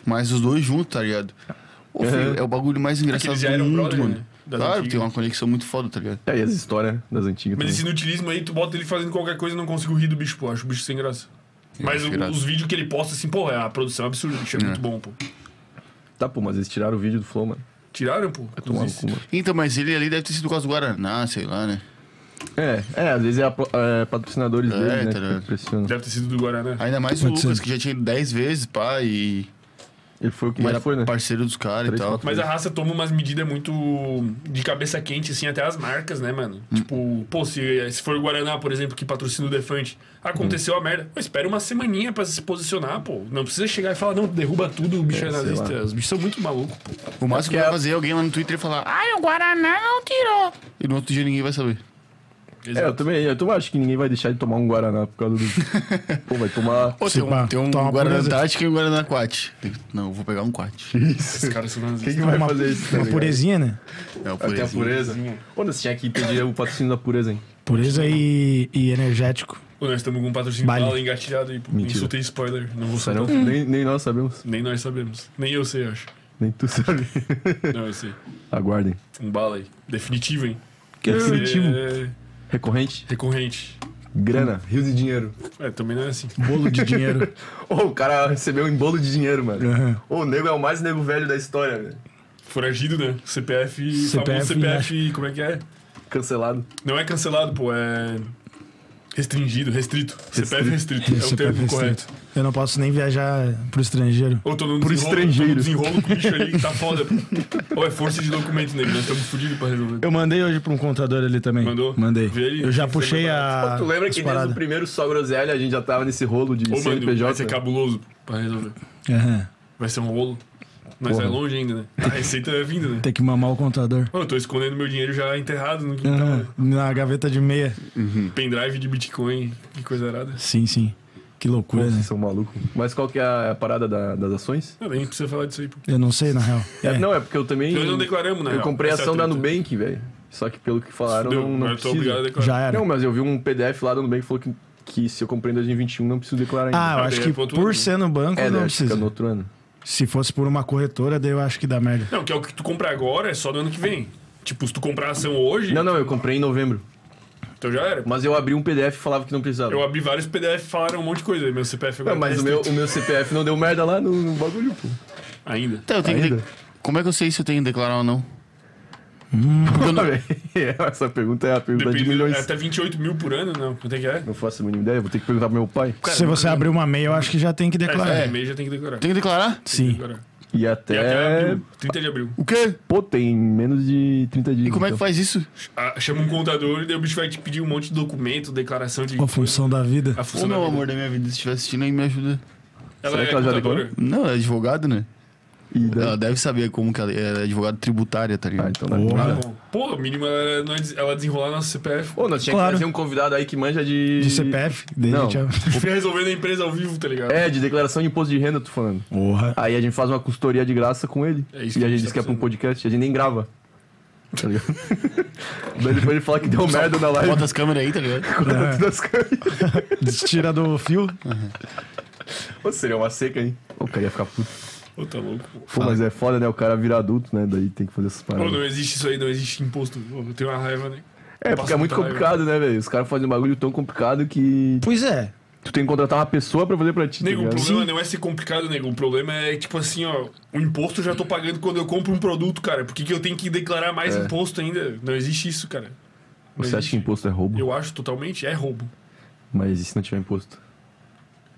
Mas os dois juntos, tá ligado? Ô, filho, é o bagulho mais engraçado
eles já
do
eram
mundo,
brother,
mano.
né? Das
Claro,
antigas.
tem uma conexão muito foda, tá ligado?
É, e as histórias das antigas.
Mas esse
também.
inutilismo aí, tu bota ele fazendo qualquer coisa e não consigo rir do bicho, pô. Eu Acho o bicho sem graça. Mas
acho
o-
irado.
os vídeos que ele posta, assim, pô, é a produção é absurda. O bicho é, muito bom, pô.
Tá, pô, mas eles tiraram o vídeo do Flow, mano.
Tiraram, pô.
Tomaram
inclusive.
cu, mano.
Então, mas ele ali deve ter sido por causa do Guaraná, sei lá, né?
É, é, às vezes é, a, pro- é patrocinadores
É,
dele, né?
tá
que
ligado.
impressiona.
Deve ter sido do Guaraná.
Ainda mais o
Pode
Lucas,
ser.
que já tinha ido 10 vezes, pá, e.
E Ele foi o que
E
mais
era
foi, né?
parceiro dos caras e
Três,
tal.
quatro
Mas a raça toma umas medidas muito de cabeça quente, assim, até as marcas, né, mano?
Hum.
Tipo, pô, se, se for o Guaraná, por exemplo, que patrocina o Defante, aconteceu a merda. Pô, espera uma semaninha pra se posicionar, pô. Não precisa chegar e falar, não, derruba tudo, o bicho é,
sei
nazista.
lá.
Os bichos são muito malucos, pô.
O máximo que vai fazer é alguém lá no Twitter falar, ai, o Guaraná não tirou. E no outro dia ninguém vai saber.
É, eu também, eu também acho que ninguém vai deixar de tomar um Guaraná por causa do. Pô, vai tomar.
Pô, tem
Sim, pá.
um, tem um
Toma
Guaraná
pureza.
Antártica e um Guaraná Quat. Não, eu vou pegar um Quat.
Isso.
Esses caras são nazistas.
Quem que vai
Uma,
fazer isso? tá
uma
ligado?
purezinha, né?
É o
Até a
purezinho.
pureza. Ô, nós tinha que pedir o patrocínio da pureza, hein?
Pureza e, e energético.
Pô, nós estamos com um patrocínio
Vale.
bala engatilhado aí, pô. Nem
Mentira.
soltei spoiler, não vou
Será?
soltar.
Então, Nem, nem nós sabemos.
Nem nós sabemos. Nem eu sei, eu acho.
Nem tu sabe.
Não, eu sei.
Aguardem.
Um bala aí. Definitivo, hein?
Que é definitivo.
É,
Recorrente.
recorrente.
Grana. Rio de dinheiro.
É, também não é assim.
Bolo de dinheiro.
Ô, o cara recebeu em bolo de dinheiro, mano.
Aham.
Ô, o nego é o mais nego velho da história, velho.
Foragido, né? CPF,
CPF,
famoso CPF, como é que é?
Cancelado.
Não é cancelado, pô, é restringido, restrito. CPF restrito, é o
CPF
termo
restrito.
correto.
Eu não posso nem viajar pro estrangeiro.
Ou tô num
Pro
desenrolo,
estrangeiro.
tô num desenrolo com o bicho ali que tá foda, pô. Ou é força de documento, né? Nós estamos fodidos pra resolver.
Eu mandei hoje pra um contador ali também.
Mandou?
Mandei.
Vê ali,
Eu já
tem que
puxei
ser
a.
Pô, tu lembra
as
que desde
paradas.
o primeiro só groselha a gente já tava nesse rolo de
Ô, mano, vai
CNPJ?
ser cabuloso pra resolver.
Aham.
Vai ser um rolo. Mas
Porra.
é longe ainda, né? A receita é vinda, né?
Tem que mamar o contador.
Mano, eu tô escondendo meu dinheiro já enterrado no quintal,
Aham.
né?
Na gaveta de meia.
pendrive de Bitcoin e coisa arada.
Sim, sim. Que
Pô,
loucura, né?
Vocês são malucos. Mas qual que é a parada da- das ações?
Não, nem precisa falar disso aí, pô.
Eu não sei, na real.
É,
É.
Não, é porque eu também.
Nós não declaramos, né?
Eu comprei a ação da Nubank, velho. Só que pelo que falaram,
Deu,
não, não
eu tô obrigado a
precisa.
declarar.
Já era.
Não, mas eu vi um PDF lá da Nubank que falou que, que se eu comprei em 2021, não preciso declarar ainda.
Ah, eu
Ah,
acho
daí
que
é pro outro
por
ano.
ser no banco
é,
não
né? Fica
precisa.
no outro ano.
Se fosse por uma corretora, daí eu acho que dá merda.
Não, que é o que tu compra agora é só do ano que vem. Tipo, se tu comprar a ação hoje,
Não, não, eu comprei em novembro.
então já era.
Mas eu abri um PDF e falava que não precisava.
Eu abri vários PDF e falaram um monte de coisa. Meu CPF agora
Não, mas
tá
o meu,
restrito.
o meu CPF não deu merda lá no, no bagulho, pô.
Ainda.
Então, eu tenho que de-
Ainda?
Como é que eu sei se eu tenho que declarar ou não?
Essa pergunta é a pergunta
Depende,
de milhões.
é até 28 mil por ano, não. Quanto é que é?
Não faço a mínima ideia, vou ter que perguntar pro meu pai.
Se você abrir uma meia, eu acho que já tem que
É,
declarar.
é, mês já tem que decorar.
Tem que declarar?
Sim.
Decorar.
E
E até
até.
abril, 30 de abril.
O quê?
Pô, tem menos de 30 dias. então.
E como é que faz isso?
Ah, chama um contador e daí o bicho vai te pedir um monte de documento, declaração de.
Uma função da vida.
A
Ô,
função da
meu
vida.
amor da minha vida, se estiver assistindo aí, me ajuda.
Ela
Será
é
que ela já
contadora.
Não, é advogado, né?
E daí-
Ela deve saber como que ela é advogado tributária, tá ligado?
Ah, então dá
Ah,
merda.
bom. Pô, o mínimo era nós- ela desenrolar nosso CPF.
Pô, nós tinha
Claro.
que trazer um convidado aí que manja de.
De CPF, daí
Não.
a gente.
Fica resolvendo a empresa ao vivo, tá ligado?
É, de declaração de imposto de renda, tu falando.
Porra.
Aí a gente faz uma consultoria de graça com ele.
É isso
e
que
a
a
gente
gente
diz
tá
que é pra um
precisando.
podcast, a gente nem grava. Tá ligado? Daí depois ele fala que deu merda na live.
Bota as câmeras aí, tá ligado?
Conta tudo as coisas.
Tira do fio.
Pô, seria uma seca, hein? O cara ia ficar puto.
Pô, tá louco. pô.
Pô, mas é foda, né? O cara vira adulto, né? Daí tem que fazer essas
Pô, não
paradas.
existe isso aí, não existe imposto. Pô, eu tenho uma raiva, né?
É, porque é muito
Passa pra
complicado, né, velho? Os caras fazem um bagulho tão complicado que
Pois é.
tu tem que contratar uma pessoa pra fazer pra ti. tá
Nego, o
ligado?
problema não é ser complicado, nego. O problema é, tipo assim, ó, o imposto eu já tô pagando quando eu compro um produto, cara. Por que, que eu tenho que declarar mais imposto ainda? Não existe isso, cara. Não
É. Você acha
existe.
que imposto é roubo?
Eu acho totalmente, é roubo.
Mas e se não tiver imposto?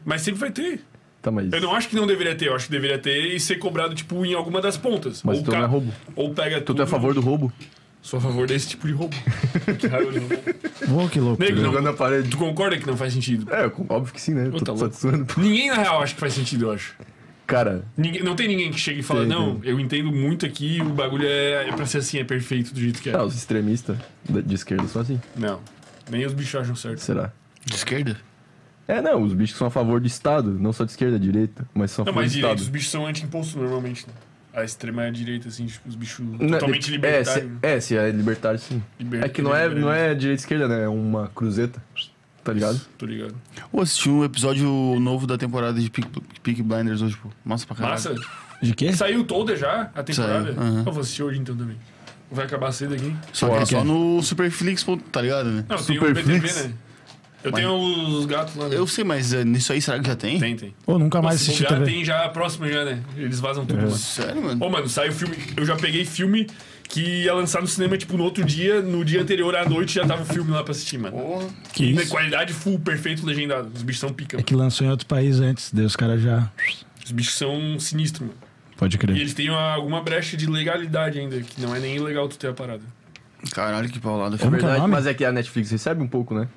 Mas sempre vai ter.
Tá, mas.
Eu não acho que não deveria ter, eu acho que deveria ter e ser cobrado, tipo, em alguma das pontas.
Mas
ou,
então
ca-
não é roubo.
ou pega
Tu
tudo.
tu é a favor do roubo?
Sou a favor desse tipo de roubo. que raiva de roubo.
Ô, que louco.
Nego,
Jogando na
não,
parede.
tu concorda que não faz sentido?
É, eu- óbvio que sim, né?
Ô,
Tô
tá
só
louco.
te zoando.
Ninguém, na real, acha que faz sentido, eu acho.
Cara,
Ninguém- não tem ninguém que chega e fala,
Tem,
não, eu entendo muito aqui, o bagulho é, é pra ser assim, é perfeito do jeito que é.
ah, os extremistas da- de esquerda são assim,
Não. Nem os bichos acham certo.
será?
De esquerda?
É, não, os bichos são a favor do Estado, não só de esquerda, direita, mas são a
Não,
favor
mas
do
direito,
Estado.
os bichos são anti-imposto normalmente, né? A extrema é a direita, assim, tipo, os bichos
Não,
totalmente
é,
libertários.
se- É, se é libertário, sim.
Liber-
É que não é,
liberalismo.
não é direita e esquerda, né? É uma cruzeta, tá ligado?
Tô ligado.
Pô, assisti um episódio novo da temporada de Peak, Peak Blinders hoje, pô. Massa pra caralho.
Massa.
De quê?
Saiu toda já a temporada?
Saiu, aham.
Eu vou assistir hoje então também. Vai acabar cedo aqui.
Só que é só no Superflix, pô, tá ligado, né?
Não, tem o
Superflix.
PTV, né? Eu tenho os gatos lá, né?
Eu sei, mas é, nisso aí será que já tem?
Tem, tem.
Ou nunca mais
Se
assisti
bobear,
TV.
tem já a próxima já, né? Eles vazam
É.
tudo, mano.
Sério, mano?
Ô, mano, sai o filme. Eu já peguei filme que ia lançar no cinema, tipo, no outro dia. No dia anterior à noite já tava o filme lá pra assistir, mano.
Porra.
Que
E na
isso?
qualidade full, perfeito, legendado. Os bichos são pica,
É
mano.
que lançou em outro país antes, daí os caras já.
Os bichos são sinistros, mano.
Pode
E
crer.
eles têm uma- alguma brecha de legalidade ainda, que não é nem legal tu ter a parada.
Caralho, que
Como
paulada.
que é o
Verdade,
nome?
mas é que a Netflix recebe um pouco, né?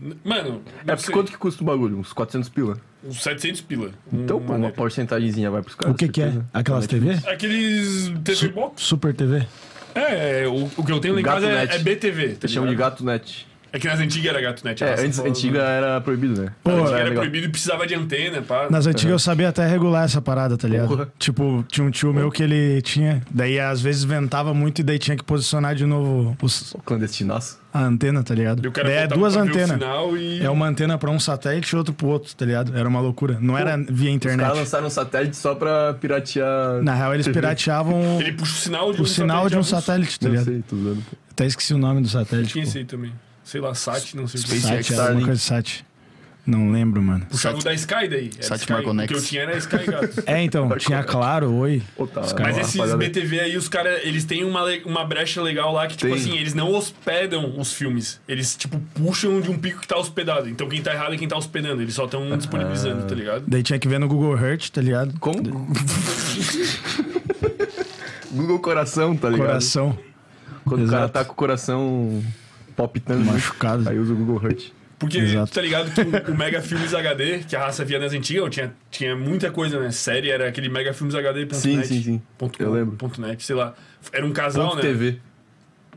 N- Mano,
É
não
porque
sei,
quanto que custa o bagulho? Uns 400 pila.
uns 700 pila. Um
Então,
uma
pô, uma
net.
porcentagemzinha vai pros caras.
O que que é?
certeza.
Aquelas TV?
Aqueles TV Box.
Super TV?
É, o, o que eu tenho lá em
Gato
casa é,
net.
é BTV. Tá
Eles chamam de
ligado?
gato net.
É que nas antigas era gato net.
É,
nossa,
antes,
foda.
antiga era proibido, né?
Pô,
tá Antiga
Era
era
legal.
proibido e precisava de antena, pá.
Nas antigas eu sabia até regular essa parada, tá ligado?
Porra.
Tipo, tinha um tio meu que ele tinha. Daí às vezes ventava muito e daí tinha que posicionar de novo os-
Pô, Clandestinaço.
a antena, tá ligado?
E o cara
Daí é
botava
duas
pra ver o
antenas.
sinal e-
É uma antena pra um satélite e outro pro outro, tá ligado? Era uma loucura. Não era via
Os caras
internet.
lançaram um satélite só pra piratear.
Na real, eles
TV.
pirateavam
Ele puxa o sinal de
o sinal de um
avulso.
satélite, tá
Não
ligado?
sei, tô usando.
Até esqueci o nome do satélite.
Tinha
pô.
esse aí também. Sei lá, SAT, não sei o que.
Space-
Sat,
Esse é
era alguma
Starlink.
coisa de Sat. Não lembro, mano.
Puxava o da Sky daí. Era
Sat
Sky.
Marconex.
O que eu tinha era Sky Gato.
É, então, tinha Claro, Oi.
Ô, tá,
Mas
ó,
esses
rapaziada.
BTV aí, os caras, eles têm uma, le- uma brecha legal lá que, tipo
Tem.
assim, eles não hospedam os filmes. Eles, tipo, puxam de um pico que tá hospedado. Então quem tá errado é quem tá hospedando. Eles só estão disponibilizando, tá ligado?
Daí tinha que ver no Google Earth, tá ligado?
Como? Google coração, tá ligado?
Coração
Quando o cara
Exato.
tá com o coração palpitando, né?
machucado. tá
aí usa o Google Hurt.
Porque,
Exato.
tá ligado que o, o Mega Filmes HD, que é a raça via nas antigas, tinha, tinha muita coisa, né? Série era aquele Mega Filmes HD.
Sim, sim, sim.
Ponto
Eu
com,
lembro.
Ponto net, sei lá. Era um casal,
Ponto
né?
TV.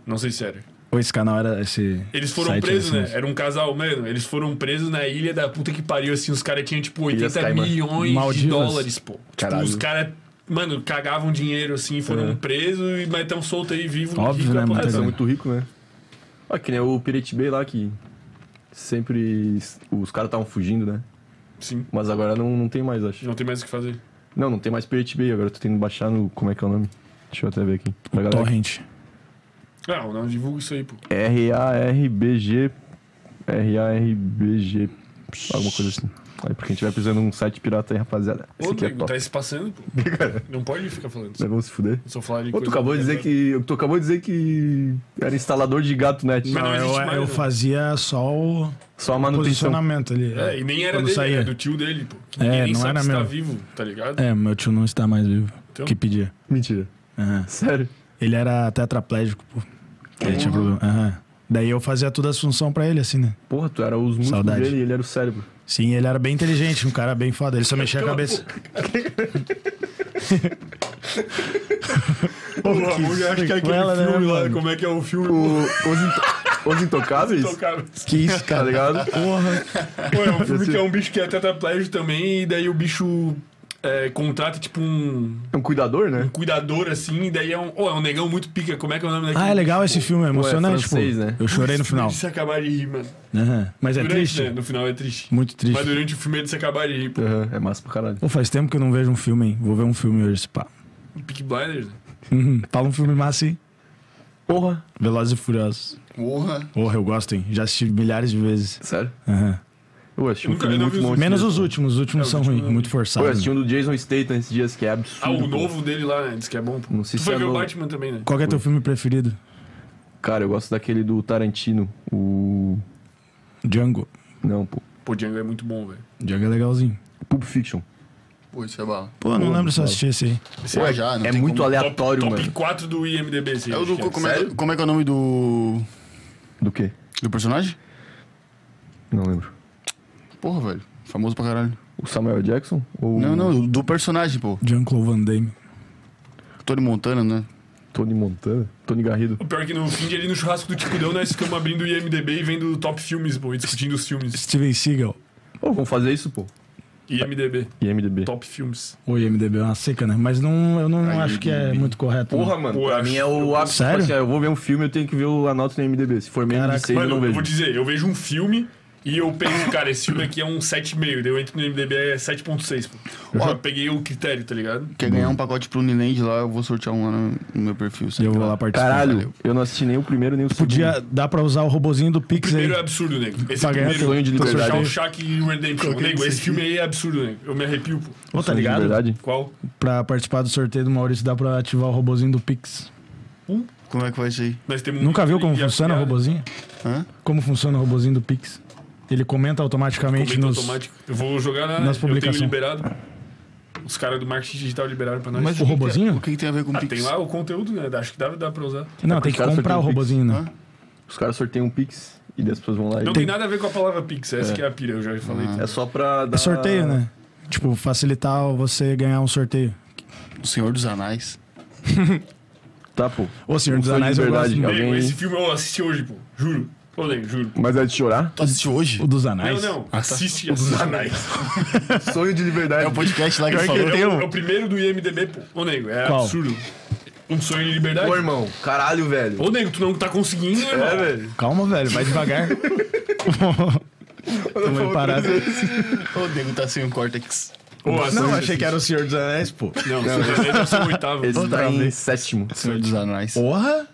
Não sei se era.
Ou esse canal era esse.
Eles foram
site
presos,
era
né?
assim?
Era um casal, mano. Eles foram presos na ilha da puta que pariu, assim. Os caras tinham, tipo,
Ilhas
80
Caimã.
milhões de
Maldivas.
dólares, pô. Tipo,
Caralho.
os caras, mano, cagavam dinheiro, assim, foram presos, e- mas tão soltos aí, vivos.
Óbvio,
rico,
né,
aposentado.
Eles
Tá
são
ligado.
É.
muito rico, né? Ah, que nem o Pirate Bay lá que sempre s- os caras estavam fugindo, né?
Sim,
Mas agora não, não tem mais, acho.
não tem mais o que fazer.
Não, não tem mais Pirate Bay, agora eu tô tendo baixar no. Como é que é o nome? Deixa eu até ver aqui. Pra
É.
galera.
Torrent.
Não, Ah, não divulga isso aí, pô.
R-A-R-B-G. R-A-R-B-G. Alguma coisa assim. Aí porque a gente vai precisando de um site pirata aí, rapaziada. Esse
Ô,
aqui é
nego,
top.
tá se passando, pô. Não pode ficar falando isso.
Nós vamos se fuder.
Só falar de
Ô, tu
coisa
acabou de dizer que. Tu acabou de dizer que era instalador de gato net.
Mas não
Não, eu,
existe mais,
eu
né?
fazia só o
Só a manutenção.
posicionamento ali.
É, e nem era
Quando
dele,
saía.
era do tio dele, pô. Que
É,
ninguém nem
não
sabe
era
se tá
meu.
vivo, tá ligado?
É, meu tio não está mais vivo.
Então?
Que pedia.
Mentira.
Aham.
Sério.
Ele era tetraplégico, pô.
Ele tinha problema. Aham.
Daí eu fazia toda a função pra ele, assim, né?
Porra, tu era os músculos
Saudade.
dele e ele era o cérebro.
Sim, ele era bem inteligente, um cara bem foda. Ele só mexia a
Então,
cabeça.
Pô, o Ramon já acha que é aquele
sequela, né,
filme lá,
mano?
como é que é o filme?
O- os, in- os intocáveis?
Tocava.
Que isso, cara. Tá ligado?
Pô, é um filme que é um bicho que é tetraplégico também, e daí o bicho é, contrata, tipo, um
É um cuidador, né?
cuidador, assim, e daí é um... Ô, é um negão muito pica, como é que é o nome daquele?
Ah, é legal esse filme, é emocionante, pô.
francês, né?
Eu chorei no final.
Se acabar de rir, mano.
Aham.
Mas é
Durante, né?
triste.
No final é triste.
Muito
Mas
triste.
durante o filme ele se acabar de rir, pô.
Aham, é massa pra caralho.
Pô, faz tempo que eu não vejo um filme, hein? Vou ver um filme hoje, esse pá.
Peaky Blinders, né?
Uhum. Fala um filme massa, hein?
Porra.
Velozes e Furiosos.
Porra.
Porra, eu gosto, hein? Já assisti milhares de vezes.
Sério?
Aham.
Eu achei um
Nunca-
filme
eu não
muito
vi os-
bom. esse
Menos
dia.
os últimos. Os últimos
É, o
são
último
ruins.
não.
Muito
Pô, eu
né?
forçados. né?
assisti um do Jason Statham esses dias, que é absurdo.
Ah, o
pô.
novo dele lá, né? Diz que é bom, pô.
Não sei
tu
se
foi
é
ver o
novo.
Batman também, né?
Qual que é teu filme preferido?
Cara, eu gosto daquele do Tarantino. O.
Django.
Não, pô.
Pô, Django é muito bom, velho.
Django é legalzinho.
Pulp Fiction.
Pô, isso é bala.
Pô, eu não lembro se eu assisti esse aí.
Isso é já, não
é
tem
muito
como.
aleatório,
top,
mano.
Top 4 do IMDB, assim.
É o
acho
do,
que é.
como, é, como é que é o nome do.
Do quê?
do personagem?
Não lembro.
Porra, velho. Famoso pra caralho.
O Samuel Jackson? Ou
Não,
o
não, do personagem, pô.
Jean-Claude Van Damme.
Tony Montana, né?
Tony Montana? Tony Garrido.
O pior é que no fim de ali no churrasco do Ticudão, nós ficamos abrindo o IMDB e vendo top filmes, pô, e discutindo os filmes.
Steven Seagal.
Pô, vamos fazer isso, pô.
IMDB,
IMDB.
top filmes.
O IMDB é uma seca, né? Mas não, eu não
Aí,
acho que é
bem.
muito correto. né?
Porra, mano,
um. Pô,
pra
acho-
mim é o hábito.
Sério?
Tipo assim, ah, eu vou ver um filme, eu tenho que ver o anoto no IMDB. Se for menos
Caraca.
de 6, eu
Mano,
não
eu
vejo.
vou dizer, eu vejo um filme e eu penso, cara, esse filme aqui é um 7,5, daí eu entro no MDB é 7,6, pô. Eu
Uhum.
já peguei o critério, tá ligado?
Quer ganhar um pacote pro Uniland lá, eu vou sortear um lá no, no meu perfil.
E
sabe?
eu vou lá participar.
Caralho, eu não assisti nem o primeiro nem o segundo.
Podia, tá dá pra usar o robozinho do
O
Pix aí.
primeiro é absurdo, nego. Esse
Pra ganhar
primeiro,
sonho de liberdade.
Shawshank Redemption, nego, esse filme aí é absurdo, nego. Eu me arrepio, pô.
Ô, tá
De
ligado?
verdade.
Qual?
Pra participar do sorteio do Maurício, dá pra ativar o robozinho do Pix.
Como é que vai isso aí?
Nós temos um
Nunca viu como
link de
funciona o
afiliado.
robozinho?
Hã?
Como funciona o robozinho do Pix? Ele comenta automaticamente
Comenta
nos.
automático. Eu vou jogar na,
nas
eu tenho
publicações.
liberado. Os caras do marketing digital liberaram pra nós.
o robozinho?
O que, que tem a ver com o
Ah,
Pix?
tem lá o conteúdo, né? Acho que dá, dá pra usar.
Não, tem que tá
Cara, só
comprar
tem
o
um Pix.
robozinho, né?
Hã?
Os caras sorteiam um Pix e daí as pessoas vão lá
Não
e.
tem nada a ver com a palavra Pix, essa que é a pira, eu já falei.
É só pra dar.
É sorteio, né? Tipo, facilitar você ganhar um sorteio.
O Senhor dos Anais.
Tá, pô.
Ô, Senhor dos
Foi de
Anéis, eu
verdade,
gosto.
cara.
muito.
Nego,
alguém-
Esse filme eu assisti hoje, pô. Juro. Olhei, juro.
Mas é de chorar?
Tu assistiu hoje?
O dos
Não,
Anéis.
não. Assiste Os Anais.
Sonho de liberdade.
É o podcast lá que ele falou.
É o, é o primeiro do IMDB, pô. Ô, nego, é
Qual?
absurdo. Um sonho de liberdade.
Pô, irmão. Caralho, velho. É,
Ô, nego, tu não tá conseguindo, né, irmão?
velho.
Calma, velho, vai devagar. Tô meio parado.
O Diego tá sem o Cortex.
Ô, assiste,
Não, achei que era o
assiste.
Senhor dos Anéis, pô.
Não, Os Anais deve ser o oitavo.
é- Esse tá em
vez.
sétimo.
Senhor dos Anais.
Porra!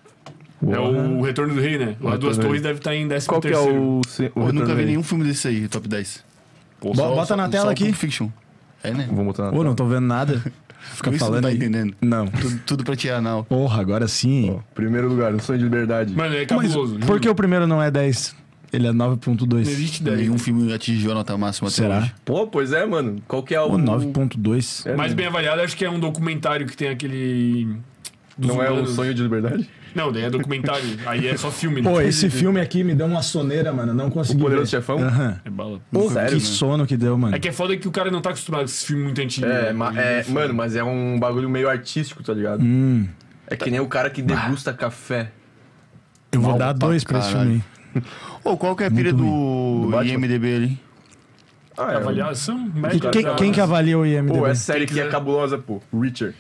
É o Retorno do Rei, né? Lá Duas
do Rei.
Torres deve estar em décimo
Qual que é
terceiro.
o. se- o
eu nunca
retorno
vi
aí?
nenhum filme desse aí, top 10.
Bo- bota na tela
só
aqui.
Pulp Fiction. É, né?
Vou botar na
Pô, não tô vendo nada.
Por
Fica
isso
falando
não tá
aí.
entendendo.
Não.
Tudo, tudo pra tirar anal.
Porra, agora sim.
Ó, Primeiro lugar, um sonho de liberdade.
Mano, é
Mas
cabuloso. juro.
por que o primeiro não é 10? Ele é
Não
9.2.
existe ideia.
Nenhum filme atingiu a nota máxima até
Será?
hoje.
Pô, pois é, mano. Qual que é o.
Pô, 9.2.
É,
Mais
não-
bem avaliado, acho que é um documentário que tem aquele. dos
Não é o
humanos.
sonho de liberdade?
Não, daí é documentário. Aí é só filme, né?
Pô, esse filme aqui me deu uma soneira, mano. Não consegui.
Poderoso
ver.
Chefão?
Aham.
É bala.
Pô,
Sério,
que
né?
sono que deu, mano.
É que é foda que o cara não tá acostumado com esse filme muito antigo.
É,
né?
ma- é, mano, mas é um bagulho meio artístico, tá ligado? É que nem o cara que degusta café.
Eu vou
Mal
dar
pra
dois pra esse
caralho.
filme aí.
Ô, qual que é a pilha do,
Batman?
IMDB ali?
Ah, é.
Avaliação
E
média.
quem,
já-
quem que avalia o IMDB?
Pô, essa série
Quem
que é
quiser.
cabulosa, pô. Richard.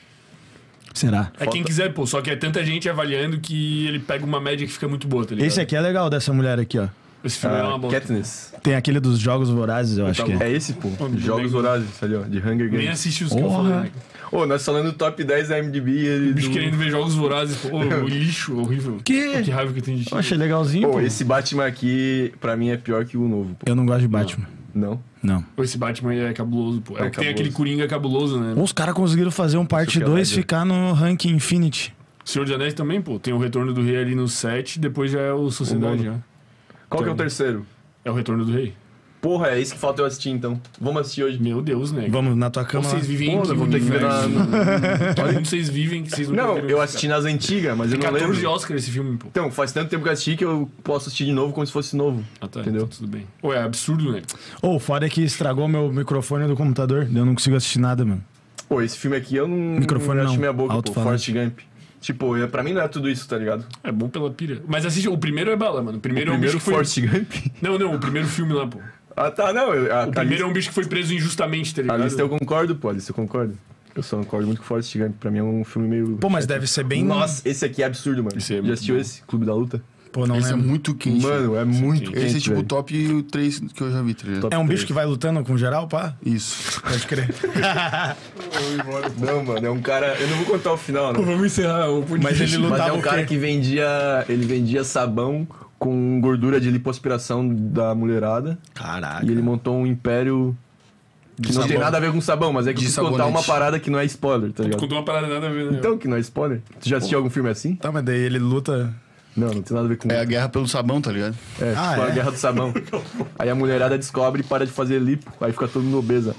Será?
É quem quiser, pô. Só que é tanta gente avaliando que ele pega uma média que fica muito boa, tá ligado?
Esse aqui Ah, é legal dessa mulher aqui, ó.
Esse filme é uma bosta.
Ah, Katniss.
Tem aquele dos Jogos Vorazes, eu
Tá
acho que é.
É esse, pô.
Homem do
Jogos
Negro.
Horazes, tá ali, ó. De Hunger
Nem
Games.
assiste os que eu
Porra.
falei. né?
Ô, nós falando do top 10 da MDB e
O
ele.
bicho
Do...
querendo ver jogos vorazes. Pô, o lixo horrível.
Que?
Que raiva que tem de ti.
Eu achei legalzinho,
Pô,
pô.
esse Batman aqui, pra mim, é pior que o novo, pô.
Eu não gosto de Batman.
Não?
Não.
Pô, Esse Batman é cabuloso, pô.
É
É, o que tem
cabuloso.
aquele Coringa cabuloso, né?
Os caras conseguiram fazer um parte
Isso que é
2
verdade.
ficar no ranking Infinity.
Senhor dos Anéis também, pô. Tem o Retorno do Rei ali no 7, depois já é o Sociedade,
O
já.
Qual que é o terceiro?
É o Retorno do Rei.
Porra, é isso que falta eu assistir, então. Vamos assistir hoje.
Meu Deus, né?
Vamos na tua cama.
Vocês
lá.
vivem
Pô,
em que
eu vou ter que ver na-
universo? né? Olha como vocês vivem que vocês não
Não,
perderam
eu
esse
assisti nas antigas, mas eu
cara.
não
Tem
lembro.
14 Oscar esse filme, pô.
Então, faz tanto tempo que eu assisti que eu posso assistir de novo como se fosse novo.
Ah, tá.
Entendeu?
então Tudo bem. Pô, é absurdo, né?
Ô, o foda é que estragou meu microfone do computador. Eu não consigo assistir nada, mano.
Pô, esse filme aqui eu não.
Microfone
não.
não,
acho minha boca, pô.
alto-falante.
Forrest Gump. Tipo, eu- pra mim não é tudo isso, tá ligado?
É bom pela pira. Mas assiste, o primeiro é bala, mano. O primeiro,
o
é
primeiro
um bicho que foi...
Forrest Gump.
Não, não, o primeiro filme lá, pô. O
ah, tá, não. eu- A, a
primeiro é
lista,
um bicho que foi preso injustamente,
a
tá ligado?
lista eu concordo, pô. A lista eu concordo. Eu só concordo muito com Forrest Gump. Pra mim é um filme meio.
Pô, mas deve ser bem.
Nossa, esse aqui é absurdo, mano.
Esse é muito
Já assistiu
bom.
esse? Clube da Luta?
Pô, não
Esse é
lembro.
muito quente.
Mano, é muito quente,
Esse é tipo o
velho.
top 3 que eu já vi, tá ligado?
Top
É um bicho
três.
que vai lutando com geral, pá?
Isso.
Pode crer.
Não, mano, é um cara. Eu não vou contar o final, né?
Vamos encerrar o podcast.
Mas ele
Mas
lutava
é um
o
cara
quê?
que vendia. Ele vendia sabão com gordura de lipoaspiração da mulherada.
Caraca.
E ele montou um império que não tem
sabão.
nada a ver com sabão, mas é que
De
eu quis contar
sabonete.
uma parada que não é spoiler, tá ligado?
Contou uma parada nada a ver, né?
Então, que não é spoiler. Tu já assistiu algum filme assim?
Tá, mas daí ele luta.
Não, não tem nada a ver com.
É a
É,
guerra pelo sabão, tá ligado?
Ah,
tipo a
é?
guerra do sabão. aí a mulherada descobre e para de fazer lipo, aí fica todo mundo obesa.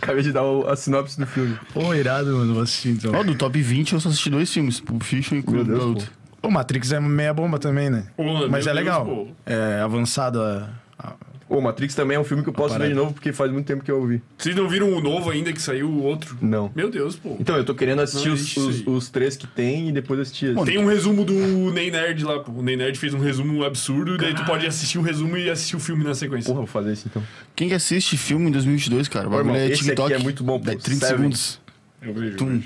Acabei de dar o- a sinopse do filme.
Pô, irado, mano. Vou assistir então.
Ó, do top 20 eu só assisti dois filmes, Pulp Fiction e Clube da
Deus,
Luta.
O Matrix é meia bomba também, né?
Pô,
Mas
meu
é
Deus,
legal.
pô.
É avançado a. a-
Ô, Matrix também é um filme que eu posso ver
parada.
de novo, porque faz muito tempo que eu ouvi.
Vocês não viram o novo ainda que saiu o outro?
Não.
Meu Deus, pô.
Então, eu tô querendo assistir
Não
os,
existe
os-
isso aí.
os três que tem e depois assistir esse.
Tem um resumo do Ney Nerd lá, pô. O Ney Nerd fez um resumo absurdo, daí tu pode assistir o resumo e assistir o filme na sequência.
Porra, vou fazer isso então.
Quem que assiste filme em 2022, cara? O
Ô, irmão,
bagulho é
esse aqui
TikTok.
é muito bom, pô.
É 30
Seven.
segundos.
Eu vejo.
Tum.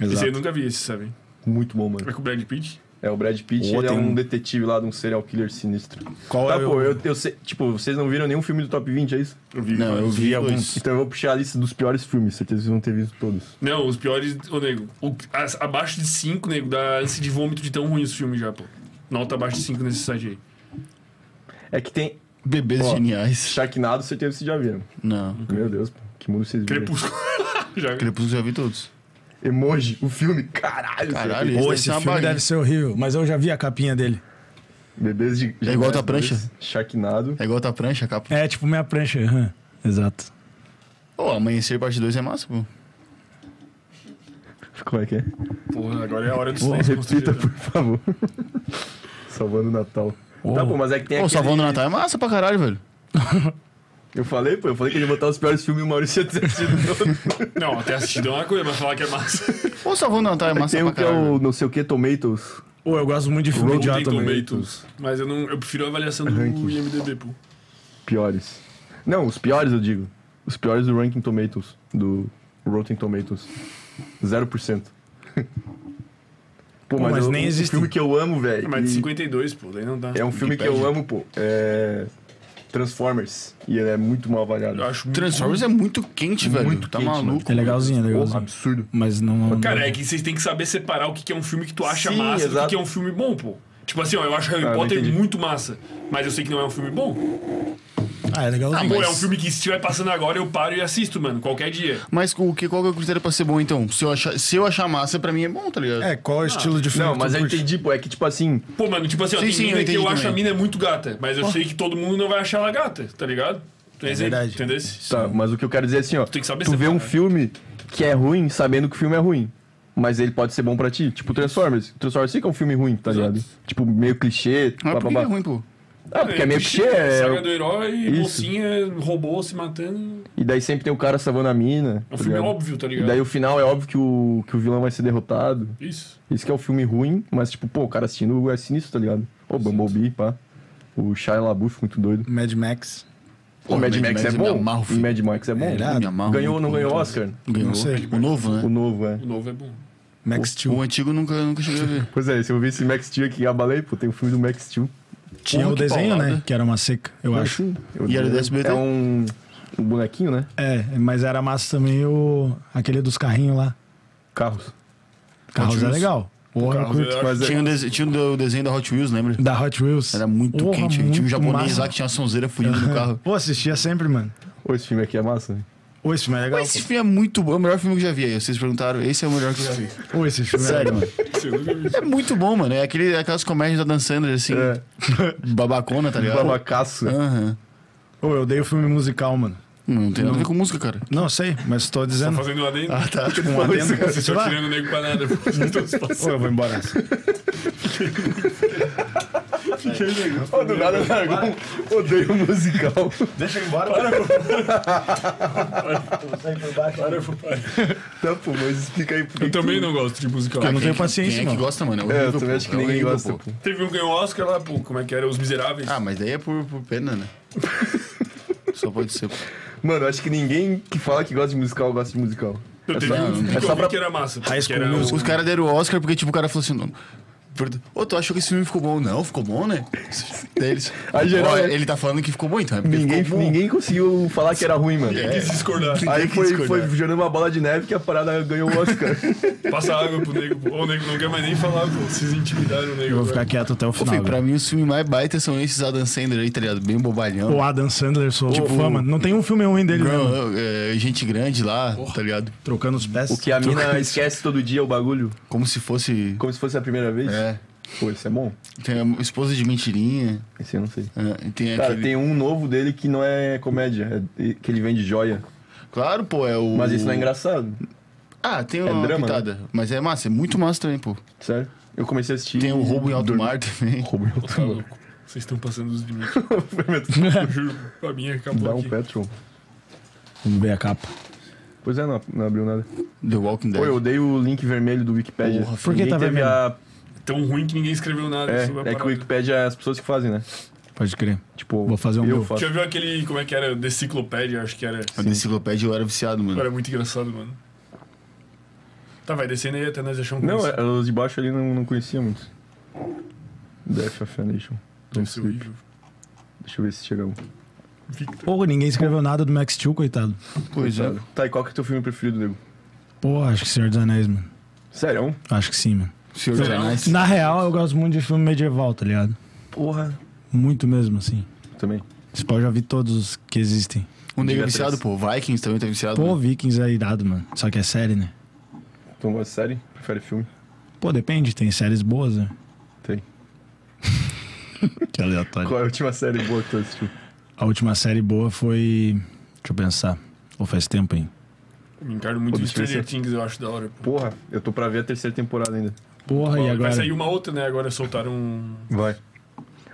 Esse aí eu nunca vi, esse, sabe?
Muito bom, mano.
É com o Brad Pitt.
É, o Brad Pitt,
Ô,
ele é
tem
um
um-
detetive lá de um serial killer sinistro.
Qual
tá,
é o-
pô, eu, eu sei. Tipo, vocês não viram nenhum filme do top 20, é isso?
Eu vi.
Não, eu vi alguns.
Então eu vou puxar a lista dos piores filmes, certeza que vocês vão ter visto todos.
Não, os piores, ô nego. o- as- abaixo de 5, nego, dá ânsia de vômito de tão ruim os filmes já, pô. Nota abaixo de 5 nesse site aí.
É que tem
Bebês
Ó.
geniais.
Sharknado, certeza que vocês já viram.
Não.
Meu Deus, pô, que mundo vocês viram.
Crepúsculo. já.
Crepúsculo eu já vi todos.
Emoji, o filme, caralho.
Caralho,
certeza.
Esse
Pô,
deve
esse
ser uma
filme
bagunça.
deve ser horrível. Mas eu já vi a capinha dele.
Bebês de.
É igual a tua prancha?
Sharknado.
É igual a tua prancha, capa.
É tipo minha prancha. aham. Exato.
Ô, amanhecer parte 2 é massa, pô.
Como é que é?
Porra, agora é a hora do
Pô,
silêncio
repita,
constrangedor.
por favor. Salvando o Natal. Tá, pô, mas é que tem
Ô,
aquele...
Salvando o Natal é massa pra caralho, velho.
Eu falei, pô, eu falei que ele ia botar os piores filmes e o Maurício ia ter sido
Não, até assistido é uma coisa, mas falar que é massa.
Ô, Salvando o Natal é massa
Tem
pra
um que é
caralho. velho.
o não sei o que, Tomatoes.
Ô, eu gosto muito de filme
Não
de
tem
ato também.
tomatoes. Mas eu, não, eu prefiro a avaliação do
Ranking.
IMDB, pô.
Piores. Não, os piores eu digo. Os piores do Ranking Tomatoes. Do Rotten Tomatoes. 0%. pô,
Pô, mas
eu-
nem
um
existe.
filme É que eu amo, velho.
Mas de
e
52, pô, daí não dá.
É um filme que eu
Wikipedia.
amo, pô. É. Transformers. E ele é muito mal avaliado.
Eu acho muito
Transformers é muito quente, velho.
Muito
tá
quente,
maluco.
É legalzinho, é
Porra,
legalzinho.
absurdo.
Mas não. não-
Cara, é que vocês têm que saber separar o que que é um filme que tu acha
né? Sim,
massa do que
exato.
que é um filme bom, pô. Tipo assim, ó, eu acho Harry
Ah, não
Potter
entendi.
muito massa, mas eu sei que não é um filme bom.
Ah, é legalzinho.
Pô,
mas-
é um filme que se estiver passando agora, eu paro e assisto, mano, qualquer dia.
Mas o que, qual que é o critério pra ser bom, então? Se eu achar, se eu achar massa, pra mim é bom, tá ligado?
É, qual
Ah.
é o estilo de filme?
Não,
que
mas
tu
eu
curte?
entendi, pô. É que, tipo assim,
Pô, mano, tipo assim, ó,
Sim,
tem
sim, eu
mina que
entendi
eu acho a
também.
mina muito gata, mas eu sei que todo mundo não vai achar ela gata, tá ligado? É
verdade.
Entendeu?
Tá, mas o que eu quero dizer é assim, ó.
tem que saber
tu vê um
separar.
filme que é ruim sabendo que o filme é ruim. Mas ele pode ser bom pra ti. Tipo Transformers. Transformers sim que é um filme ruim, tá ligado? Tipo, meio
um
clichê.
Mas
pá,
por
pá,
que que
pá.
é ruim, pô?
Ah, porque é meio clichê. é-
Saga do herói,
Isso.
mocinha, robô se matando.
E daí sempre tem o cara salvando a mina.
É
tá
um filme
ligado?
óbvio, tá
E
ligado?
daí o final é óbvio que o, que o vilão vai ser derrotado.
Isso.
Isso que é um filme ruim, mas tipo, pô, o cara assistindo é sinistro, tá ligado? Ô, Bumblebee, pá. O Shia LaBeouf, muito doido.
Mad Max.
O Mad, Max, é
me
bom.
amarro,
o
filho.
Mad Max é bom.
É irado.
Me amarro
ganhou ou
muito,
não ganhou
muito.
Oscar?
Ganhou.
Não sei.
O novo,
O
né?
novo, é.
O novo é bom.
Max Steel.
O antigo eu nunca, nunca cheguei a ver.
Pois é, se eu vi esse Max Steel aqui, abalei, pô, tem o filme do Max Steel.
Tinha o
que
desenho,
paulada.
né? Que era uma seca, eu acho.
Eu
E era do SBT?
É um, um bonequinho, né?
É, mas era massa também o. aquele dos carrinhos lá.
Carros.
Carros é
Wheels.
legal. Porra, eu
Carros
curto.
é-
Mas é,
Tinha, um dese- tinha um do- o desenho da Hot Wheels, lembra?
Da Hot Wheels.
Era muito
Porra,
quente. hein? tinha um
é- muito
japonês
massa.
lá que tinha uma sonzeira fugindo do carro.
Pô, assistia sempre, mano.
Ô, esse filme aqui é massa. né?
Ô, esse filme é legal.
Mas esse filme é muito bom. É o melhor filme que eu já vi aí. Vocês perguntaram. Esse é o melhor que eu já vi.
pô. Ô, esse filme é
Sério, mano.
Esse eu nunca vi.
É muito bom, mano. É aquele, aquelas comédias da Dan Sandler, assim.
É.
Babacona, tá ligado?
Babacaço.
Aham.
Ô, eu odeio filme musical, mano.
Não tem nada a ver com música, cara.
Não sei, mas tô dizendo.
Fazendo um adendo.
Ah, tá. Tipo, um adendo.
Vocês estão tirando o nego pra nada, pô. Vocês estão se
Ô, eu vou embora.
Ô, do nada largou um odeio musical.
Deixa eu ir embora. Para,
Tá, pô, mas explica aí por que
Eu
que
também
tu-
não gosto de musical.
Eu não
Quem
tenho
é que-
paciência,
Quem é que
mano.
gosta, mano?
É,
horrível,
eu também
pô.
acho que
É
ninguém
horrível,
gosta,
pô.
pô.
Teve um que ganhou Oscar lá, pô, como é que era? Os Miseráveis.
Ah, mas daí é por, por pena, né? Só pode ser. pô.
Mano, acho que ninguém que fala que gosta de musical gosta de musical.
eu teve
só-
um que
é
eu
só
vi
pra-
que era massa. pô,
High
que
School
era
Musical.
o...
Os caras deram o Oscar porque, tipo, o cara falou assim: não. perdo- Ô, tu achou que esse filme ficou bom? Não, ficou bom, né? Daí eles.
Aí, geral,
Ó,
é-
ele tá falando que ficou bom, então. É porque
Ninguém,
ficou bom.
ninguém conseguiu falar que era ruim, mano.
Quem quis discordar?
Aí
Ninguém quis
foi,
discordar.
foi jogando uma bola de neve que a parada ganhou o Oscar.
Passa água pro nego, pô. Ô, O nego não quer mais nem falar, pô. Vocês intimidaram o nego.
Eu vou
agora.
ficar quieto até o
Ô,
final.
filho, pra
velho.
mim, os filmes mais baita são esses Adam Sandler aí, tá ligado? Bem bobalhão.
O né? Adam Sandler, sou
Tipo,
fã, mano. Não tem um filme ruim dele, né, mano?
Girl, é, gente grande lá, tá ligado?
Trocando os pés.
O que a mina esquece todo dia o bagulho,
Como se fosse.
como se fosse a primeira vez.
É.
Pô, isso é bom.
Tem a esposa de mentirinha.
Esse eu não sei.
é, tem
Cara,
aquele-
tem um novo dele que não é comédia, é que ele vende joia.
Claro, pô, é o.
Mas isso não é engraçado,
Ah, tem uma
É drama, né?
pitada. Mas é massa, é muito massa também, pô.
sério. Eu comecei a assistir.
Tem o roubo em alto mar também.
Roubo em alto
Tá louco. Vocês estão passando os limites.
mar.
Eu juro. A minha acabou
Dá um
aqui.
petrol.
Vamos ver a capa.
Pois é, não, não abriu nada.
The Walking Dead.
Pô, eu dei o link vermelho do Wikipedia.
Porra,
Por que
Ninguém
tá
teve
vermelho?
a...
Tão ruim que ninguém escreveu nada. sobre a
É, é que
parada.
o Wikipedia é as pessoas que fazem, né?
Pode crer.
Tipo,
Vou fazer um
eu
meu.
faço.
Já viu aquele, como é que era? Deciclopédia, acho que era.
A enciclopédia eu era viciado, mano.
Era muito engraçado, mano. Tá, vai descendo aí até nós achar um
Não,
começo.
é, os de baixo ali não, não conhecia muito. Death of a Nation. Então,
Deve ser horrível.
Deixa eu ver se chega um.
Porra, ninguém escreveu nada do Max Steel, coitado.
Pois é.
Tá, e qual que é o teu filme preferido, Diego?
Porra, acho que Senhor dos Anéis, mano.
Sério? é um?
Acho que sim, mano.
Senhor é dos
Não.
Anéis.
Na real, eu gosto muito de filme medieval, tá ligado?
Porra.
Muito mesmo, assim.
Também.
Esse pau já vi todos os que existem.
Um nego é
Diga
viciado, pô. Vikings também tá viciado.
Pô,
mano.
Vikings é irado, mano. Só que é série, né?
Tu não gosta Então, de série? Prefere filme?
Pô, depende, tem séries boas, né?
Tem.
Que aleatório.
Qual é a última série boa que tu assistiu?
A última série boa foi. Deixa eu pensar.
Ou faz tempo, hein?
Eu me encarno muito
Pô,
em
deixa eu ver
Stranger Things, eu acho da hora. pô.
Porra, eu tô pra ver a terceira temporada ainda.
Porra, e
Vai
agora?
sair uma outra, né? Agora soltaram. um-
Vai.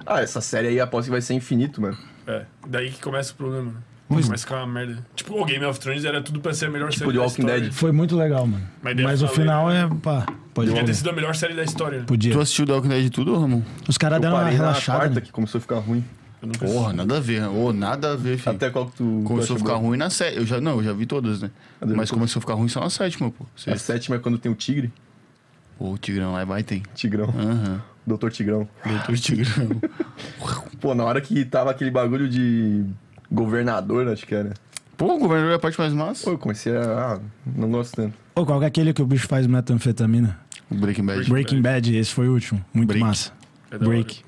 Ah, essa série aí aposto que vai ser infinito, mano.
É, daí que começa o problema, né? Começa a ficar uma merda. Tipo, o Game of Thrones era tudo pra ser a melhor série
Tipo The
da
Walking
história.
Dead.
Foi muito legal, mano.
Mas
Mas,
daí eu
o
falei-
final é. Pá, pode
Devia ter
ver.
sido a melhor série da história. né?
Podia.
Tu assistiu Dark Knight tudo, ô, Ramon?
Os caras
Eu
deram uma
parei na
relaxada.
quarta
né?
que começou a ficar ruim.
Eu nunca assisti.
Porra, nada a ver. Ô, nada a ver, filho.
Até qual que tu.
começou
tu
a ficar
achou bom?
ruim na sétima. Eu já, não, eu já vi todas, né?
vi
Mas
todas.
começou a ficar ruim só na sétima, pô.
A
Sexta.
sétima é quando tem o Tigre.
Ô, o Tigrão lá vai, tem.
Tigrão.
Aham.
Doutor Tigrão.
Doutor Tigrão.
Pô, na hora que tava aquele bagulho de governador, acho que era.
Pô, o governador é a parte mais massa.
Pô, eu comecei a. Ah, não gosto tanto.
Ô, qual que é aquele que o bicho faz metanfetamina?
O Breaking Bad.
Breaking Bad, esse foi o último. Muito
Break.
massa.
É da hora.
Break.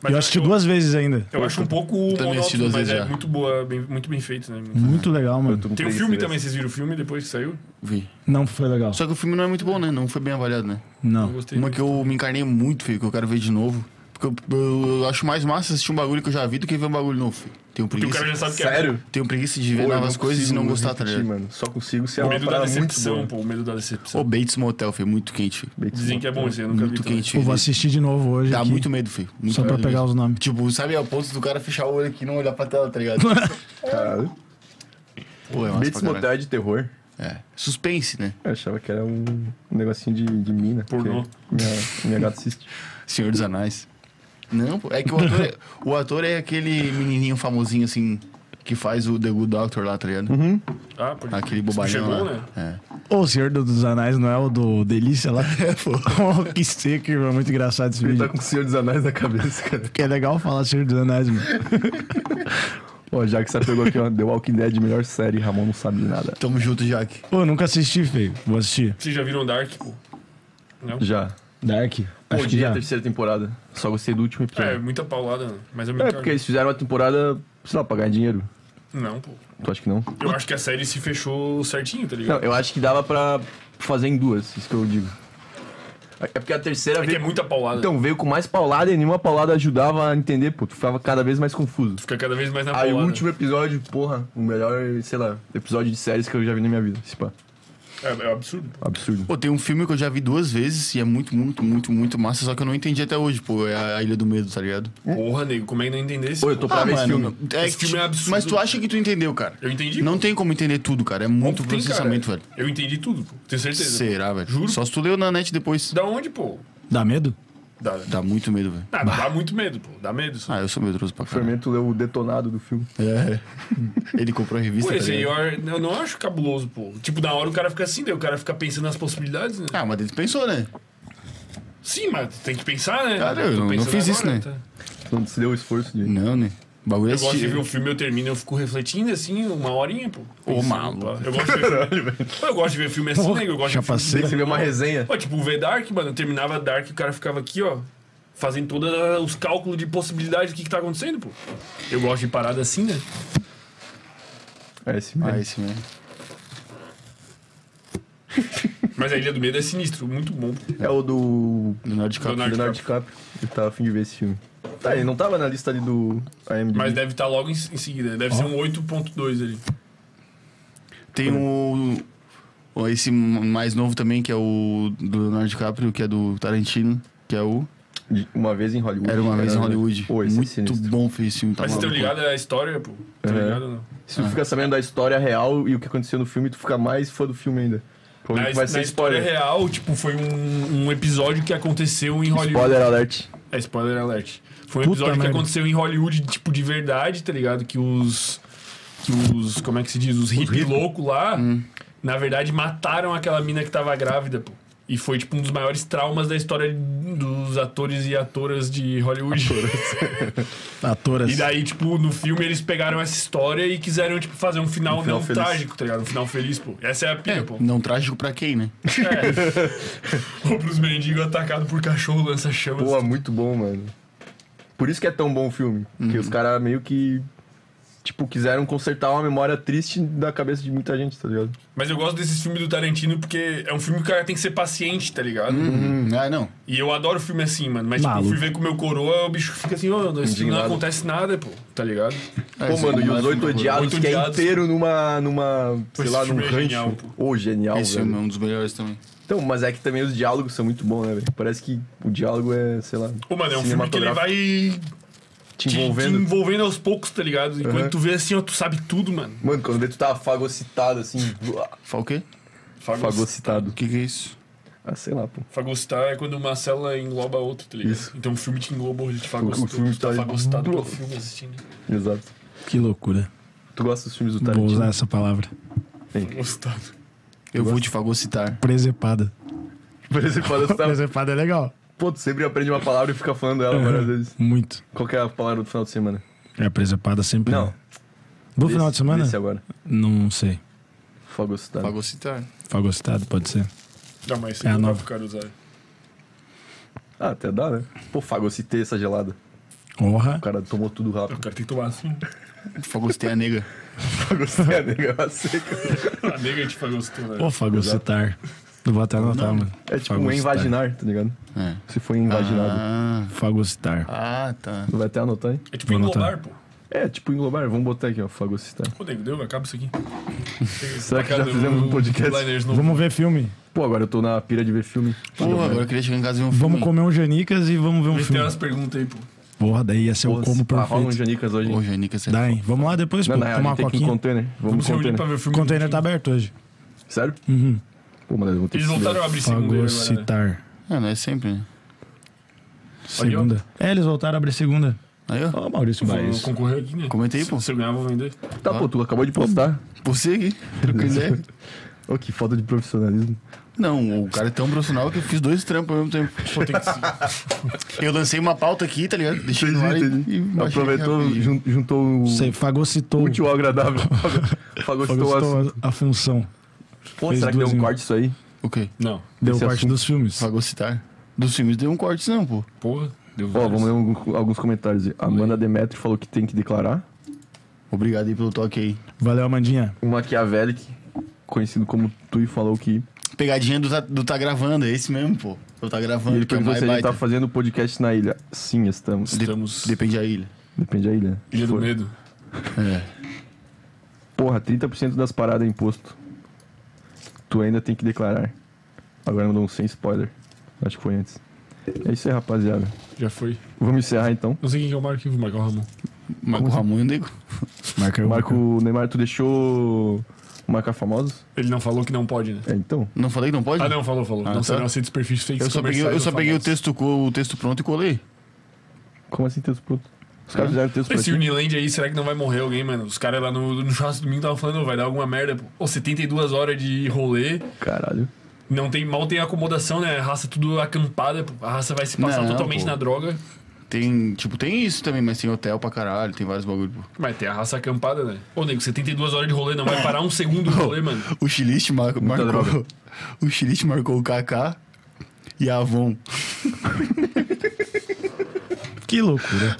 Mas
eu assisti duas vezes ainda.
Eu acho um pouco
Também assisti
monótono,
duas
mas
vezes
é
já.
muito boa, bem- muito bem feito, né?
Muito legal, mano.
Eu tô com
Tem o
preguiça
filme
dessa.
também, vocês viram o filme depois que saiu?
Vi.
Não foi legal.
Só que o filme não é muito bom, né? Não foi bem avaliado, né?
Eu
Não.
gostei.
Uma que eu me encarnei muito, filho, que eu quero ver de novo. Porque eu, eu acho mais massa assistir um bagulho que eu já vi do que ver um bagulho novo, filho. Tenho
Porque o
preguiça.
cara já sabe que é
Sério?
Tenho preguiça de ver
Pô, eu
novas coisas e
consigo
não gostar, tá
repetir,
ligado?
mano. Só consigo se é
o
uma
medo da
parada muito
decepção,
boa.
pô. O medo da
Ô,
decepção.
Bates Motel, filho, muito quente, filho.
Bates
Dizem que é bom esse, eu nunca
muito
vi. também.
quente,
Eu vou
filho.
assistir de novo hoje.
Dá
aqui,
Tá muito medo, filho. Muito
Só pra
medo
pegar
mesmo.
os nomes.
Tipo, sabe ao ponto do cara fechar o olho aqui e não olhar pra tela, tá ligado?
Caralho.
Pô, é massa
Bates
pra caralho.
Motel é de terror.
É. Suspense, né?
Eu achava que era um um negocinho de, de mina.
Pornô.
porque Minha, minha gata assiste.
Senhor dos Anais. Não, pô. É que o ator é, o ator é aquele menininho famosinho, assim, que faz o The Good Doctor lá, tá ligado?
Ah, pode
Aquele
Esse
bobalhão
bicho é bom,
lá.
né?
É.
Ô, O Senhor dos Anais não é o do Delícia lá? É, pô. que seco, irmão. Muito engraçado esse
Ele
vídeo.
tá com o Senhor dos Anéis na cabeça, cara.
Que é legal falar Senhor dos Anéis, mano.
Ó, já que você pegou aqui, ó, The Walking Dead, melhor série, Ramon não sabe nada.
Tamo junto, Jack.
Pô, nunca assisti, feio. Vou assistir.
Vocês já viram Dark, pô? Não?
Já.
Dark.
Pô,
Acho que
diria a
já.
terceira temporada. Só gostei do último
É,
episódio.
muita paulada, né? mas eu me
É,
encarno.
porque eles fizeram uma temporada, sei lá, pra ganhar dinheiro.
Não, pô.
Tu acha que não?
Eu acho que a série se fechou certinho, tá
Não,
ligado?
eu acho que dava pra fazer em duas, isso que eu digo. É porque a terceira
É que é
veio.
muita paulada.
Então, veio com mais paulada e nenhuma paulada ajudava a entender, pô. Tu ficava cada vez mais confuso.
Fica cada vez mais na
Aí o
paulada.
último episódio, porra, o melhor, sei lá, episódio de séries que eu já vi na minha vida. Esse pá,
É, é um absurdo.
absurdo.
Pô, tem um filme que eu já vi duas vezes e é muito, muito, muito, muito massa, só que eu não entendi até hoje, pô. É a Ilha do Medo, tá ligado?
Porra, nego, como é que não entender isso?
Pô, eu tô pra ver esse filme.
É,
Esse filme é absurdo.
Mas tu acha que tu entendeu, cara?
Eu entendi.
Não tem como entender tudo, cara. É muito
Tem,
processamento,
cara.
velho.
Eu entendi tudo, pô. Tenho certeza.
Será, velho?
Juro.
Só se tu leu na net depois.
Da onde, pô?
Dá medo?
Da...
Dá muito medo, velho.
Ah, dá muito medo, pô. Dá medo só.
Ah, eu sou medroso pra
O
caralho.
Fermento leu o detonado do filme.
É. Ele comprou a revista.
Pô,
tá
esse aí
ligado?
eu, eu não acho cabuloso, pô. Tipo, na hora o cara fica assim, daí o cara fica pensando nas possibilidades, né?
Ah, mas ele pensou, né?
Sim, mas tem que pensar, né?
Cara,
Tô
eu não- não
pensando
fiz isso, né?
tá?
Tu não se deu o esforço de.
Não, né? O bagulho é
Eu gosto de
assistir.
ver um filme, eu termino, eu fico refletindo assim, uma horinha, pô.
Ô,
Pensando,
maluco.
pá. Eu gosto de ver filme, Pô, eu gosto de ver filme assim, né? Eu gosto de ver filme-
Tem que ver uma resenha.
Pô, tipo, o V-Dark, mano, eu terminava Dark e o cara ficava aqui, ó, fazendo todos os cálculos de possibilidade do que, que tá acontecendo, pô. Eu gosto de parada assim, né?
É esse mesmo.
Ah, esse mesmo.
Mas a Ilha do Medo é sinistro, muito bom. pô.
É o do.
Leonardo DiCaprio.
Leonardo
Leonardo DiCaprio. Eu tava a fim de ver esse filme. Tá, ele não tava na lista ali do AMD.
Mas deve estar logo em, em seguida, deve ser um 8.2 ali.
Tem o. o- Esse mais novo também, que é o do Leonardo DiCaprio, que é do Tarantino, que é o.
Uma vez em Hollywood.
Era uma vez em Hollywood.
Pô, esse é
Muito
sinistro.
bom fez esse filme. Tá
Mas vocês estão
maluco.
ligados à história, pô? Tá
É.
ligado ou não?
Se tu fica sabendo da história real e o que aconteceu no filme, tu fica mais fã do filme ainda.
Na,
Provavelmente vai ser
na história
spoiler.
real, tipo, foi um, um episódio que aconteceu em Hollywood.
Spoiler alert.
É, spoiler alert. Foi um
Puta
episódio que
merda.
aconteceu em Hollywood, tipo, de verdade, tá ligado? Que os. Que os. Como é que se diz? Os hippie loucos lá,
Hum.
na verdade, mataram aquela mina que tava grávida, pô. E foi, tipo, um dos maiores traumas da história dos atores e atoras de Hollywood.
Atoras.
E daí, tipo, no filme eles pegaram essa história e quiseram, tipo, fazer um final,
final
não
feliz.
trágico, tá ligado? Um final feliz, pô. Essa é a pilha, pô.
Não trágico pra quem, né?
É. Ou pros mendigos atacados por cachorro lança-chamas.
Pô, é
Uhum.
muito bom, mano. Por isso que é tão bom o filme. Porque os caras meio que te tipo, quiseram consertar uma memória triste da cabeça de muita gente, tá ligado?
Mas eu gosto desses filmes do Tarantino porque é um filme que o cara tem que ser paciente, tá ligado?
Uhum.
Hum, ah, não.
E eu adoro filme assim, mano. Mas, tipo, eu
Maluco.
fui ver com o meu coroa, o bicho fica assim, ô, esse filme não
Indignado.
acontece nada, pô, tá ligado?
É,
Pô,
esse
mano,
filme
e
é
os oito
filme
odiados,
Oito
que é
Odiados.
inteiro numa, numa
Pô,
sei
esse
lá, num
filme é
rancho.
genial, pô.
Ô, genial,
Esse
velho.
filme é um dos melhores também.
Então, mas é que também os diálogos são muito bons, né, velho? Parece que o diálogo é, sei lá,
Pô, mano, é um filme que ele vai te
te
te envolvendo,
envolvendo. Uhum.
aos poucos, tá ligado? Enquanto
Aham.
tu vê assim, ó, tu sabe tudo, mano.
Mano, quando vê tu tá fagocitado, assim, uá,
Fala o quê?
fagocitado.
O que, que é isso?
Ah, sei lá, pô.
Fagocitar é quando uma célula engloba a outra, tá ligado?
Isso.
Então o filme te engloba, ele te fagocitou.
O filme
tu tá
tá-
fagocitado pelo filme assistindo.
Exato.
Que loucura.
Tu gosta dos filmes do
Vou usar
né?
Tarantino?
essa palavra.
Fagocitado.
Eu vou te fagocitar.
Presepada.
Por exemplo, quando tu tá-
Presepada é legal.
Pô, tu sempre aprende uma palavra e fica falando ela
É.
várias vezes.
Muito.
Qual que é a palavra do final de semana?
É presepada sempre.
Não. é
né? Do final de
Desse-
semana?
Desse agora.
Não sei.
Fagocitado.
Fagocitar.
Fagocitado, pode ser.
Não, mas isso
É
aí
a
não dá
nova.
pro cara usar.
Ah, até dá, né? Pô, fagocitei essa gelada.
Honra.
O cara tomou tudo
O
rápido.
cara tem que tomar assim.
Fagocitei a nega.
Fagocitei a nega seca.
A nega te fagocitou, né?
Ô, fagocitar. Não vou até anotar, mano.
É tipo um
Fagocitar.
invaginar, tá ligado?
É.
Se foi invaginado.
Fagocitar.
Ah, ah, tá.
Tu Vai até anotar, hein?
É tipo
Vou
englobar, pô.
É, tipo englobar. Vamos botar aqui, ó. Fagocitar.
Ô, nego, deu? Acaba isso aqui.
Será que já
Cada
fizemos um podcast?
Headliners novo.
Vamos ver filme.
Pô, agora eu tô na pira de ver filme.
Porra, agora eu queria chegar em casa e ver um filme.
Vamos comer um Janicas e vamos ver um
Vê se tem
filme.
umas perguntas aí, pô.
Porra, daí ia ser o combo
Ah, rola um
perfeito.
Janicas hoje. hein?
Ô, é Janica, você...
Dá, hein? Vamos lá depois, pô.
Não, na real,
tomar
a
uma
gente tem que ir em
coquinha.
container.
Vamos
Vamos,
se
em
reunir
container.
pra ver o
O
filme.
container tá aberto hoje.
Sério?
Uhum.
Pô, mas eu vou ter
Eles
que estudar.
voltaram a abrir segunda agora, né?
Fagocitar.
É, não é sempre, né?
Segunda. É, eles voltaram a abrir segunda.
Aí, ó.
Ó, Maurício
Vou
Baez.
concorrer aqui, né?
Comenta aí, pô.
Se eu ganhar, eu vou vender.
Tá, pô, tu acabou de postar.
Você aqui. Troca ideia.
Ô, que falta de profissionalismo.
Não, o cara é tão profissional que eu fiz dois trampos ao mesmo tempo.
Pô, tem que...
Eu lancei uma pauta aqui, tá ligado? Deixei no ar e,
Entendi,
e
entendi.
baixei
Aproveitou,
aqui rapidinho.
jun- juntou o
Você fagocitou.
útil ao agradável. Fagocitou as...
Fagocitou a, a função.
Pô,
fez
será que deu
duas
um
em-
corte isso aí?
O quê?
Não.
Deu
Esse
parte
assunto.
dos filmes.
Fagocitar. Dos filmes deu um corte, não, pô.
Porra. Deu
Ó,
vários.
vamos ler algum- alguns comentários. aí. Amanda Demetri falou que tem que declarar.
Obrigado aí pelo toque aí.
Valeu, Amandinha.
O Machiavelli, é conhecido como Tui, falou que...
Pegadinha do tá, do tá gravando, é esse mesmo, pô. Eu tá
E
gravando,
ele
que é
perguntou
mais
se a gente
baita.
tá fazendo podcast na ilha. Sim,
um
estamos.
Estamos...
Depende da ilha.
Depende da ilha. né?
Ilha do
For-
Medo.
É.
Porra, 30% das paradas é imposto. Tu ainda tem que declarar. Agora mandou um sem spoiler. Acho que foi antes. É isso aí, rapaziada.
Já foi.
Vamos encerrar então.
Não sei quem que é o Marco, vou marcar o Ramon.
Marco Ramon e o Nego.
Marca o
Marco Neymar, tu deixou o Marca Famosos?
Ele não falou que não pode, né?
É, então.
Não falei que não pode?
Ah, não, falou, falou.
Ah,
não,
tá.
sei, não aceito os perfis fakes
Eu só peguei, eu
comerciais
só
ou
peguei o,
famosos.
texto, co- o texto pronto e colei.
Como assim texto pronto? Os caras fizeram texto pra
Esse
ti.
Uniland aí, será que não vai morrer alguém, mano? Os caras lá no, no churrasco domingo estavam falando, "Ô, vai dar alguma merda. pô." Ô, 72 horas de rolê,
Caralho.
não tem, mal tem acomodação, né? A raça tudo acampada, pô. a raça vai se passar
Não,
totalmente
pô.
na droga.
Tem, tipo, tem isso também, mas tem hotel pra caralho, tem vários bagulho, pô.
Mas tem a raça acampada, né? Ô, nego, 72 horas de rolê, não vai parar um segundo de rolê, mano.
O Chiliste mar- marcou. O Chiliste marcou o Kaká e a Avon.
Que loucura.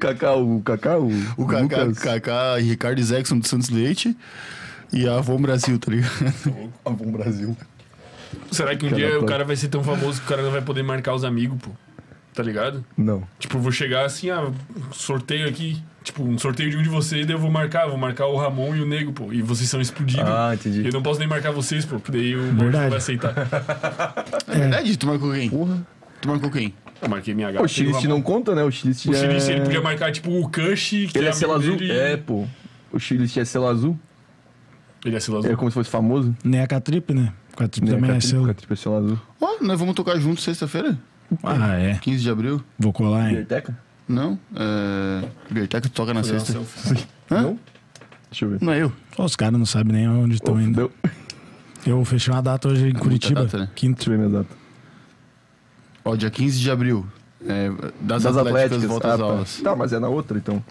Cacau, Cacau.
O Kaká, Kaká e Ricardo Zexon do Santos Leite e a Avon Brasil, tá ligado? Avon Brasil.
Será que um
Cada
dia o
coisa.
cara vai ser tão famoso que o cara não vai poder marcar os amigos, pô? Tá ligado?
Não.
Tipo, eu vou chegar assim, ah, sorteio aqui. Tipo, um sorteio de um de vocês, daí eu vou marcar. Vou marcar o Ramon e o Nego, pô. E vocês são explodidos.
Ah,
E
entendi.
Eu não posso nem marcar vocês, pô, porque daí o Borges
Verdade.
não vai aceitar.
É verdade? Tu marcou quem?
Porra.
Tu marcou quem?
Eu marquei minha
Pô,
gata.
o Chiliste
e
não conta, né? O Chiliste
O
é...
Chiliste, ele podia marcar, tipo, o Cush, que
Ele
é
é selo
amigo
azul?
dele.
É, pô. O Chiliste é selo azul?
Ele é selo azul.
É como se fosse famoso?
Nem a Catripe, né? Catripe também é
Catripe,
seu.
Catripe é selo azul.
Ó, nós vamos tocar junto sexta-feira?
Ah, é.
15 de abril?
Vou
É.
colar, hein?
Biblioteca?
Não? É. Liberteca, tu toca na
Fazer uma
sexta.
selfie.
Hã?
Não? Deixa eu ver.
Não é eu.
Ó, Os caras não sabem nem onde estão
Ô,
ainda.
Deu.
Eu fechei uma data hoje em Curitiba.
data, né?
Quinto.
Deixa eu ver minha data.
Ó, dia 15 de abril. É, das,
Das Atléticas.
Atléticas, volta às
ah, tá.
aulas.
Tá, mas é na outra, então.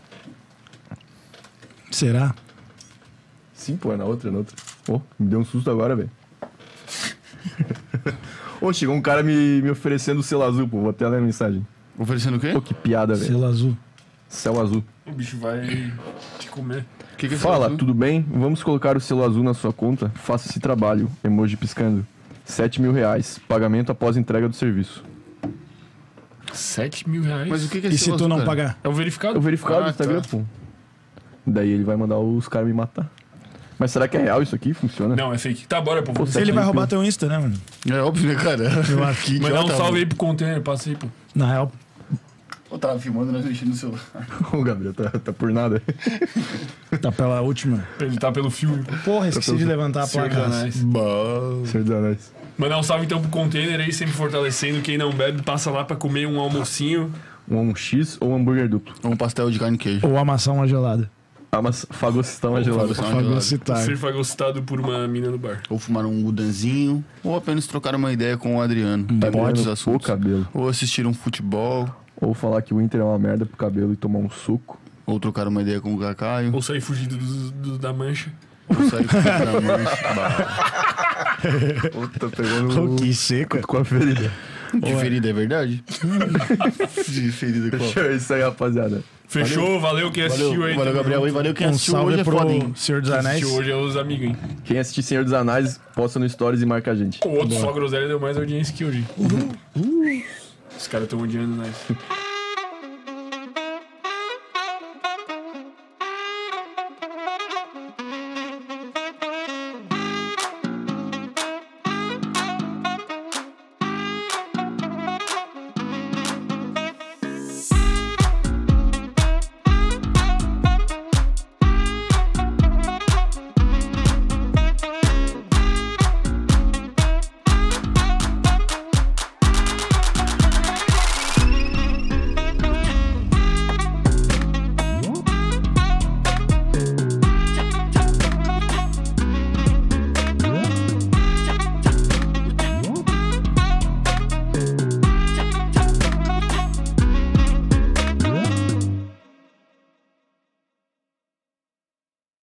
Será?
Sim, pô, é na outra, é na outra. Ô, me deu um susto agora, velho. Ô, chegou um cara me, me oferecendo o selo azul, pô. Vou até ler a mensagem.
Oferecendo o quê?
Pô, que piada, velho.
Selo azul.
Céu azul.
O bicho vai te comer.
Que que é
Fala,
isso?
tudo bem? Vamos colocar o selo azul na sua conta? Faça esse trabalho. Emoji piscando. 7 mil reais. Pagamento após entrega do serviço.
7 mil reais.
Mas o que, que é
E se
selo
tu
azul,
não
cara?
pagar?
É o verificado.
Eu verificado no
Ah,
Instagram,
tá.
pô. Daí ele vai mandar os caras me matar. Mas será que é real isso aqui? Funciona?
Não, é fake. Tá, bora, pô.
Pô,
Vamos
sete
Ele vai
mil
roubar
pila.
teu Insta, né, mano?
É óbvio, né, cara? Que
é
Mandar um
idiota,
salve aí
mano.
pro container, passa aí, pô.
Na real,
Eu tava filmando, nós mexendo no celular.
O Gabriel tá, tá por nada.
tá pela última.
Pra ele tá pelo filme.
Porra, esqueci de levantar a
Senhor dos
placa.
né?
Anéis.
Bah.
Senhor dos Anéis.
Mandar um salve então pro container aí, sempre fortalecendo. Quem não bebe, passa lá pra comer um almocinho.
Um, um X ou um hambúrguer duplo?
Um pastel de carne e queijo.
Ou amassar uma gelada.
Ah, mas fagocistão é gelado.
Fagocistão. Tá Uma
Fagocitar.
Ser fagocitado por uma mina no bar.
Ou fumar um gudanzinho. Ou apenas trocar uma ideia com o Adriano. Tá
Pode
Muitos
o
assuntos.
cabelo.
Ou assistir um futebol.
Ou falar que o Inter é uma merda pro cabelo e tomar um suco.
Ou trocar uma ideia com o Cacaio.
Ou sair fugido dos- do- da mancha.
Ou sair com o da mancha. Bah.
Ou tá pegando
Pô, que seca.
com a ferida.
Diferida, é verdade? Diferida, qual?
É isso aí, rapaziada.
Fechou, valeu, quem assistiu aí.
Valeu,
Tamo
valeu Gabriel. E
junto.
valeu quem
Um
assistiu hoje
salve
é foda, hein? né?
pro Senhor dos
Quem
Anéis.
assistiu hoje é os amigos, hein?
Quem assistir Senhor dos Anéis, posta no Stories e marca a gente.
Uhum. O outro só groselha deu mais audiência que hoje. Os caras tão odiando nós.
Hum?